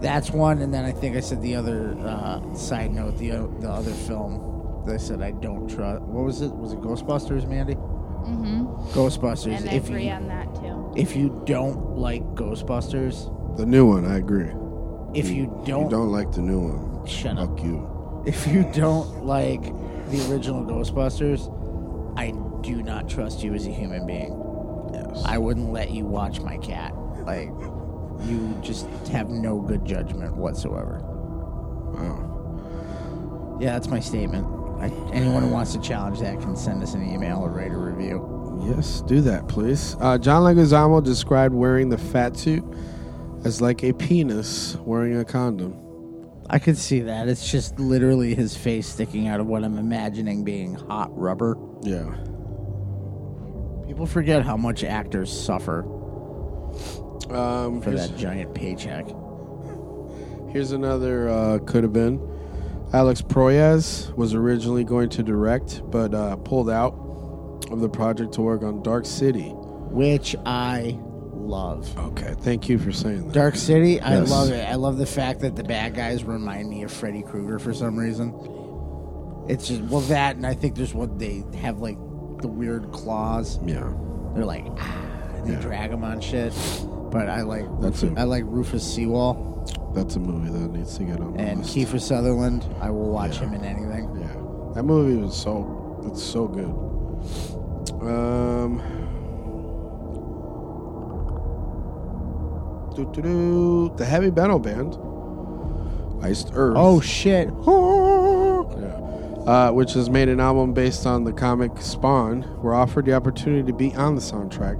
Speaker 7: That's one, and then I think I said the other uh, side note, the o- the other film that I said I don't trust. What was it? Was it Ghostbusters, Mandy? Mm-hmm. Ghostbusters.
Speaker 6: and I
Speaker 7: if
Speaker 6: agree
Speaker 7: you
Speaker 6: on that too.
Speaker 7: if you don't like Ghostbusters,
Speaker 5: The new one, I agree.
Speaker 7: if you don't,
Speaker 5: You don't like the new one.
Speaker 7: shut up.
Speaker 5: Fuck you.
Speaker 7: If you don't like the original Ghostbusters, I do not trust you as a human being.
Speaker 5: Yes.
Speaker 7: I wouldn't let you watch my cat. Like you just have no good judgment whatsoever.
Speaker 5: wow.
Speaker 7: Yeah, that's my statement. I, anyone who wants to challenge that can send us an email or write a review.
Speaker 5: Yes, do that, please. Uh, John Leguizamo described wearing the fat suit as like a penis wearing a condom.
Speaker 7: I could see that. It's just literally his face sticking out of what I'm imagining being hot rubber.
Speaker 5: Yeah.
Speaker 7: People forget how much actors suffer
Speaker 5: Um,
Speaker 7: for
Speaker 5: here's,
Speaker 7: that giant paycheck.
Speaker 5: here's another uh, could have been. Alex Proyas was originally going to direct, but uh, pulled out of the project to work on Dark City.
Speaker 7: which I love.
Speaker 5: Okay, thank you for saying that.
Speaker 7: Dark City, I
Speaker 9: Yes.
Speaker 7: love it. I love the fact that the bad guys remind me of Freddy Krueger for some reason. It's just well that, and I think there's what they have like the weird claws.
Speaker 5: Yeah.
Speaker 7: They're like ah, and they drag them on shit. But I like
Speaker 5: That's
Speaker 7: Rufus,
Speaker 5: it.
Speaker 7: I like Rufus Seawall
Speaker 5: That's a movie that needs to get on the
Speaker 7: and
Speaker 5: list.
Speaker 7: Kiefer Sutherland. I will watch him in anything.
Speaker 5: Yeah, that movie was so it's so good. Um, doo-doo-doo, the heavy metal band, Iced Earth.
Speaker 7: Oh shit!
Speaker 5: uh, which has made an album based on the comic Spawn, were offered the opportunity to be on the soundtrack.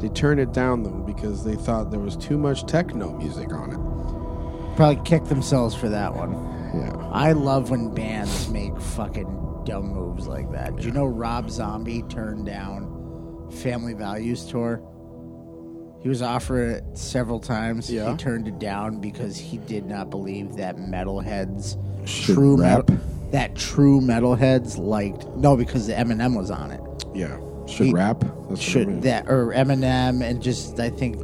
Speaker 5: They turned it down though because they thought there was too much techno music on it.
Speaker 7: Probably kick themselves for that one.
Speaker 5: Yeah.
Speaker 7: I love when bands make fucking dumb moves like that. Do you know Rob Zombie turned down Family Values Tour? He was offered it several times.
Speaker 5: Yeah.
Speaker 7: He turned it down because he did not believe that metalheads
Speaker 9: Should
Speaker 7: true
Speaker 9: rap.
Speaker 7: metal that true metalheads liked no because the Eminem was on it.
Speaker 5: Yeah.
Speaker 9: Should
Speaker 7: He-
Speaker 9: rap? That's what I mean.
Speaker 7: Should that or Eminem and just I think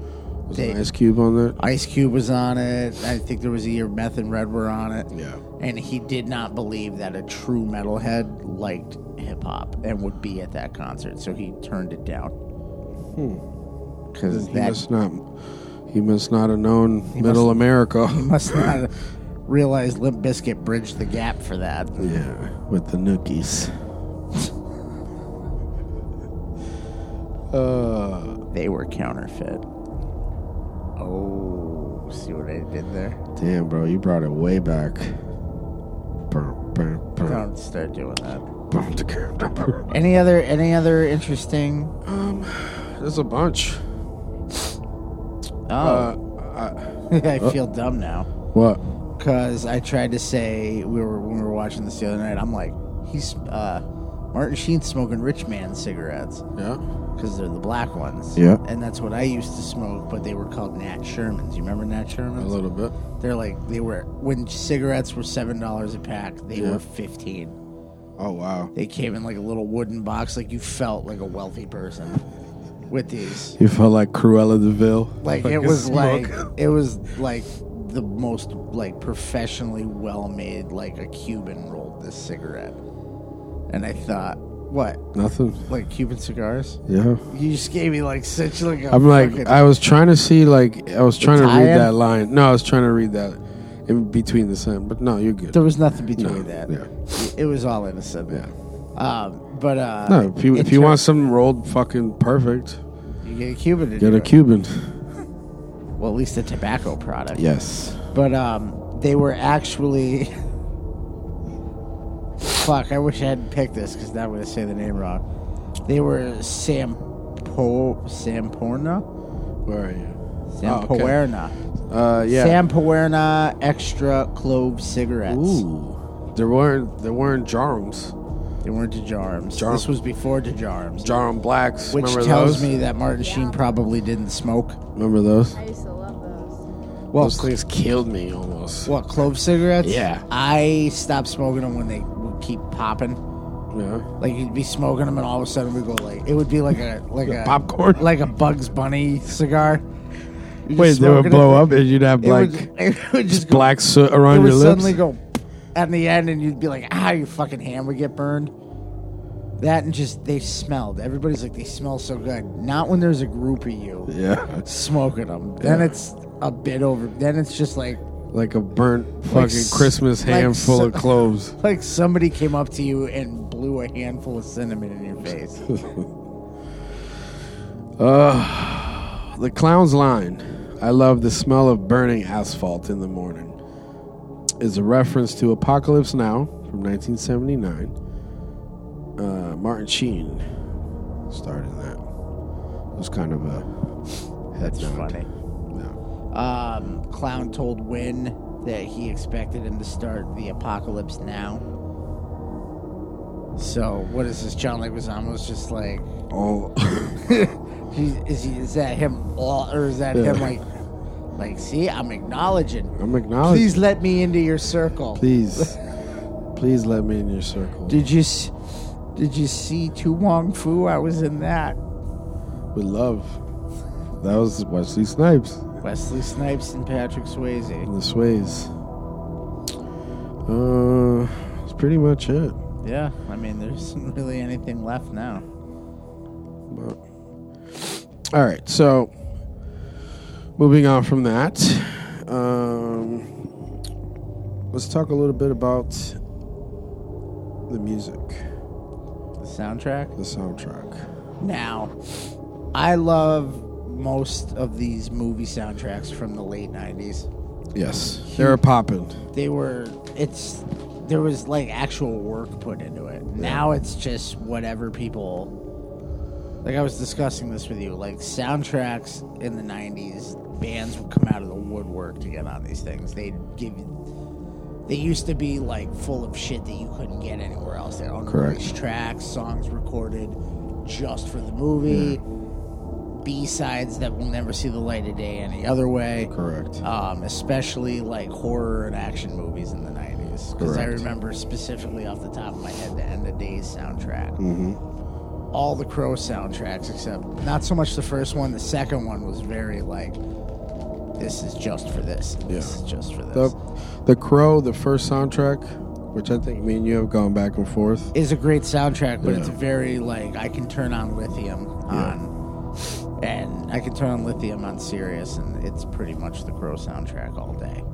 Speaker 5: Was
Speaker 7: they-
Speaker 5: an Ice Cube on that?
Speaker 7: Ice Cube was on it. I think there was a year Meth and Red were on it.
Speaker 5: Yeah.
Speaker 7: And he did not believe that a true metalhead liked hip hop and would be at that concert, so he turned it down. Because
Speaker 5: He
Speaker 7: that
Speaker 5: must not. He must not have known
Speaker 7: He
Speaker 5: Middle
Speaker 7: must-
Speaker 5: America.
Speaker 7: must not realize Limp Biscuit bridged the gap for that.
Speaker 5: Yeah, with the nookies. Uh,
Speaker 7: They were counterfeit. Oh, see what I did there?
Speaker 9: Damn, bro, you brought it way back. Brum, brum, brum,
Speaker 7: Don't start doing that.
Speaker 9: brum, tka, brum, brum.
Speaker 7: Any other any other interesting?
Speaker 5: there's a bunch.
Speaker 7: Oh, I feel dumb now.
Speaker 5: What?
Speaker 7: Because I tried to say we were when we were watching this the other night. I'm like, he's uh, Martin Sheen's smoking rich man cigarettes
Speaker 5: Yeah.
Speaker 7: because they're the black ones.
Speaker 9: Yeah.
Speaker 7: and that's what I used to smoke, but they were called Nat Shermans. You remember Nat
Speaker 5: A
Speaker 7: Shermans?
Speaker 5: little bit.
Speaker 7: They're like they were when cigarettes were seven dollars a pack. They
Speaker 5: Yeah.
Speaker 7: were fifteen.
Speaker 5: Oh wow.
Speaker 7: They came in like a little wooden box, like you felt like a wealthy person with these.
Speaker 5: You felt like Cruella de Vil.
Speaker 7: Like it was like it was like the most like professionally well made like a Cuban rolled this cigarette, and I thought, what
Speaker 5: nothing.
Speaker 7: like Cuban cigars?
Speaker 5: Yeah.
Speaker 7: You just gave me like such like a
Speaker 5: I'm like
Speaker 7: fucking-
Speaker 5: I was trying to see like I was trying to
Speaker 7: Italian?
Speaker 5: read that line. No, I was trying to read that in between the sentence. But no, you're good.
Speaker 7: there was nothing between
Speaker 5: No,
Speaker 7: that.
Speaker 5: yeah.
Speaker 7: It was all innocent.
Speaker 5: Yeah.
Speaker 7: Um, but uh,
Speaker 5: No, if you
Speaker 7: it
Speaker 5: if you
Speaker 7: tur-
Speaker 5: want something rolled fucking perfect,
Speaker 7: you get a Cuban to
Speaker 5: get
Speaker 7: do
Speaker 5: a
Speaker 7: it.
Speaker 5: Cuban.
Speaker 7: Well, at least a tobacco product.
Speaker 5: Yes.
Speaker 7: But um, they were actually. Fuck! I wish I hadn't picked this because now I'm gonna say the name wrong. They were Sam Po Samporna,
Speaker 5: Where are you? Oh, okay.
Speaker 7: Sampoerna,
Speaker 5: Uh, yeah.
Speaker 7: Sampoerna extra clove cigarettes.
Speaker 5: Ooh. There weren't there weren't Jarms.
Speaker 7: They weren't DeJarms.
Speaker 5: Jar-
Speaker 7: This was before DeJarms,
Speaker 5: Jarm Blacks.
Speaker 7: which
Speaker 5: remember
Speaker 7: tells
Speaker 5: those?
Speaker 7: me that Martin Sheen probably didn't smoke.
Speaker 5: Remember those?
Speaker 6: I used to love those.
Speaker 7: Well,
Speaker 5: those things killed me almost.
Speaker 7: what clove cigarettes?
Speaker 5: Yeah.
Speaker 7: I stopped smoking them when they would keep popping.
Speaker 5: Yeah.
Speaker 7: Like you'd be smoking them, and all of a sudden we go like it would be like a like a
Speaker 5: popcorn?
Speaker 7: like a Bugs Bunny cigar. You're
Speaker 5: Wait,
Speaker 7: just
Speaker 5: they would
Speaker 7: smoking
Speaker 5: blow
Speaker 7: it,
Speaker 5: up and you'd have
Speaker 7: It
Speaker 5: like
Speaker 7: would, it would just go,
Speaker 5: black soot
Speaker 7: It
Speaker 5: around
Speaker 7: would
Speaker 5: your lips.
Speaker 7: suddenly go at the end, and you'd be like, ah, your fucking hand would get burned. That and just they smelled. Everybody's like they smell so good. Not when there's a group of you
Speaker 5: yeah.
Speaker 7: smoking them. Then it's a bit over. Then it's just like
Speaker 5: Like a burnt fucking
Speaker 7: s-
Speaker 5: Christmas
Speaker 7: like
Speaker 5: hand full of
Speaker 7: so-
Speaker 5: cloves.
Speaker 7: like somebody came up to you and blew a handful of cinnamon in your face.
Speaker 5: The clown's line. I love the smell of burning asphalt in the morning. Is a reference to Apocalypse Now from 1979. Uh, Martin Sheen starred in that. It was kind of a head
Speaker 7: That's
Speaker 5: nod.
Speaker 7: funny.
Speaker 5: Yeah.
Speaker 7: Um, Clown told Wynn that he expected him to start the apocalypse now. So what is this? John Leguizamo's just like,
Speaker 5: All
Speaker 7: he's, is he? Is that him? All or is that
Speaker 5: Yeah.
Speaker 7: him? Like, like, see, I'm acknowledging.
Speaker 5: I'm acknowledging.
Speaker 7: Please let me into your circle.
Speaker 5: Please, please let me in your circle.
Speaker 7: Did you, s- did you see Tu Wong Fu? I was in that.
Speaker 5: with love. That was Wesley Snipes
Speaker 7: Wesley Snipes and Patrick Swayze.
Speaker 5: and the Sways. Uh, that's pretty much it.
Speaker 7: Yeah, I mean, there isn't really anything left now.
Speaker 5: But- all right, so moving on from that, um, let's talk a little bit about the music,
Speaker 7: The soundtrack.
Speaker 5: the soundtrack.
Speaker 7: Now, I love most of these movie soundtracks from the late '90s.
Speaker 5: Yes, they're popping.
Speaker 7: They were. It's there was like actual work put into it. Now it's just whatever people. Like I was discussing this with you, like soundtracks in the '90s, bands would come out of the woodwork to get on these things. They'd give. They used to be like full of shit that you couldn't get anywhere else. They own
Speaker 5: Correct.
Speaker 7: tracks, songs recorded just for the movie, B sides that will never see the light of day any other way
Speaker 5: Correct.
Speaker 7: um, especially like horror and action movies in the 90s. Because I
Speaker 5: Correct.
Speaker 7: remember specifically off the top of my head the End of Days soundtrack.
Speaker 5: Mm-hmm.
Speaker 7: All the Crow soundtracks, except not so much the first one. The second one was very like, this is just for this. and This
Speaker 5: Yeah.
Speaker 7: is just for this.
Speaker 5: The, the Crow, the first soundtrack, which I think me and you have gone back and forth.
Speaker 7: is a great soundtrack, but it's
Speaker 5: Yeah.
Speaker 7: very like I can turn on Lithium on, and I can turn on Lithium on Sirius, and it's pretty much the Crow soundtrack all day.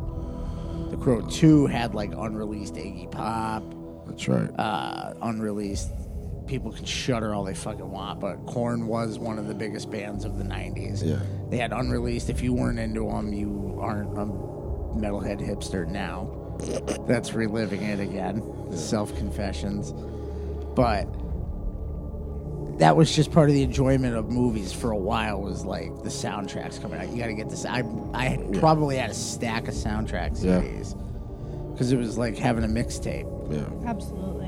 Speaker 7: The Crow Two had like unreleased Iggy Pop,
Speaker 5: That's right.
Speaker 7: uh, unreleased. People can shudder all they fucking want, but Korn was one of the biggest bands of the '90s.
Speaker 5: Yeah.
Speaker 7: They had unreleased. If you weren't into them, you aren't a metalhead hipster now. That's reliving it again. Self confessions, but that was just part of the enjoyment of movies for a while. Was like the soundtracks coming out. You got to get this. I I had probably had a stack of soundtrack
Speaker 5: Yeah.
Speaker 7: CDs because it was like having a mixtape.
Speaker 5: yeah.
Speaker 6: Absolutely.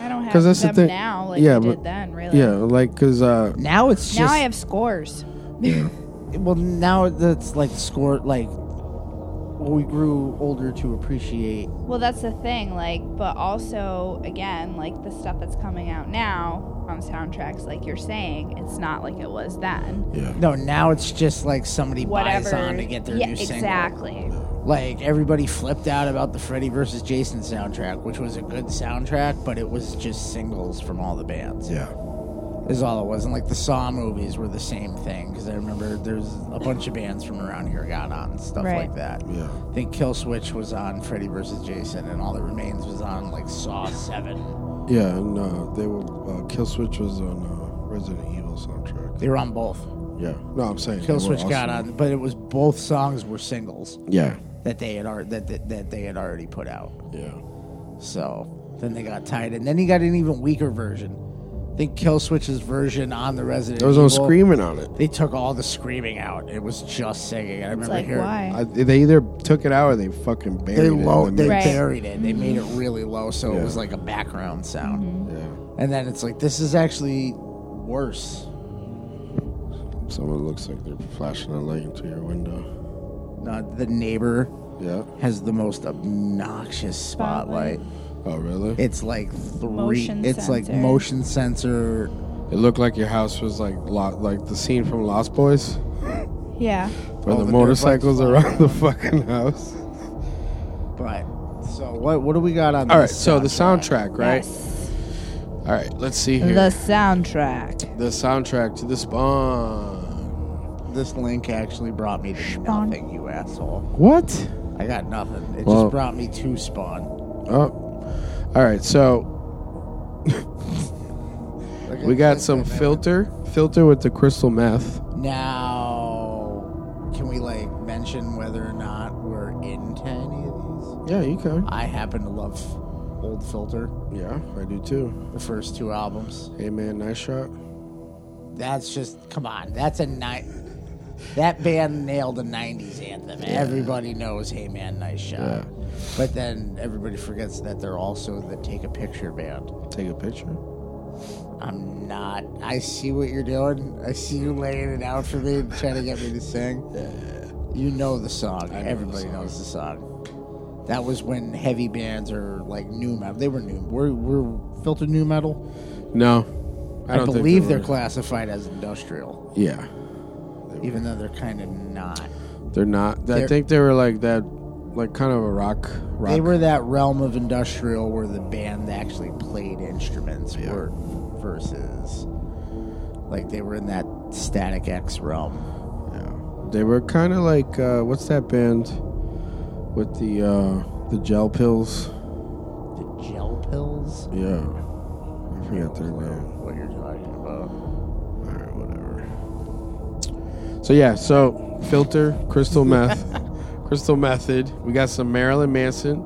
Speaker 6: I don't have
Speaker 5: Because that's the
Speaker 6: them
Speaker 5: thing.
Speaker 6: now like
Speaker 5: yeah,
Speaker 6: I did
Speaker 5: but-
Speaker 6: then, really.
Speaker 5: Yeah, like because uh,
Speaker 7: Now it's just
Speaker 6: Now I have scores.
Speaker 7: well now that's like score like we grew older to appreciate
Speaker 6: Well, that's the thing, like, but also, again, like the stuff that's coming out now on soundtracks, like you're saying, it's not like it was then.
Speaker 5: yeah,
Speaker 7: no now it's just like somebody
Speaker 6: Whatever.
Speaker 7: buys on to get their
Speaker 6: yeah,
Speaker 7: new single
Speaker 6: exactly.
Speaker 7: like everybody flipped out about the Freddy vs Jason soundtrack which was a good soundtrack but it was just singles from all the bands
Speaker 5: yeah,
Speaker 7: is all it was and like the Saw movies were the same thing because I remember there's a bunch of bands from around here got on and stuff
Speaker 6: Right.
Speaker 7: like that
Speaker 5: yeah.
Speaker 7: I think Kill Switch was on Freddy vs Jason and All That Remains was on like Saw 7
Speaker 5: Yeah, and uh, they were uh, Kill Switch was on uh, Resident Evil soundtrack.
Speaker 7: they were on both
Speaker 5: Yeah, no, I'm saying they were
Speaker 7: Kill Switch got
Speaker 5: also-
Speaker 7: on, but it was both songs were singles
Speaker 5: Yeah,
Speaker 7: that they had ar- that, that that they had already put out.
Speaker 5: yeah,
Speaker 7: So then they got tied, and then he got an even weaker version. I think Kill Switch's version on the Resident
Speaker 5: there was no
Speaker 7: Evil,
Speaker 5: screaming on it.
Speaker 7: They took all the screaming out. It was just singing. I remember
Speaker 6: like,
Speaker 7: hearing
Speaker 6: why?
Speaker 5: I, they either took it out or they fucking buried
Speaker 7: they
Speaker 5: it. in
Speaker 7: low
Speaker 5: the
Speaker 7: they
Speaker 5: mix.
Speaker 6: Right.
Speaker 7: buried it. They made
Speaker 6: Mm-hmm.
Speaker 7: it really low, so
Speaker 5: Yeah.
Speaker 7: it was like a background sound.
Speaker 5: Yeah,
Speaker 7: And then it's like this is actually worse.
Speaker 5: someone looks like they're flashing a light into your window.
Speaker 7: Uh, the neighbor
Speaker 5: Yeah.
Speaker 7: has the most obnoxious spotlight.
Speaker 6: Spotlight.
Speaker 5: Oh, really? It,
Speaker 7: It's like three.
Speaker 6: Motion
Speaker 7: it's like
Speaker 6: sensor.
Speaker 7: motion sensor.
Speaker 5: looked like your house was like lot like the scene from Lost Boys, where
Speaker 6: Yeah.
Speaker 7: All
Speaker 5: Oh, the,
Speaker 7: the dirt
Speaker 5: motorcycles
Speaker 7: bikes
Speaker 5: around the fucking house.
Speaker 7: But so what? What do we got on?
Speaker 5: All right,
Speaker 7: this
Speaker 5: so the soundtrack, right?
Speaker 6: Yes.
Speaker 5: All right, let's see here.
Speaker 6: The soundtrack.
Speaker 5: the soundtrack to the Spawn.
Speaker 7: This link actually brought me to
Speaker 6: Spawn.
Speaker 7: nothing, you asshole.
Speaker 5: What?
Speaker 7: I got nothing. It
Speaker 5: Well-
Speaker 7: just brought me to Spawn.
Speaker 5: Oh, all right. So
Speaker 7: Look at
Speaker 5: we got
Speaker 7: this.
Speaker 5: some filter, filter with the crystal meth.
Speaker 7: Now, can we like mention whether or not we're into any of these?
Speaker 5: Yeah, you can.
Speaker 7: I happen to love Old Filter,
Speaker 5: Yeah, I do too.
Speaker 7: the first two albums.
Speaker 5: Hey man, nice shot.
Speaker 7: That's just come on. That's a night. That band nailed a '90s anthem. Everybody knows "Hey Man, Nice Shot," but then everybody forgets that they're also the Take a Picture band.
Speaker 5: Take a picture.
Speaker 7: I'm not. I see what you're doing. I see you laying it out for me, trying to get me to sing. You know the song. Everybody knows the song. That was when heavy bands or like new metal. They were new. We're, we're filtered new metal.
Speaker 5: No, I
Speaker 7: I,
Speaker 5: don't think
Speaker 7: believe
Speaker 5: they
Speaker 7: they're
Speaker 5: were.
Speaker 7: classified as industrial,
Speaker 5: Yeah,
Speaker 7: even though they're kind of not.
Speaker 5: they're not. I
Speaker 7: They're-
Speaker 5: think they were like that, like kind of a rock. rock
Speaker 7: They were that realm of industrial where the band actually played instruments
Speaker 5: Yeah.
Speaker 7: were versus like they were in that static X realm.
Speaker 5: They were kind of like uh, what's that band with the uh, the gel pills?
Speaker 7: The gel pills?
Speaker 5: Yeah, I forget their name.
Speaker 7: What you're talking about.
Speaker 5: All right, whatever. So yeah, so filter, crystal meth, crystal method. We got some Marilyn Manson,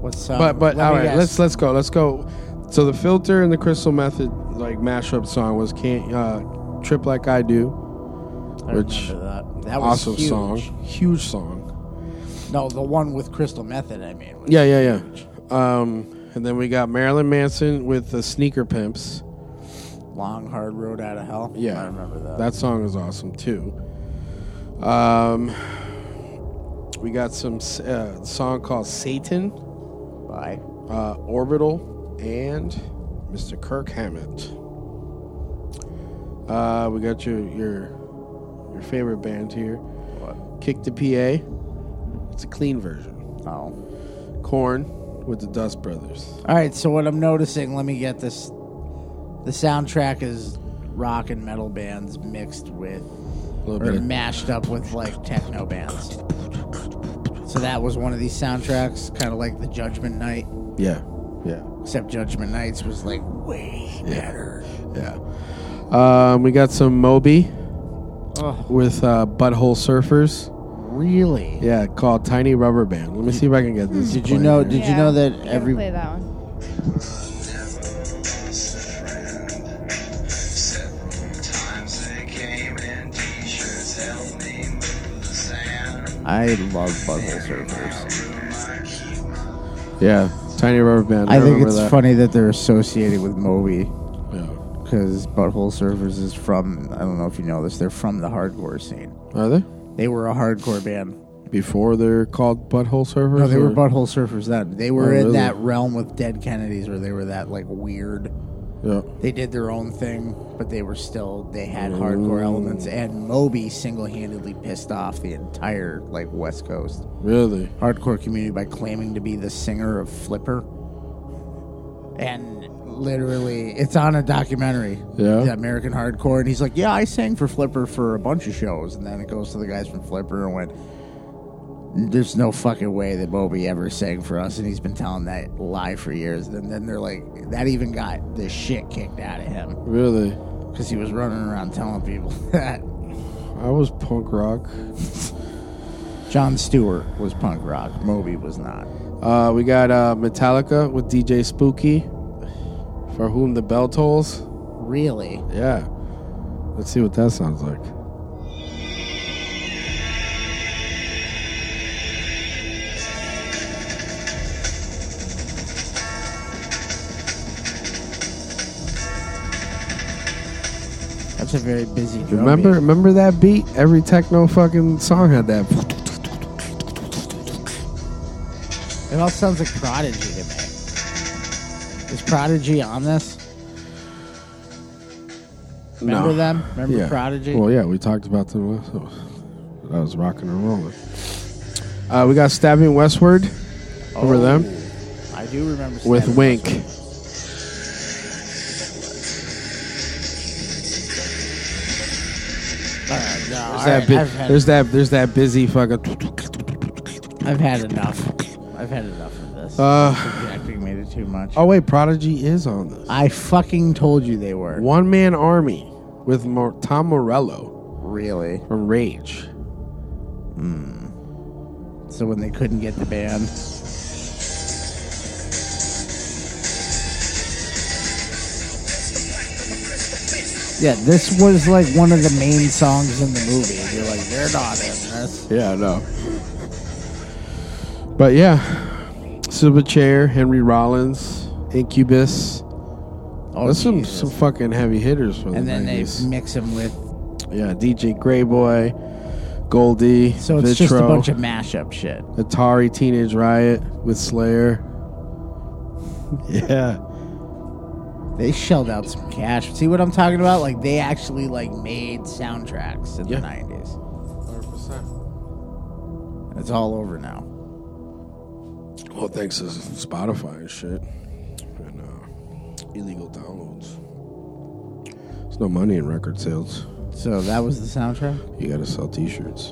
Speaker 7: What's um,
Speaker 5: but but
Speaker 7: Oh, let
Speaker 5: all
Speaker 7: me
Speaker 5: right,
Speaker 7: guess.
Speaker 5: let's let's go, let's go. So the filter and the crystal method like mashup song was can't uh, trip like I do,
Speaker 7: I
Speaker 5: which
Speaker 7: remember that. That was
Speaker 5: awesome
Speaker 7: huge.
Speaker 5: song, huge song.
Speaker 7: No, the one with crystal method. I mean, was-
Speaker 5: Yeah yeah yeah. Um, and then we got Marilyn Manson with the Sneaker Pimps.
Speaker 7: long hard road out of hell.
Speaker 5: Yeah,
Speaker 7: I remember that.
Speaker 5: That song is awesome too. Um, we got some s- uh, song called Satan,
Speaker 7: Bye.
Speaker 5: uh, Orbital, and Mr. Kirk Hammett. Uh, we got your your your favorite band here, Kick the PA. It's a clean version.
Speaker 7: Oh. All
Speaker 5: Corn with the Dust Brothers.
Speaker 7: right. So what I'm noticing, let me get this. The soundtrack is rock and metal bands mixed with
Speaker 5: A little
Speaker 7: or
Speaker 5: bit. Of,
Speaker 7: mashed up with like techno bands. So that was one of these soundtracks, kind of like the Judgment Night,
Speaker 5: yeah, yeah.
Speaker 7: except Judgment Nights was like way better.
Speaker 5: Yeah. Um, we got some Moby with uh, Butthole Surfers.
Speaker 7: Really?
Speaker 5: Yeah, called Tiny Rubber Band. Let me see if I can get this.
Speaker 7: Did you know? Did you
Speaker 6: Yeah,
Speaker 7: know that
Speaker 6: gotta
Speaker 7: every
Speaker 6: play that one.
Speaker 7: I love Butthole Surfers.
Speaker 5: Yeah, Tiny Rubber Band.
Speaker 7: I, think
Speaker 5: remember
Speaker 7: it's
Speaker 5: that.
Speaker 7: funny that they're associated with Moby
Speaker 5: Yeah.
Speaker 7: because Butthole Surfers is from. I don't know if you know this. They're from the hardcore scene.
Speaker 5: Are they?
Speaker 7: They were a hardcore band.
Speaker 5: Before they're called Butthole Surfers?
Speaker 7: No, they were
Speaker 5: or-
Speaker 7: Butthole Surfers then. They were
Speaker 5: Oh,
Speaker 7: in
Speaker 5: really?
Speaker 7: that realm with Dead Kennedys, where they were that like weird.
Speaker 5: Yeah.
Speaker 7: they did their own thing, but they were still they had hardcore elements. And Moby single-handedly pissed off the entire like West Coast
Speaker 5: Really?
Speaker 7: hardcore community by claiming to be the singer of Flipper. And literally, it's on a documentary,
Speaker 5: Yeah.
Speaker 7: the American Hardcore, and he's like, "Yeah, I sang for Flipper for a bunch of shows," and then it goes to the guys from Flipper and went. There's no fucking way that Moby ever sang for us, and he's been telling that lie for years. And then they're like, that even got the shit kicked out of him
Speaker 5: Really?
Speaker 7: because he was running around telling people that
Speaker 5: I was punk rock.
Speaker 7: John Stewart was punk rock, Moby was not.
Speaker 5: Uh, we got uh, Metallica with DJ Spooky, For Whom the Bell Tolls.
Speaker 7: Really?
Speaker 5: Yeah. Let's see what that sounds like.
Speaker 7: That's a very busy. drum
Speaker 5: Remember,
Speaker 7: beat.
Speaker 5: remember that beat? Every techno fucking song had that.
Speaker 7: It all sounds like Prodigy to me. Is Prodigy on this? Remember
Speaker 5: No.
Speaker 7: them? Remember
Speaker 5: Yeah.
Speaker 7: Prodigy?
Speaker 5: Well, yeah, we talked about them. Last That was rocking and rolling. Uh, we got stabbing westward. Over
Speaker 7: Oh,
Speaker 5: them
Speaker 7: I do remember.
Speaker 5: with
Speaker 7: Static
Speaker 5: Wink.
Speaker 7: Western. No, all
Speaker 5: There's,
Speaker 7: right,
Speaker 5: that bu-
Speaker 7: I've, had,
Speaker 5: there's that. There's that busy fucking.
Speaker 7: I've had enough. I've had enough of this.
Speaker 5: Uh,
Speaker 7: Subjecting me to too much.
Speaker 5: oh wait, Prodigy is on this.
Speaker 7: I fucking told you they were.
Speaker 5: One man army with Mor- Tom Morello
Speaker 7: Really?
Speaker 5: from Rage.
Speaker 7: So when they couldn't get the band. Yeah, this was like one of the main songs in the movie. You're like, they're not in this.
Speaker 5: Yeah, no. But yeah, Silverchair, Henry Rollins, Incubus.
Speaker 7: Oh,
Speaker 5: That's some,
Speaker 7: Jesus.
Speaker 5: some fucking heavy hitters from
Speaker 7: and
Speaker 5: the
Speaker 7: then they
Speaker 5: 90s.
Speaker 7: mix them with.
Speaker 5: Yeah, DJ Greyboy, Goldie,
Speaker 7: So it's
Speaker 5: Vitro,
Speaker 7: just a bunch of mashup shit.
Speaker 5: Atari Teenage Riot with Slayer. Yeah.
Speaker 7: They shelled out some cash. See what I'm talking about? Like they actually like made soundtracks in
Speaker 5: Yeah.
Speaker 7: the 90s.
Speaker 5: 100%.
Speaker 7: It's all over now.
Speaker 5: Well, thanks to Spotify and shit and uh, illegal downloads. There's no money in record sales.
Speaker 7: So that was the soundtrack.
Speaker 5: You gotta sell t shirts.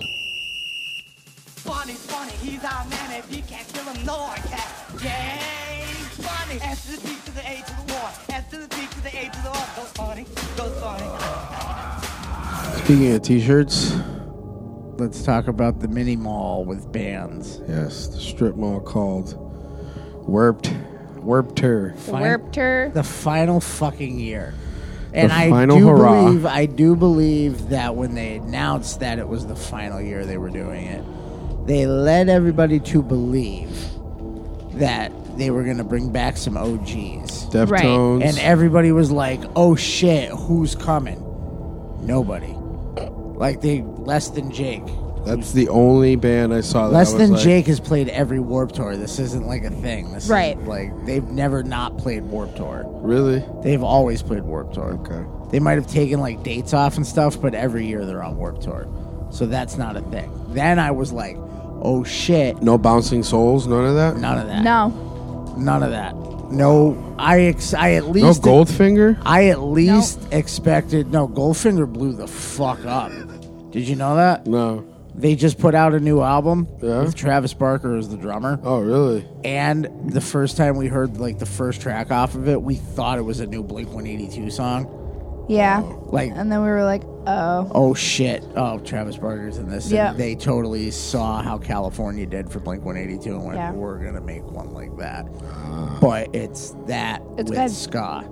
Speaker 10: Funny, funny, he's our man. If you can't kill him, no one can. James Funny. S to the P to the A to the war. S to the P to the A to the war. Go funny, go funny.
Speaker 5: Speaking of t shirts,
Speaker 7: Let's talk about the mini mall with bands.
Speaker 5: yes, the strip mall called Warped Warpter.
Speaker 6: Warped her.
Speaker 7: The final fucking year. And I
Speaker 5: final
Speaker 7: do
Speaker 5: hurrah.
Speaker 7: believe I do believe that when they announced that it was the final year they were doing it, they led everybody to believe that they were gonna bring back some OGs.
Speaker 5: Deftones.
Speaker 7: And everybody was like, "Oh shit, who's coming?" Nobody. Like they less than Jake.
Speaker 5: That's the only band I saw that
Speaker 7: Less
Speaker 5: I was
Speaker 7: than
Speaker 5: like,
Speaker 7: Jake has played every Warp Tour. This isn't like a thing. This
Speaker 6: Right.
Speaker 7: Is like they've never not played Warp Tour.
Speaker 5: Really?
Speaker 7: They've always played Warp Tour.
Speaker 5: Okay.
Speaker 7: They might have taken like dates off and stuff, but every year they're on Warp Tour. So that's not a thing. Then I was like, "Oh shit,
Speaker 5: No Bouncing Souls, none of that?
Speaker 7: none of that.
Speaker 6: No.
Speaker 7: None of that. No, I ex- I at
Speaker 5: No
Speaker 7: least
Speaker 5: Goldfinger?
Speaker 7: I at least expected no Goldfinger blew the fuck up. Did you know that?
Speaker 5: No.
Speaker 7: They just put out a new album
Speaker 5: Yeah.
Speaker 7: with Travis Barker as the drummer.
Speaker 5: Oh, really?
Speaker 7: And the first time we heard like the first track off of it, we thought it was a new Blink 182 song.
Speaker 6: Yeah.
Speaker 7: Like,
Speaker 6: And then we were like, oh.
Speaker 7: oh shit, oh Travis Barker's in this. And
Speaker 6: Yeah.
Speaker 7: they totally saw how California did for Blink 182 and went,
Speaker 6: Yeah.
Speaker 7: we're gonna make one like that. but it's that
Speaker 6: It's
Speaker 7: with
Speaker 6: good.
Speaker 7: ska.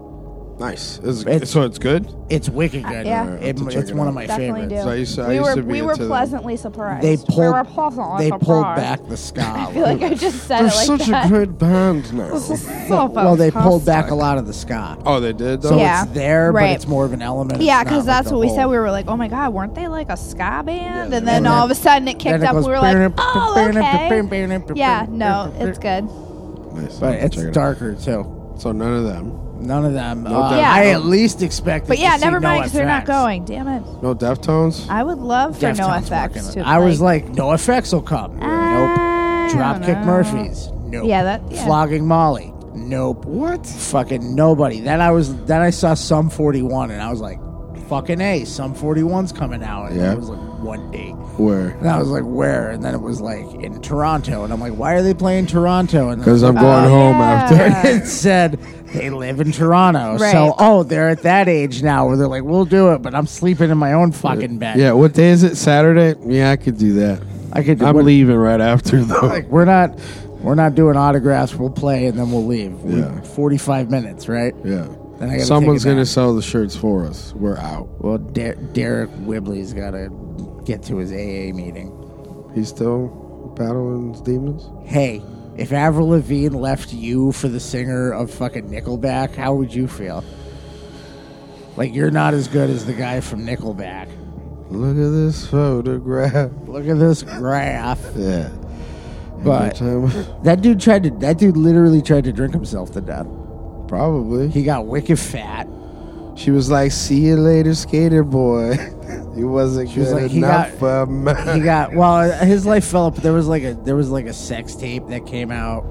Speaker 5: Nice. It's,
Speaker 7: It's-
Speaker 5: so it's good?
Speaker 7: It's wicked good.
Speaker 6: Uh, yeah. Alright,
Speaker 7: It-
Speaker 5: I'll check
Speaker 7: it's
Speaker 5: it
Speaker 7: one
Speaker 5: out.
Speaker 7: of my
Speaker 6: Definitely
Speaker 7: favorites.
Speaker 6: do.
Speaker 5: So I used to- I
Speaker 6: we
Speaker 5: used
Speaker 6: were
Speaker 5: to be
Speaker 6: we were
Speaker 5: into them.
Speaker 6: pleasantly surprised.
Speaker 7: They
Speaker 6: we
Speaker 7: pulled,
Speaker 6: were pleasantly
Speaker 7: they
Speaker 6: surprised.
Speaker 7: pulled back the ska.
Speaker 6: I feel like I just said
Speaker 5: They're
Speaker 6: it like
Speaker 5: such
Speaker 6: that.
Speaker 5: a great band now.
Speaker 6: So
Speaker 7: well, they pulled
Speaker 6: fucking
Speaker 7: back a lot of the ska.
Speaker 5: oh, they did? Though?
Speaker 7: So
Speaker 6: Yeah.
Speaker 7: it's there, but
Speaker 6: right.
Speaker 7: it's more of an element.
Speaker 6: Yeah,
Speaker 7: because
Speaker 6: because that's what we said. We were like, oh my god, weren't they like a ska band? and then
Speaker 7: were.
Speaker 6: all of a sudden it kicked up. We were like, oh okay. Yeah, no, it's good.
Speaker 5: Nice.
Speaker 7: But
Speaker 5: I'll
Speaker 7: it's
Speaker 5: check it out.
Speaker 7: darker too.
Speaker 5: So none of them.
Speaker 7: None of them.
Speaker 5: No
Speaker 7: uh,
Speaker 5: doubt.
Speaker 7: I
Speaker 6: Yeah.
Speaker 7: at least expected.
Speaker 6: But yeah,
Speaker 7: to see
Speaker 6: never mind,
Speaker 7: No
Speaker 6: because they're not
Speaker 7: FX.
Speaker 6: going. Damn it.
Speaker 5: No Deftones?
Speaker 6: I would love for no
Speaker 7: Deftones
Speaker 6: effects
Speaker 7: fucking-
Speaker 6: to.
Speaker 7: I was like, no effects will come.
Speaker 6: I
Speaker 7: nope. Dropkick
Speaker 6: don't know.
Speaker 7: Murphys. Nope.
Speaker 6: Yeah, that- yeah.
Speaker 7: Flogging Molly. Nope. What? Fucking nobody. Then I was. Then I saw some forty one, and I was like, fucking a. Some 41's coming out. And
Speaker 5: Yeah.
Speaker 7: It was like one date.
Speaker 5: Where?
Speaker 7: And I was like, where? And then it was like in Toronto, and I'm like, why are they playing Toronto? And
Speaker 5: Because I'm going home after.
Speaker 7: it said they live in Toronto.
Speaker 6: Uh. Right.
Speaker 7: So, oh, they're at that age now where they're like, we'll do it, but I'm sleeping in my own fucking bed.
Speaker 5: Uh, yeah, what day is it? Saturday? Yeah, I could do that.
Speaker 7: I could.
Speaker 5: I'm
Speaker 7: we're,
Speaker 5: leaving right after, though.
Speaker 7: Like, we're not, we're not doing autographs. We'll play and then we'll leave. We-
Speaker 5: Yeah.
Speaker 7: 45 minutes, right? Then I
Speaker 5: yeah.
Speaker 7: gotta
Speaker 5: Someone's
Speaker 7: take it
Speaker 5: going to
Speaker 7: back.
Speaker 5: sell the shirts for us. We're out.
Speaker 7: Well, Der- Derek Wibley's got to get to his AA meeting.
Speaker 5: He's still battling his demons?
Speaker 7: Hey, if Avril Lavigne left you for the singer of fucking Nickelback, how would you feel? Like you're not as good as the guy from Nickelback.
Speaker 5: Look at this photograph.
Speaker 7: Look at this graph.
Speaker 5: Yeah.
Speaker 7: But-
Speaker 5: Every time-
Speaker 7: That dude tried to. That dude literally tried to drink himself to death.
Speaker 5: Probably.
Speaker 7: He got wicked fat.
Speaker 5: She was like, "See you later, skater boy." He wasn't
Speaker 7: was
Speaker 5: good
Speaker 7: like, he
Speaker 5: enough
Speaker 7: got-
Speaker 5: for me.
Speaker 7: He got well. His life fell up. There was like a there was like a sex tape that came out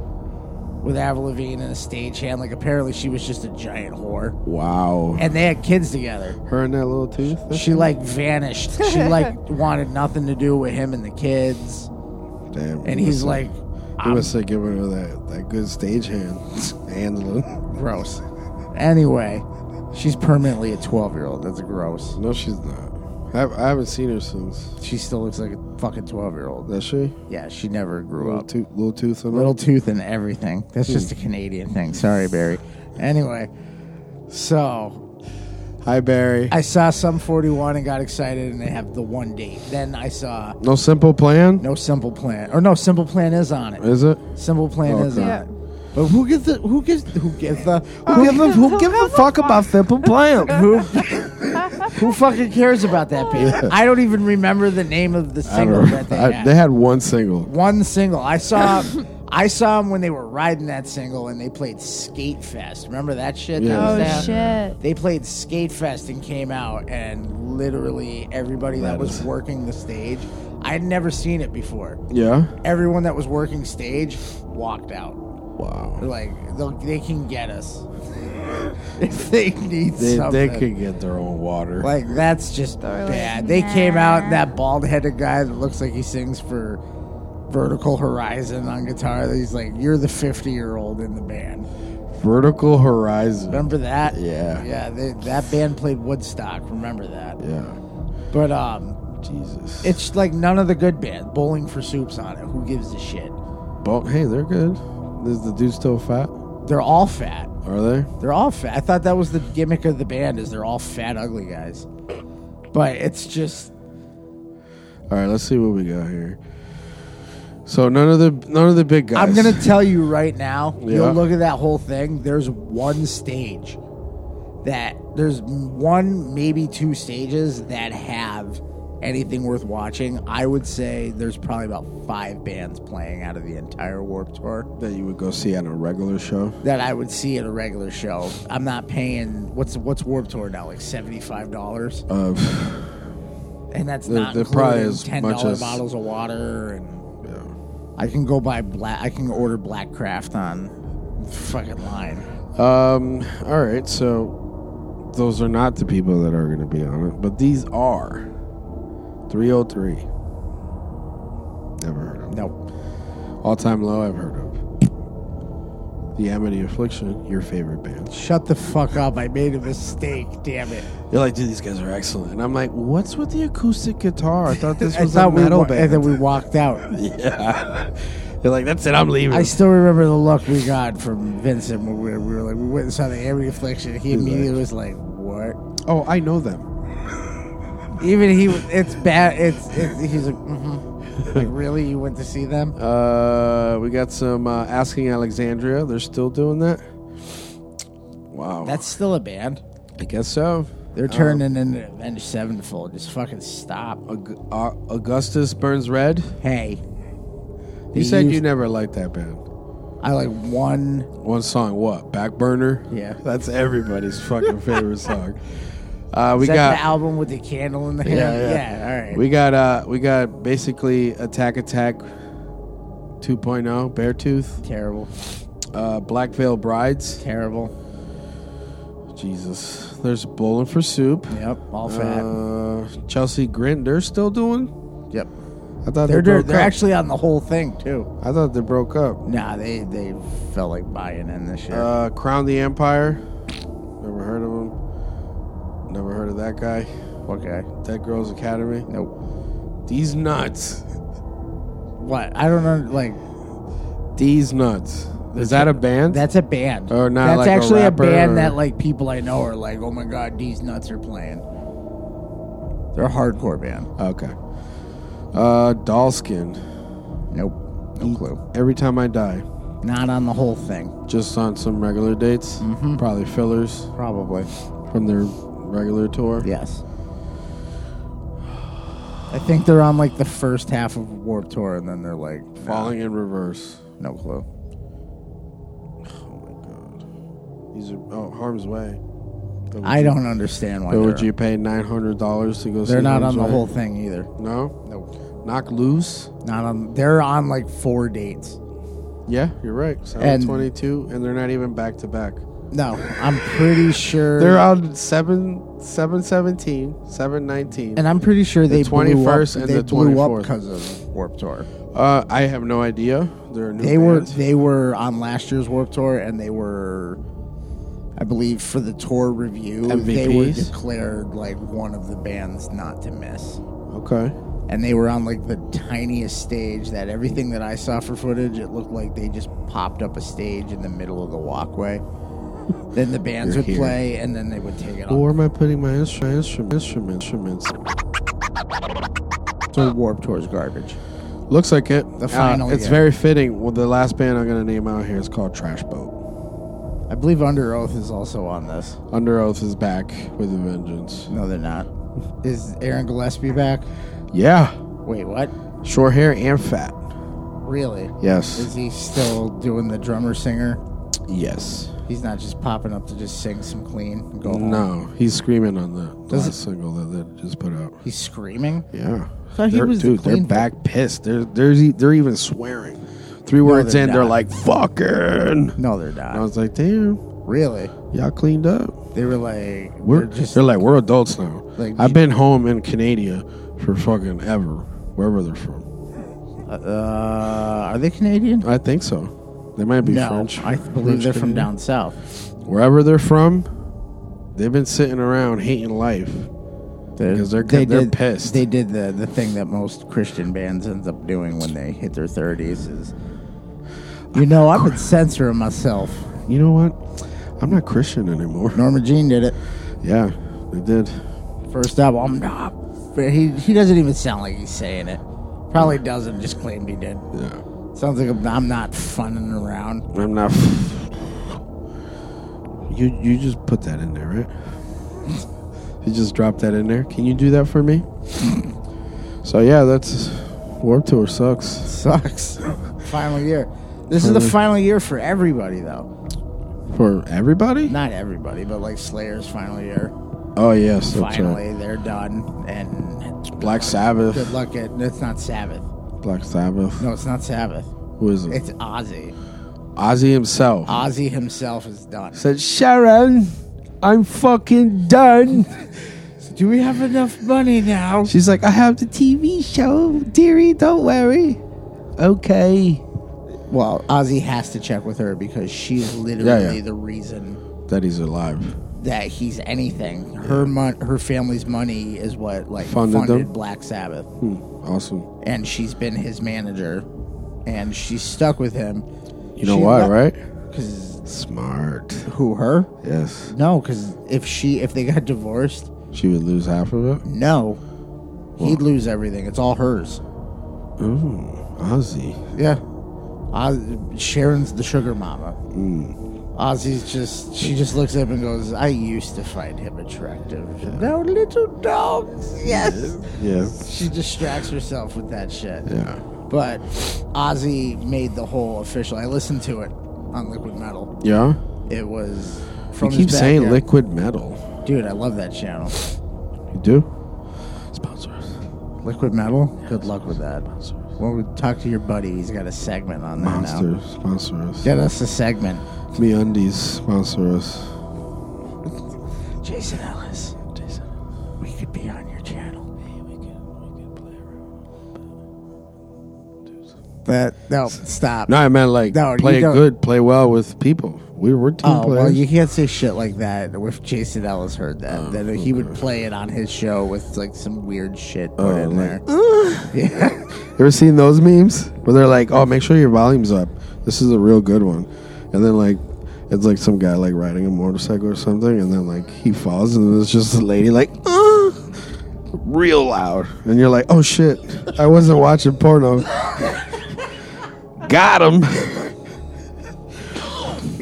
Speaker 7: with Avril Lavigne and a stagehand. Like apparently she was just a giant whore,
Speaker 5: wow.
Speaker 7: and they had kids together.
Speaker 5: Her and that little tooth.
Speaker 7: She like vanished. She like wanted nothing to do with him and the kids.
Speaker 5: Damn.
Speaker 7: And
Speaker 5: he
Speaker 7: he's
Speaker 5: must-
Speaker 7: like,
Speaker 5: he
Speaker 7: I'm
Speaker 5: must have given her that that good stage hand handling.
Speaker 7: gross. Anyway, she's permanently a twelve year old. That's gross.
Speaker 5: No, she's not. I, I haven't seen her since.
Speaker 7: She still looks like a fucking twelve year old.
Speaker 5: Does she?
Speaker 7: Yeah, she never grew
Speaker 5: Little
Speaker 7: up.
Speaker 5: tooth. Little tooth. on her?
Speaker 7: Little tooth and everything. That's just a
Speaker 5: Hmm.
Speaker 7: Canadian thing. Sorry, Barry. Anyway, so
Speaker 5: Hi, Barry.
Speaker 7: I saw some 41 and got excited, and they have the one date. Then I saw
Speaker 5: no simple plan.
Speaker 7: No Simple Plan, or No Simple Plan is on it.
Speaker 5: Is it?
Speaker 7: Simple Plan
Speaker 5: Okay.
Speaker 7: is on it. But who gives the who gives who gives the
Speaker 5: Who gives a, who gives a fuck about simple plan?
Speaker 7: who, who fucking cares about that baby? I don't even remember the name of the
Speaker 5: I
Speaker 7: single
Speaker 5: don't.
Speaker 7: that they
Speaker 5: I,
Speaker 7: had.
Speaker 5: they had one single.
Speaker 7: one single. I saw I saw them when they were riding that single and they played Skate Fest. Remember that shit? That
Speaker 5: Yeah.
Speaker 7: was
Speaker 6: Oh
Speaker 7: that?
Speaker 6: shit.
Speaker 7: They played Skate Fest and came out, and literally everybody that,
Speaker 9: That
Speaker 7: was
Speaker 9: is-
Speaker 7: working the stage, I had never seen it before.
Speaker 5: Yeah.
Speaker 7: Everyone that was working stage walked out. They're
Speaker 9: Wow.
Speaker 7: like, they'll- they can get us if they need
Speaker 9: They, they
Speaker 7: something.
Speaker 9: could get their own water.
Speaker 7: Like that's just
Speaker 6: They're
Speaker 7: bad.
Speaker 6: like,
Speaker 7: they came out and
Speaker 6: nah.
Speaker 7: that bald-headed guy that looks like he sings for Vertical Horizon on guitar. He's like, "You're the 50-year-old in the band."
Speaker 9: Vertical Horizon.
Speaker 7: Remember that?
Speaker 9: Yeah.
Speaker 7: yeah. They, that band played Woodstock. Remember that?
Speaker 9: Yeah.
Speaker 7: But um,
Speaker 9: Jesus.
Speaker 7: it's like none of the good bands. Bowling for Soup's on it. Who gives a shit?
Speaker 5: Well, hey, they're good. Is the dude still fat?
Speaker 7: They're all fat.
Speaker 5: Are they?
Speaker 7: They're all fat. I thought that was the gimmick of the band is they're all fat, ugly guys. But it's just
Speaker 5: All right, let's see what we got here. So none of the none of the big guys.
Speaker 7: I'm gonna tell you right now.
Speaker 5: Yeah.
Speaker 7: You'll look at that whole thing. There's one stage that there's one, maybe two stages that have anything worth watching. I would say there's probably about five bands playing out of the entire Warp Tour
Speaker 5: that you would go see at a regular show.
Speaker 7: that I would see at a regular show. I'm not paying what's what's Warp Tour now like seventy five dollars,
Speaker 5: Uh,
Speaker 7: and that's
Speaker 5: there-
Speaker 7: not
Speaker 5: there probably
Speaker 7: including
Speaker 5: is
Speaker 7: ten
Speaker 5: much
Speaker 7: dollar
Speaker 5: as-
Speaker 7: bottles of water and.
Speaker 5: yeah.
Speaker 7: I can go buy black. I can order black craft on fucking line.
Speaker 5: Um. All right. So those are not the people that are going to be on it, but these are 303. Never heard of.
Speaker 7: Nope.
Speaker 5: All time low. I've heard of. The Amity Affliction, your favorite band.
Speaker 7: Shut the fuck up. I made a mistake. Damn it.
Speaker 5: You're like, dude, these guys are excellent. And I'm like, what's with the acoustic guitar? I thought this
Speaker 7: I
Speaker 5: was
Speaker 7: thought
Speaker 5: a metal
Speaker 7: we wa-
Speaker 5: band.
Speaker 7: And then we walked out.
Speaker 5: yeah. You're like, that's it. I'm leaving.
Speaker 7: I still remember the look we got from Vincent when we were, we were like, we went and saw the Amity Affliction. He immediately was like, what?
Speaker 5: oh, I know them.
Speaker 7: Even he, was- it's bad. It's, it's he's like, mm-hmm. like, really? You went to see them?
Speaker 5: Uh, we got some uh, Asking Alexandria. They're still doing that. Wow.
Speaker 7: That's still a band.
Speaker 5: I guess so.
Speaker 7: They're turning into Avenged Sevenfold. Just fucking stop.
Speaker 5: Aug- uh, Augustus Burns Red.
Speaker 7: Hey. They
Speaker 5: You said you
Speaker 7: used-
Speaker 5: never liked that band.
Speaker 7: I like one
Speaker 5: One song, what? Back Burner?
Speaker 7: Yeah.
Speaker 5: That's everybody's fucking favorite song. Uh, we
Speaker 7: Is that the
Speaker 5: got.
Speaker 7: album with the candle in the hand.
Speaker 5: Yeah, yeah.
Speaker 7: all right.
Speaker 5: We got uh we got basically Attack Attack 2.0 Beartooth
Speaker 7: terrible,
Speaker 5: uh Black Veil Brides
Speaker 7: terrible.
Speaker 5: Jesus there's Bowling for Soup
Speaker 7: Yep, all fat.
Speaker 5: uh, Chelsea Grin they're still doing
Speaker 7: yep,
Speaker 5: I
Speaker 7: they're
Speaker 5: thought they
Speaker 7: they're,
Speaker 5: broke
Speaker 7: they're
Speaker 5: up.
Speaker 7: actually on the whole thing too.
Speaker 5: I thought they broke up
Speaker 7: Nah, they they felt like buying in this year.
Speaker 5: Uh, Crown the Empire. Never heard of him. Never heard of that guy.
Speaker 7: okay,
Speaker 5: Dead Girls Academy.
Speaker 7: nope.
Speaker 5: These nuts.
Speaker 7: What? I don't know. Like
Speaker 5: These nuts. Is that a band?
Speaker 7: that's a band.
Speaker 5: Or Oh, not
Speaker 7: That's
Speaker 5: like a
Speaker 7: actually a,
Speaker 5: rapper
Speaker 7: band
Speaker 5: or-
Speaker 7: that like people I know are like, oh my god, these nuts are playing. They're a hardcore band.
Speaker 5: okay. Uh, Dollskin.
Speaker 7: Nope, no clue.
Speaker 5: Every time I die.
Speaker 7: Not on the whole thing.
Speaker 5: Just on some regular dates.
Speaker 7: Mm-hmm.
Speaker 5: Probably fillers
Speaker 7: Probably.
Speaker 5: from their regular tour.
Speaker 7: Yes. I think they're on like the first half of Warp Tour, and then they're like
Speaker 5: Falling in reverse.
Speaker 7: No clue.
Speaker 5: Oh my god. These are oh harm's way. But would
Speaker 7: I
Speaker 5: you-
Speaker 7: don't understand why
Speaker 5: But would
Speaker 7: they're,
Speaker 5: you pay nine hundred dollars to go? see
Speaker 7: they're not on
Speaker 5: Harm's
Speaker 7: the
Speaker 5: Way?
Speaker 7: whole thing either.
Speaker 5: No.
Speaker 7: Nope.
Speaker 5: Knock loose.
Speaker 7: Not on. They're on like four dates.
Speaker 5: Yeah, you're right. Seven
Speaker 7: And-
Speaker 5: twenty-two, and they're not even back to back.
Speaker 7: No, I'm pretty sure.
Speaker 5: They're on seven, seven seventeen, seven nineteen.
Speaker 7: and I'm pretty sure they blew up.
Speaker 5: 21st and
Speaker 7: they
Speaker 5: the
Speaker 7: blew up
Speaker 5: 24th.
Speaker 7: because of Warp Tour.
Speaker 5: Uh, I have no idea. They're a new
Speaker 7: They were
Speaker 5: band.
Speaker 7: they were on last year's Warp Tour, and they were, I believe, for the tour review, they were
Speaker 5: MVPs?
Speaker 7: declared like one of the bands not to miss.
Speaker 5: okay.
Speaker 7: and they were on like the tiniest stage that everything that I saw for footage, it looked like they just popped up a stage in the middle of the walkway. then the bands
Speaker 5: You're
Speaker 7: would
Speaker 5: here.
Speaker 7: play, and then they would take it
Speaker 5: Well,
Speaker 7: off.
Speaker 5: where am I putting my instru- instrument? Instrument, instruments.
Speaker 7: So Warp Tour's garbage.
Speaker 5: Looks like it. The
Speaker 7: final
Speaker 5: it's
Speaker 7: year.
Speaker 5: very fitting. Well, the last band I'm gonna name out here is called Trash Boat.
Speaker 7: I believe Under Oath is also on this.
Speaker 5: Under Oath is back with a vengeance.
Speaker 7: No, they're not. Is Aaron Gillespie back?
Speaker 5: Yeah,
Speaker 7: Wait, what?
Speaker 5: short hair and fat.
Speaker 7: Really? Is
Speaker 9: Yes.
Speaker 7: he still doing the drummer singer?
Speaker 9: Yes.
Speaker 7: He's not just popping up to just sing some clean and go home.
Speaker 5: No, he's screaming on the
Speaker 7: Does
Speaker 5: last single that they just put out.
Speaker 7: He's screaming.
Speaker 9: Yeah.
Speaker 7: thought he
Speaker 9: They're-
Speaker 7: was the
Speaker 9: dude, they're
Speaker 7: clean-
Speaker 9: back pissed. They're they're e- they're even swearing. Three words
Speaker 7: they're
Speaker 9: in, they're
Speaker 7: not.
Speaker 9: like fucking.
Speaker 7: No, they're
Speaker 5: I
Speaker 7: not.
Speaker 5: was like, damn,
Speaker 7: Really?
Speaker 5: y'all cleaned up.
Speaker 7: They were like,
Speaker 5: We're
Speaker 7: they're just
Speaker 5: they're like we're adults now.
Speaker 7: Like,
Speaker 5: I've
Speaker 7: you-
Speaker 5: been home in Canada for fucking ever, wherever they're from.
Speaker 7: Uh, are they Canadian?
Speaker 5: I think so. They might be
Speaker 7: no,
Speaker 5: French.
Speaker 7: I believe
Speaker 5: French
Speaker 7: they're from
Speaker 5: Canadian.
Speaker 7: down south.
Speaker 5: Wherever they're from, they've been sitting around hating life. Because they're- they're
Speaker 7: did,
Speaker 5: pissed.
Speaker 7: They did the the thing that most Christian bands ends up doing when they hit their thirties is, you know, I've been censoring myself.
Speaker 5: You know what? I'm not Christian anymore.
Speaker 7: Norma Jean did it
Speaker 5: Yeah, they did.
Speaker 7: first album. I'm not. but He he doesn't even sound like he's saying it. Probably doesn't. Just claimed he did.
Speaker 5: Yeah,
Speaker 7: Sounds like I'm, I'm not funning around.
Speaker 5: I'm not. F- you you just put that in there, right? you just dropped that in there. Can you do that for me? so yeah, that's Warp Tour sucks.
Speaker 7: Sucks. final year. This is the final year for everybody though.
Speaker 5: For everybody?
Speaker 7: Not everybody, but like Slayer's final year.
Speaker 5: Oh yes, that's
Speaker 7: finally they're done and
Speaker 5: right. Black
Speaker 7: good
Speaker 5: Sabbath.
Speaker 7: luck at it's not sabbath
Speaker 5: Black Sabbath.
Speaker 7: no it's not sabbath
Speaker 5: Who is it?
Speaker 7: it's ozzy
Speaker 5: Ozzy himself.
Speaker 7: ozzy himself is done
Speaker 5: Said Sharon, I'm fucking done.
Speaker 7: do we have enough money now
Speaker 5: She's like, I have the TV show, dearie. Don't worry. Okay.
Speaker 7: well ozzy has to check with her because she's literally
Speaker 5: Yeah, yeah.
Speaker 7: the reason
Speaker 5: That he's alive.
Speaker 7: that he's anything her mon- her family's money is what like
Speaker 5: Funded
Speaker 7: funded,
Speaker 5: them?
Speaker 7: black sabbath
Speaker 5: Hmm. Awesome.
Speaker 7: and she's been his manager and she's stuck with him
Speaker 5: You know why, right?
Speaker 7: because
Speaker 5: Smart.
Speaker 7: who her
Speaker 5: Yes.
Speaker 7: no because if she if they got divorced
Speaker 5: She would lose half of it.
Speaker 7: No. He'd lose everything. It's all hers.
Speaker 5: Ooh, Ozzy.
Speaker 7: Yeah. Oz, Sharon's the sugar mama.
Speaker 5: Mm.
Speaker 7: Ozzy's just, she just looks up and goes, I used to find him attractive. No little dogs. Yes.
Speaker 5: Yes.
Speaker 7: She distracts herself with that shit.
Speaker 5: Yeah.
Speaker 7: But Ozzy made the whole official. I listened to it on Liquid Metal.
Speaker 5: Yeah.
Speaker 7: It was
Speaker 5: You
Speaker 7: from
Speaker 5: keep
Speaker 7: his
Speaker 5: saying
Speaker 7: backyard.
Speaker 5: liquid metal.
Speaker 7: Dude, I love that channel.
Speaker 5: You do? Sponsors.
Speaker 7: Liquid Metal? Good luck with that.
Speaker 5: Sponsors.
Speaker 7: Well, we talk to your buddy. He's got a segment on that now.
Speaker 5: Monsters. Sponsors.
Speaker 7: Get us a segment.
Speaker 5: Me Undies sponsor us.
Speaker 7: Jason Ellis. Jason. We could be on your channel. That no stop.
Speaker 5: No, I meant like
Speaker 7: No, you
Speaker 5: play
Speaker 7: don't-
Speaker 5: good, play well with people. We were team
Speaker 7: oh
Speaker 5: players.
Speaker 7: well, you can't say shit like that. If Jason Ellis heard that,
Speaker 5: Oh,
Speaker 7: then he would play it on his show with like some weird shit put
Speaker 5: Oh,
Speaker 7: in
Speaker 5: like,
Speaker 7: there. yeah,
Speaker 5: Ever seen those memes where they're like, "Oh, make sure your volume's up. This is a real good one," and then like. It's like some guy like riding a motorcycle or something, and then like he falls, and it's just a lady like, "Ah," real loud, and you're like, "Oh shit, I wasn't watching porno." Got him.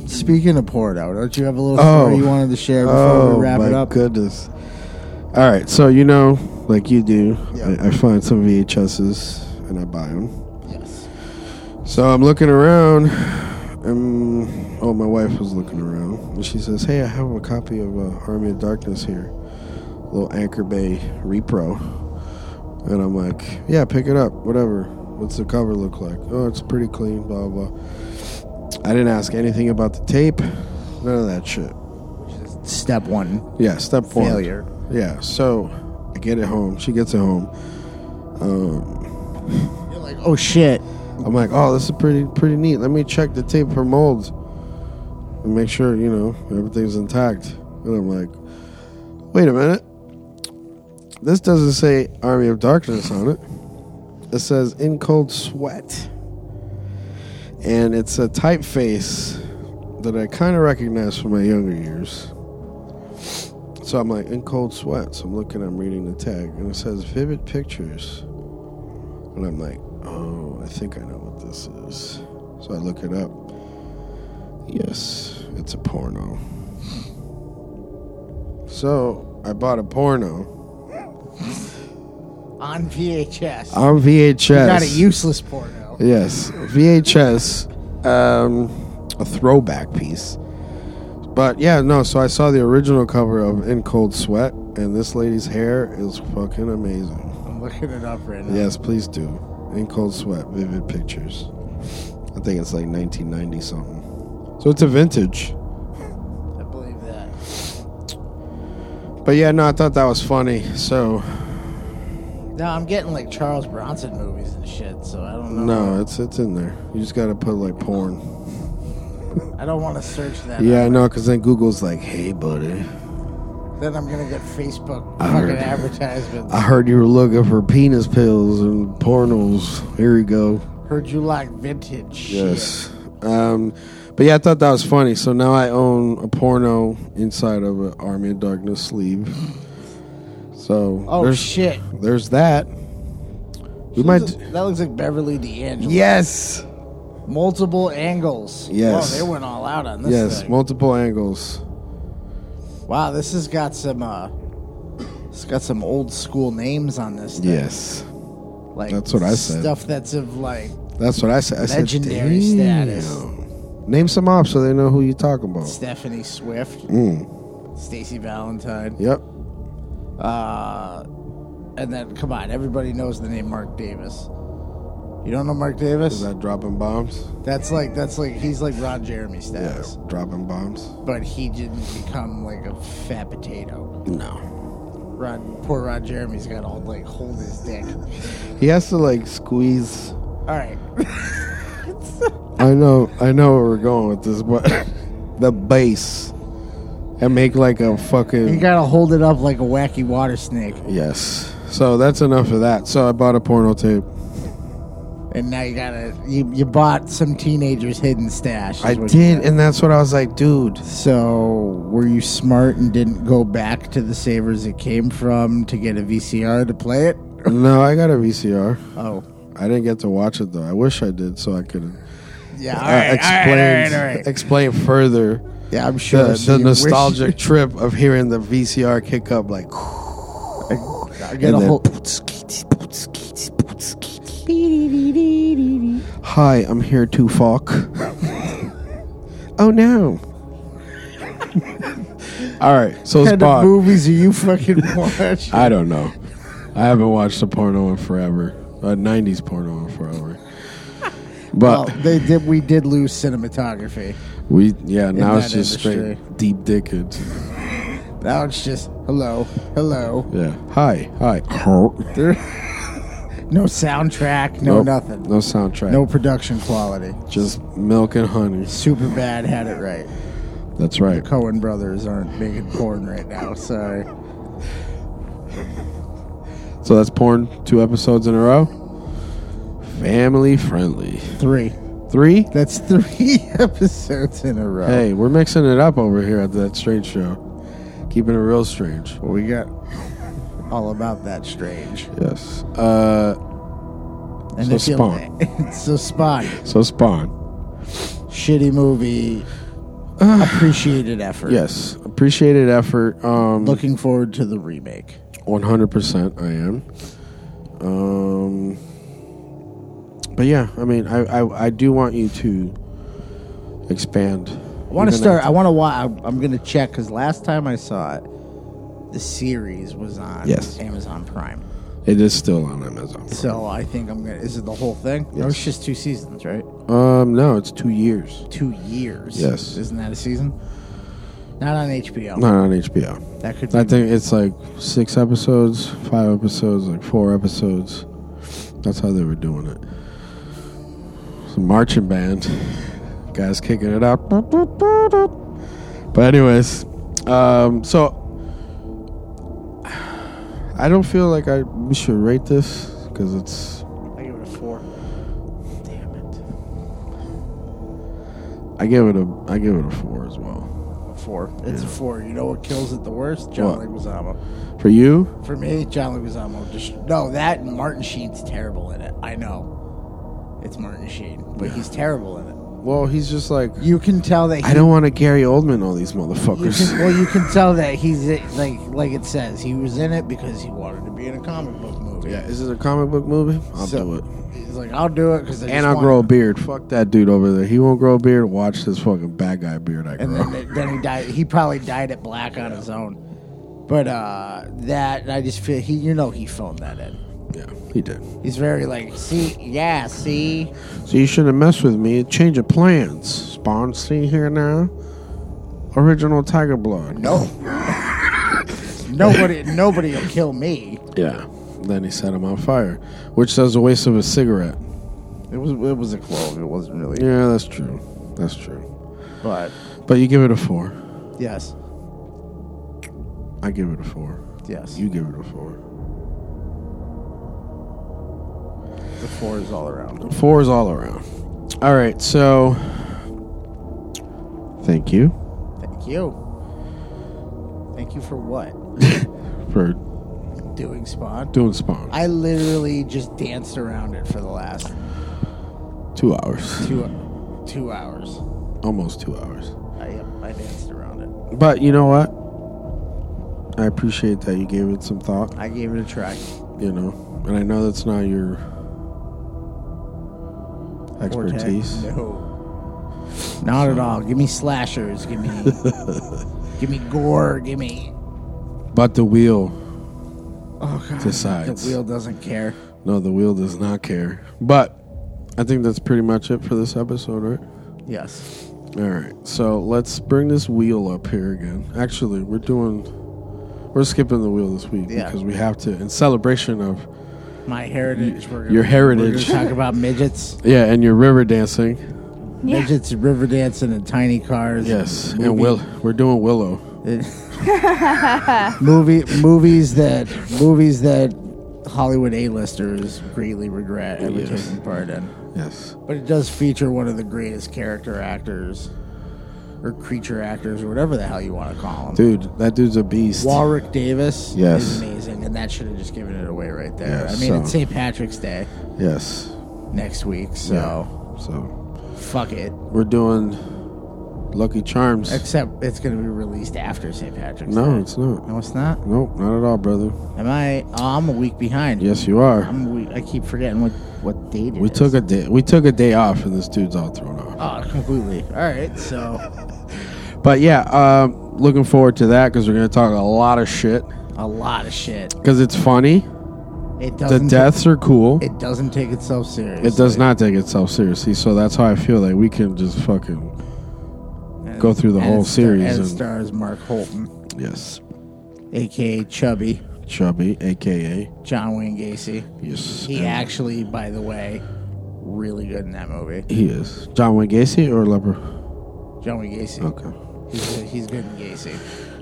Speaker 7: Speaking of Porto, don't you have a little
Speaker 5: Oh.
Speaker 7: story you wanted to share before
Speaker 5: Oh
Speaker 7: we wrap
Speaker 5: my
Speaker 7: it up?
Speaker 5: goodness! All right, so you know, like you do,
Speaker 7: Yeah.
Speaker 5: I, I find some VHSs and I buy them.
Speaker 7: Yes.
Speaker 5: So I'm looking around. and oh, my wife was looking around, and she says, "Hey, I have a copy of uh, Army of Darkness here, little Anchor Bay repro." And I'm like, "Yeah, pick it up. Whatever. What's the cover look like? Oh, it's pretty clean. Blah blah." blah." I didn't ask anything about the tape. None of that shit.
Speaker 7: Step one,
Speaker 5: Yeah, step forward.
Speaker 7: failure.
Speaker 5: Yeah. So I get it home. She gets it home.
Speaker 7: You're like, oh shit.
Speaker 5: I'm like, oh, this is pretty pretty neat. Let me check the tape for molds and make sure you know everything's intact. And I'm like, wait a minute, this doesn't say Army of Darkness on it. It says In Cold Sweat, and it's a typeface that I kind of recognize from my younger years. So I'm like in cold sweat. So I'm looking, I'm reading the tag, and it says vivid pictures. And I'm like, oh, I think I know what this is. So I look it up. Yes, it's a porno. So I bought a porno
Speaker 7: On VHS.
Speaker 5: on VHS.
Speaker 7: Not a useless porno.
Speaker 5: Yes, VHS, um, a throwback piece. But yeah, no. So I saw the original cover of In Cold Sweat, and this lady's hair is fucking amazing.
Speaker 7: I'm looking it up right now.
Speaker 5: Yes, please do. In Cold Sweat, Vivid Pictures. I think it's like 1990 something. So it's a vintage.
Speaker 7: I believe that.
Speaker 5: But yeah, no, I thought that was funny. So
Speaker 7: No, I'm getting like Charles Bronson movies and shit, so I don't know.
Speaker 5: no, it's it's in there. You just gotta put like porn.
Speaker 7: I don't want to search that.
Speaker 5: Yeah, I know, because then Google's like, "Hey, buddy,
Speaker 7: Then I'm gonna get Facebook
Speaker 5: I
Speaker 7: fucking
Speaker 5: heard-
Speaker 7: advertisements.
Speaker 5: I heard you were looking for penis pills and pornos. Here you go."
Speaker 7: Heard you like vintage.
Speaker 5: Yes. Um, but yeah, I thought that was funny. So now I own a porno inside of an Army of Darkness sleeve. So
Speaker 7: Oh
Speaker 5: there's
Speaker 7: shit.
Speaker 5: there's that. We
Speaker 7: She
Speaker 5: might.
Speaker 7: looks- that looks like Beverly D'Angelo.
Speaker 5: Yes.
Speaker 7: Multiple angles.
Speaker 5: Yes.
Speaker 7: Wow, they went all out on this.
Speaker 5: Yes.
Speaker 7: thing.
Speaker 5: Multiple angles.
Speaker 7: wow, this has got some. uh It's got some old school names on this. Thing.
Speaker 5: Yes.
Speaker 7: Like
Speaker 5: that's what I said.
Speaker 7: Stuff that's of like.
Speaker 5: That's what I said. I said,
Speaker 7: Legendary
Speaker 5: "Damn."
Speaker 7: status.
Speaker 5: Name some off so they know who you're talking about. Mm,
Speaker 7: Stephanie Swift, Stacy Valentine,
Speaker 5: Yep.
Speaker 7: uh, and then come on, everybody knows the name Mark Davis. You don't know Mark Davis?
Speaker 5: Is that dropping bombs?
Speaker 7: that's like that's like he's like Ron Jeremy
Speaker 5: Yeah.
Speaker 7: status,
Speaker 5: Dropping bombs.
Speaker 7: but he didn't become like a fat potato.
Speaker 5: No.
Speaker 7: Ron, poor Ron Jeremy's got to like hold his dick.
Speaker 5: He has to like squeeze.
Speaker 7: All right,
Speaker 5: I know, I know where we're going with this, but the bass and make like a
Speaker 7: you
Speaker 5: fucking
Speaker 7: got to hold it up like a wacky water snake,
Speaker 5: yes. So that's enough of that. So I bought a porno tape.
Speaker 7: and now you gotta you you bought some teenager's hidden stash. is
Speaker 5: I
Speaker 7: what you
Speaker 5: did,
Speaker 7: got.
Speaker 5: and that's what I was like, dude.
Speaker 7: So, were you smart and didn't go back to the savers it came from to get a VCR to play it?
Speaker 5: No, I got a VCR.
Speaker 7: Oh,
Speaker 5: I didn't get to watch it though. I wish I did, so I could
Speaker 7: yeah.
Speaker 5: uh,
Speaker 7: All right, all
Speaker 5: explain
Speaker 7: right, all right, all right.
Speaker 5: explain further
Speaker 7: Yeah, I'm sure.
Speaker 5: the,
Speaker 7: so
Speaker 5: the
Speaker 7: you wish-
Speaker 5: nostalgic trip of hearing the VCR kick up like.
Speaker 7: I get a
Speaker 5: and then-
Speaker 7: whole.
Speaker 5: Hi, I'm here to fuck. oh no. All right, so
Speaker 7: What kind of
Speaker 5: Spock.
Speaker 7: movies are you fucking watch?
Speaker 5: I don't know. I haven't watched a porno in forever. A '90s porno in forever.
Speaker 7: well,
Speaker 5: But
Speaker 7: they did. We did lose cinematography.
Speaker 5: we, yeah, now it's
Speaker 7: that
Speaker 5: just
Speaker 7: industry.
Speaker 5: straight deep dicked.
Speaker 7: Now it's just hello, hello.
Speaker 5: Yeah. Hi, hi.
Speaker 7: No soundtrack, no
Speaker 5: Nope,
Speaker 7: nothing,
Speaker 5: No soundtrack.
Speaker 7: no production quality.
Speaker 5: Just milk and honey.
Speaker 7: Super bad had it right.
Speaker 5: That's right.
Speaker 7: Cohen brothers aren't making porn right now. Sorry.
Speaker 5: So that's porn. Two episodes in a row. Family friendly.
Speaker 7: Three.
Speaker 5: Three.
Speaker 7: That's three episodes in a row.
Speaker 5: Hey, we're mixing it up over here at that strange show. Keeping it real strange.
Speaker 7: Well, we got all about that strange.
Speaker 5: Yes. Uh,
Speaker 7: And
Speaker 5: So
Speaker 7: if you-
Speaker 5: Spawn.
Speaker 7: so Spawn.
Speaker 5: so Spawn.
Speaker 7: Shitty movie. Appreciated effort.
Speaker 5: Yes. Appreciated effort. Um,
Speaker 7: Looking forward to the remake.
Speaker 5: One hundred percent, I am. Um, but yeah, I mean, I, I I do want you to expand.
Speaker 7: I want to start. I want to watch. I'm going to check because last time I saw it, the series was on
Speaker 5: Yes.
Speaker 7: Amazon Prime.
Speaker 5: It is still on Amazon.
Speaker 7: So I think I'm going to. Is it the whole thing? No,
Speaker 5: Yes.
Speaker 7: it's just two seasons, right?
Speaker 5: Um, no, it's two years.
Speaker 7: Two years.
Speaker 5: Yes.
Speaker 7: Isn't that a season? Not on HBO.
Speaker 5: Not on HBO.
Speaker 7: That could be
Speaker 5: I think it's like six episodes, five episodes, like four episodes. That's how they were doing it. It's a marching band. Guys kicking it up. But anyways, um, so I don't feel like I we should rate this because it's
Speaker 7: I give it a four. Damn it.
Speaker 5: I give it a I give it a four as well.
Speaker 7: Four. It's a four. You know what kills it the worst? John
Speaker 5: What?
Speaker 7: Leguizamo.
Speaker 5: For you,
Speaker 7: For me, John Leguizamo just no. That and Martin Sheen's terrible in it. I know, it's Martin Sheen, but he's terrible in it.
Speaker 5: well, he's just like
Speaker 7: You can tell that. He,
Speaker 5: I don't want to Gary Oldman all these
Speaker 7: You can,
Speaker 5: motherfuckers.
Speaker 7: well, you can tell that he's like like it says he was in it because he wanted to be in a comic book movie. beard.
Speaker 5: Yeah, is this a comic book movie? I'll
Speaker 7: So-
Speaker 5: do it.
Speaker 7: He's like, I'll do it because
Speaker 5: And I'll grow a beard. Fuck that dude over there. He won't grow a beard. Watch this fucking bad guy beard I
Speaker 7: And
Speaker 5: grow.
Speaker 7: then, then he died. He probably dyed it black on his own. But uh, that I just feel he, you know, he phoned that in.
Speaker 5: yeah, he did.
Speaker 7: He's very like, see, yeah, see,
Speaker 5: So you shouldn't mess with me. Change of plans. Spawn, see here now. Original Tiger Blood.
Speaker 7: no, nobody, nobody will kill me.
Speaker 5: Yeah. Then he set him on fire, which was a waste of a cigarette.
Speaker 7: It was, it was a clove. It wasn't really,
Speaker 5: Yeah, that's true. That's true.
Speaker 7: but
Speaker 5: But you give it a four.
Speaker 7: yes,
Speaker 5: I give it a four.
Speaker 7: yes,
Speaker 5: You give it a four.
Speaker 7: the four is all around.
Speaker 5: Four is all around. All right, so thank you
Speaker 7: Thank you. Thank you for what?
Speaker 5: for
Speaker 7: Doing spawn.
Speaker 5: doing Spawn.
Speaker 7: I literally just danced around it for the last
Speaker 5: two hours,
Speaker 7: two two hours.
Speaker 5: almost two hours.
Speaker 7: I I danced around it.
Speaker 5: But you know what? I appreciate that you gave it some thought.
Speaker 7: I gave it a try.
Speaker 5: you know, and I know that's not your expertise.
Speaker 7: No. Not at all. Give me slashers. Give me. give me gore. Give me.
Speaker 5: But the wheel,
Speaker 7: Oh god.
Speaker 5: Decides.
Speaker 7: The wheel doesn't care.
Speaker 5: no, the wheel does not care. But I think that's pretty much it for this episode, right?
Speaker 7: Yes.
Speaker 5: All right, so let's bring this wheel up here again. Actually, we're doing, we're skipping the wheel this week
Speaker 7: Yeah.
Speaker 5: because we have to in celebration of
Speaker 7: My heritage. We're gonna,
Speaker 5: your
Speaker 7: We're
Speaker 5: heritage,
Speaker 7: gonna talk about midgets,
Speaker 5: yeah, and your river dancing.
Speaker 6: Yeah.
Speaker 7: midgets, river dancing, and tiny cars.
Speaker 5: Yes,
Speaker 7: movie-
Speaker 5: and will we're doing Willow.
Speaker 7: movie movies that movies that Hollywood A-listers greatly regret ever
Speaker 5: Yes.
Speaker 7: taking part in.
Speaker 5: Yes,
Speaker 7: But it does feature one of the greatest character actors or creature actors or whatever the hell you want to call him.
Speaker 5: dude, that dude's a beast.
Speaker 7: Warwick Davis
Speaker 9: Yes.
Speaker 7: is amazing, and that should have just given it away right there.
Speaker 5: Yeah,
Speaker 7: I mean,
Speaker 5: so-
Speaker 7: it's St. Patrick's Day
Speaker 5: Yes,
Speaker 7: next week, so
Speaker 5: so
Speaker 7: fuck it.
Speaker 5: We're doing Lucky Charms.
Speaker 7: Except it's going to be released after St. Patrick's Day.
Speaker 5: no, it's not.
Speaker 7: No, it's not.
Speaker 5: Nope, not at all, brother.
Speaker 7: Am I? Oh, I'm a week behind.
Speaker 5: Yes, you are.
Speaker 7: I'm a week, I keep forgetting what, what date it
Speaker 5: we
Speaker 7: is.
Speaker 5: took a day. We took a day off, and this dude's all thrown off.
Speaker 7: Oh, completely. All right, so
Speaker 5: But yeah, um, looking forward to that because we're gonna talk a lot of shit.
Speaker 7: a lot of shit.
Speaker 5: Because it's funny.
Speaker 7: It
Speaker 5: The
Speaker 7: doesn't.
Speaker 5: deaths are cool. It,
Speaker 7: it doesn't take itself seriously.
Speaker 5: does not take itself seriously, so that's how I feel like we can just fucking
Speaker 7: And-
Speaker 5: go through the
Speaker 7: and
Speaker 5: whole
Speaker 7: it star-
Speaker 5: series
Speaker 7: And it
Speaker 5: and-
Speaker 7: stars Mark Holton,
Speaker 5: yes,
Speaker 7: aka Chubby,
Speaker 5: chubby, aka
Speaker 7: John Wayne Gacy.
Speaker 5: yes.
Speaker 7: He
Speaker 5: and-
Speaker 7: actually, by the way, really good in that movie.
Speaker 5: He is John Wayne Gacy or Leper.
Speaker 7: John Wayne Gacy.
Speaker 5: Okay.
Speaker 7: He's, he's good in Gacy.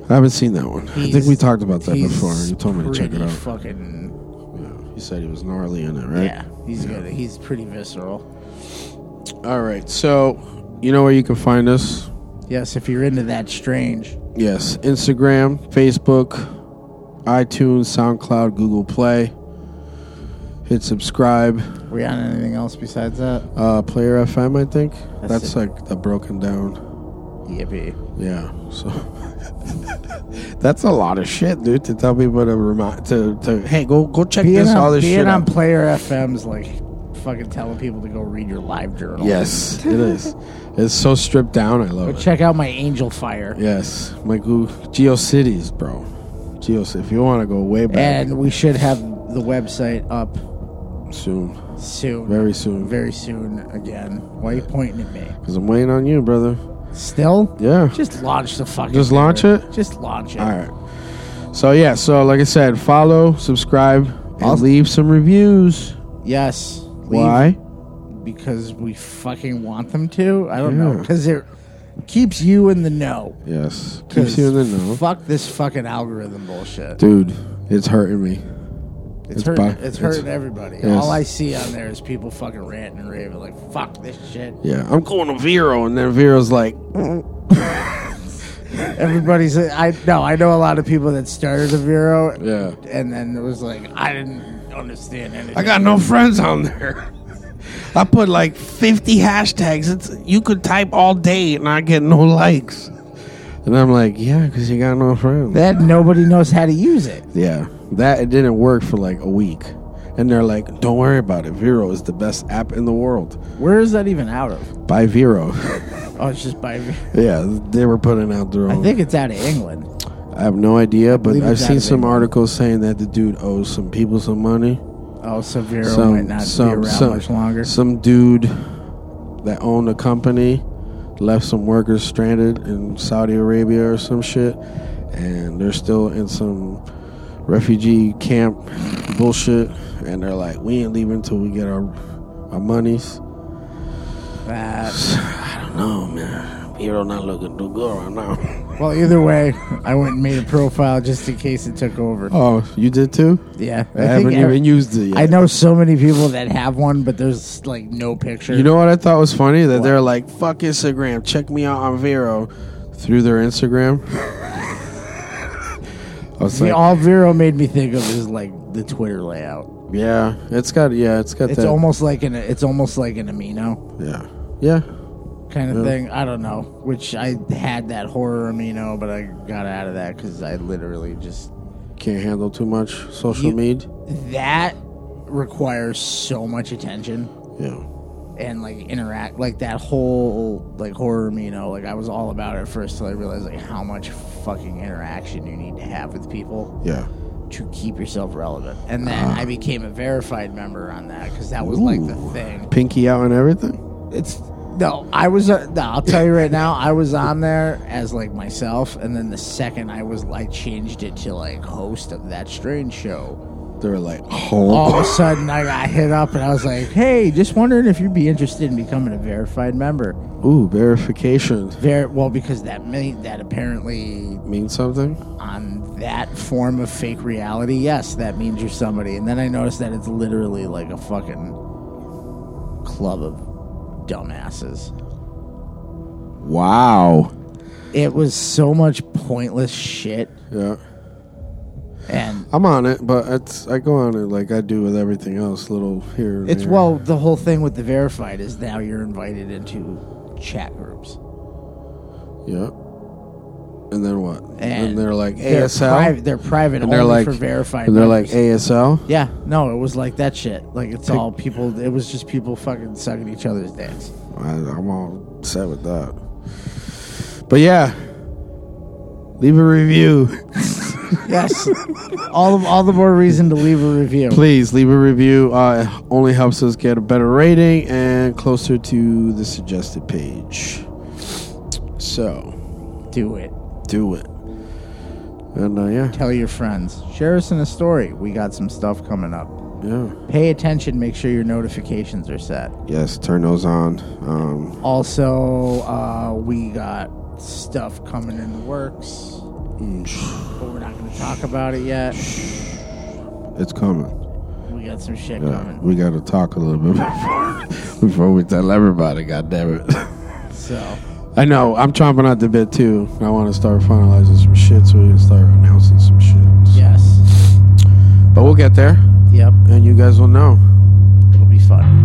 Speaker 5: I haven't seen that one. I think
Speaker 7: He's-
Speaker 5: we talked about that
Speaker 7: he's
Speaker 5: before. You told me to check it
Speaker 7: pretty
Speaker 5: out.
Speaker 7: Fucking
Speaker 5: yeah. You said he was gnarly in it, right?
Speaker 7: yeah, he's good. He's pretty visceral.
Speaker 5: All right. So, you know where you can find us?
Speaker 7: Yes, if you're into that strange,
Speaker 5: Yes, Instagram, Facebook, iTunes, SoundCloud, Google Play. Hit subscribe.
Speaker 7: we on anything else besides that?
Speaker 5: Uh, Player FM, I think. That's,
Speaker 7: That's it.
Speaker 5: like the broken down.
Speaker 7: Yippee!
Speaker 5: Yeah. So that's a lot of shit, dude. To tell people to remind to, to hey, go go check
Speaker 7: Being
Speaker 5: this all
Speaker 7: on,
Speaker 5: this
Speaker 7: being
Speaker 5: shit
Speaker 7: on
Speaker 5: out.
Speaker 7: Player FM's like fucking telling people to go read your live journal.
Speaker 5: Yes, it is. It's so stripped down. I love
Speaker 7: Go
Speaker 5: it.
Speaker 7: check out my Angel Fire.
Speaker 5: Yes, my Google GeoCities, bro. Geo, if you want to go way back
Speaker 7: And we should have the website up
Speaker 5: soon,
Speaker 7: soon.
Speaker 5: very soon,
Speaker 7: very soon again. Why are you pointing at me?
Speaker 5: because I'm waiting on you, brother.
Speaker 7: Still?
Speaker 5: Yeah.
Speaker 7: Just launch the fucking.
Speaker 5: Just launch
Speaker 7: thing.
Speaker 5: it?
Speaker 7: Just launch it.
Speaker 5: All right. So yeah, so like I said, follow, subscribe, and
Speaker 7: Awesome.
Speaker 5: leave some reviews.
Speaker 7: Yes. Leave
Speaker 5: Why?
Speaker 7: Because we fucking want them to. I don't know.
Speaker 5: Yeah.
Speaker 7: Because it keeps you in the know.
Speaker 5: Yes, keeps you in the
Speaker 7: 'Cause
Speaker 5: know,
Speaker 7: Fuck this fucking algorithm bullshit.
Speaker 5: dude. It's hurting me.
Speaker 7: it's,
Speaker 5: it's
Speaker 7: hurting.
Speaker 5: bu-
Speaker 7: it's
Speaker 5: it's-
Speaker 7: hurting everybody.
Speaker 5: yes.
Speaker 7: All I see on there is people fucking ranting and raving like, "Fuck this shit."
Speaker 5: Yeah, I'm going to Vero, and then Vero's like,
Speaker 7: Everybody's. I no. I know a lot of people that started the Vero.
Speaker 5: yeah,
Speaker 7: And then it was like, I didn't understand anything.
Speaker 5: I got no friends on there. I put like 50 hashtags. It's you could type all day and I get no likes. And I'm like, yeah, because you got no friends.
Speaker 7: That nobody knows how to use it.
Speaker 5: yeah, that it didn't work for like a week. and they're like, "Don't worry about it. Vero is the best app in the world."
Speaker 7: Where is that even out of?
Speaker 5: By Vero,
Speaker 7: Oh, it's just by.
Speaker 5: yeah, they were putting out their
Speaker 7: I
Speaker 5: own.
Speaker 7: think it's out of England.
Speaker 5: I have no idea, but
Speaker 7: believe
Speaker 5: I've
Speaker 7: it's out
Speaker 5: seen
Speaker 7: of
Speaker 5: some
Speaker 7: England.
Speaker 5: articles saying that the dude owes some people some money.
Speaker 7: Oh, Severo
Speaker 5: some
Speaker 7: might not
Speaker 5: some
Speaker 7: be around
Speaker 5: some,
Speaker 7: much longer.
Speaker 5: some dude that owned a company left some workers stranded in Saudi Arabia or some shit, and they're still in some refugee camp bullshit, and they're like, we ain't leaving until we get our our monies.
Speaker 7: That-
Speaker 5: No man, Hero not looking too good right now.
Speaker 7: well, either way, I went and made a profile just in case it took over.
Speaker 5: Oh, you did too?
Speaker 7: yeah,
Speaker 5: I, haven't
Speaker 7: ev-
Speaker 5: even used it yet.
Speaker 7: I know so many people that have one, but there's like no picture.
Speaker 5: You know what I thought was funny? That they're like, fuck Instagram, check me out on Vero through their Instagram. I was
Speaker 7: The-
Speaker 5: like,
Speaker 7: all Vero made me think of is like the Twitter layout.
Speaker 5: yeah, it's got, yeah, it's got
Speaker 7: It's
Speaker 5: that.
Speaker 7: almost like an it's almost like an amino
Speaker 5: yeah. Yeah.
Speaker 7: kind of thing. I don't know. Which I had that horror amino, but I got out of that because I literally just
Speaker 5: Can't handle too much social
Speaker 7: You-
Speaker 5: media.
Speaker 7: that requires so much attention
Speaker 5: Yeah.
Speaker 7: and like interact like that whole like horror amino. Like I was all about it at first till I realized like how much fucking interaction you need to have with people.
Speaker 5: Yeah.
Speaker 7: to keep yourself relevant. And then I became a verified member on that because that was like the thing.
Speaker 5: Pinky out and everything.
Speaker 7: It's no, I was. Uh, no, I'll tell you right now, I was on there as like myself, and then the second I was, I changed it to like host of that strange show.
Speaker 5: They're like,
Speaker 7: All of a
Speaker 5: oh.
Speaker 7: sudden, I got hit up, and I was like, "Hey, just wondering if you'd be interested in becoming a verified member."
Speaker 5: Ooh, verification.
Speaker 7: Ver- well, because that meant that apparently
Speaker 5: Mean something?
Speaker 7: on that form of fake reality, yes, that means you're somebody. And then I noticed that it's literally like a fucking club of dumbasses.
Speaker 9: Wow.
Speaker 7: It was so much pointless shit.
Speaker 5: Yeah.
Speaker 7: And
Speaker 5: I'm on it, but it's, I go on it like I do with everything else, little here. and
Speaker 7: it's,
Speaker 5: there.
Speaker 7: well, the whole thing with the verified is now you're invited into chat groups.
Speaker 5: Yeah. And then what?
Speaker 7: And,
Speaker 5: And they're like
Speaker 7: they're
Speaker 5: ASL.
Speaker 7: priv- they're private
Speaker 5: and they're
Speaker 7: only
Speaker 5: like
Speaker 7: for verified.
Speaker 5: And they're like
Speaker 7: members.
Speaker 5: ASL.
Speaker 7: yeah, no, it was like that shit. Like it's all people. It was just people fucking sucking each other's dicks.
Speaker 5: I, I'm all set with that. But yeah, leave a review,
Speaker 7: Yes. all of, all the more reason to leave a review.
Speaker 5: please. Leave a review. Uh, it only helps us get a better rating and closer to the suggested page. So
Speaker 7: Do it.
Speaker 5: do it. And uh, yeah,
Speaker 7: Tell your friends. Share us in a story. We got some stuff coming up.
Speaker 5: yeah,
Speaker 7: Pay attention. Make sure your notifications are set.
Speaker 5: yes. Turn those on. Um,
Speaker 7: Also, uh, we got stuff coming in the works, but we're not going to talk about it yet.
Speaker 5: it's coming.
Speaker 7: We got some shit
Speaker 5: Yeah,
Speaker 7: coming.
Speaker 5: Uh, we got to talk a little bit before, before we tell everybody. God damn it!
Speaker 7: So,
Speaker 5: I know I'm chomping at the bit too. I want to start finalizing some shit so we can start announcing some shit.
Speaker 7: yes.
Speaker 5: But we'll get there,
Speaker 7: Yep.
Speaker 5: and you guys will know.
Speaker 7: It'll be fun.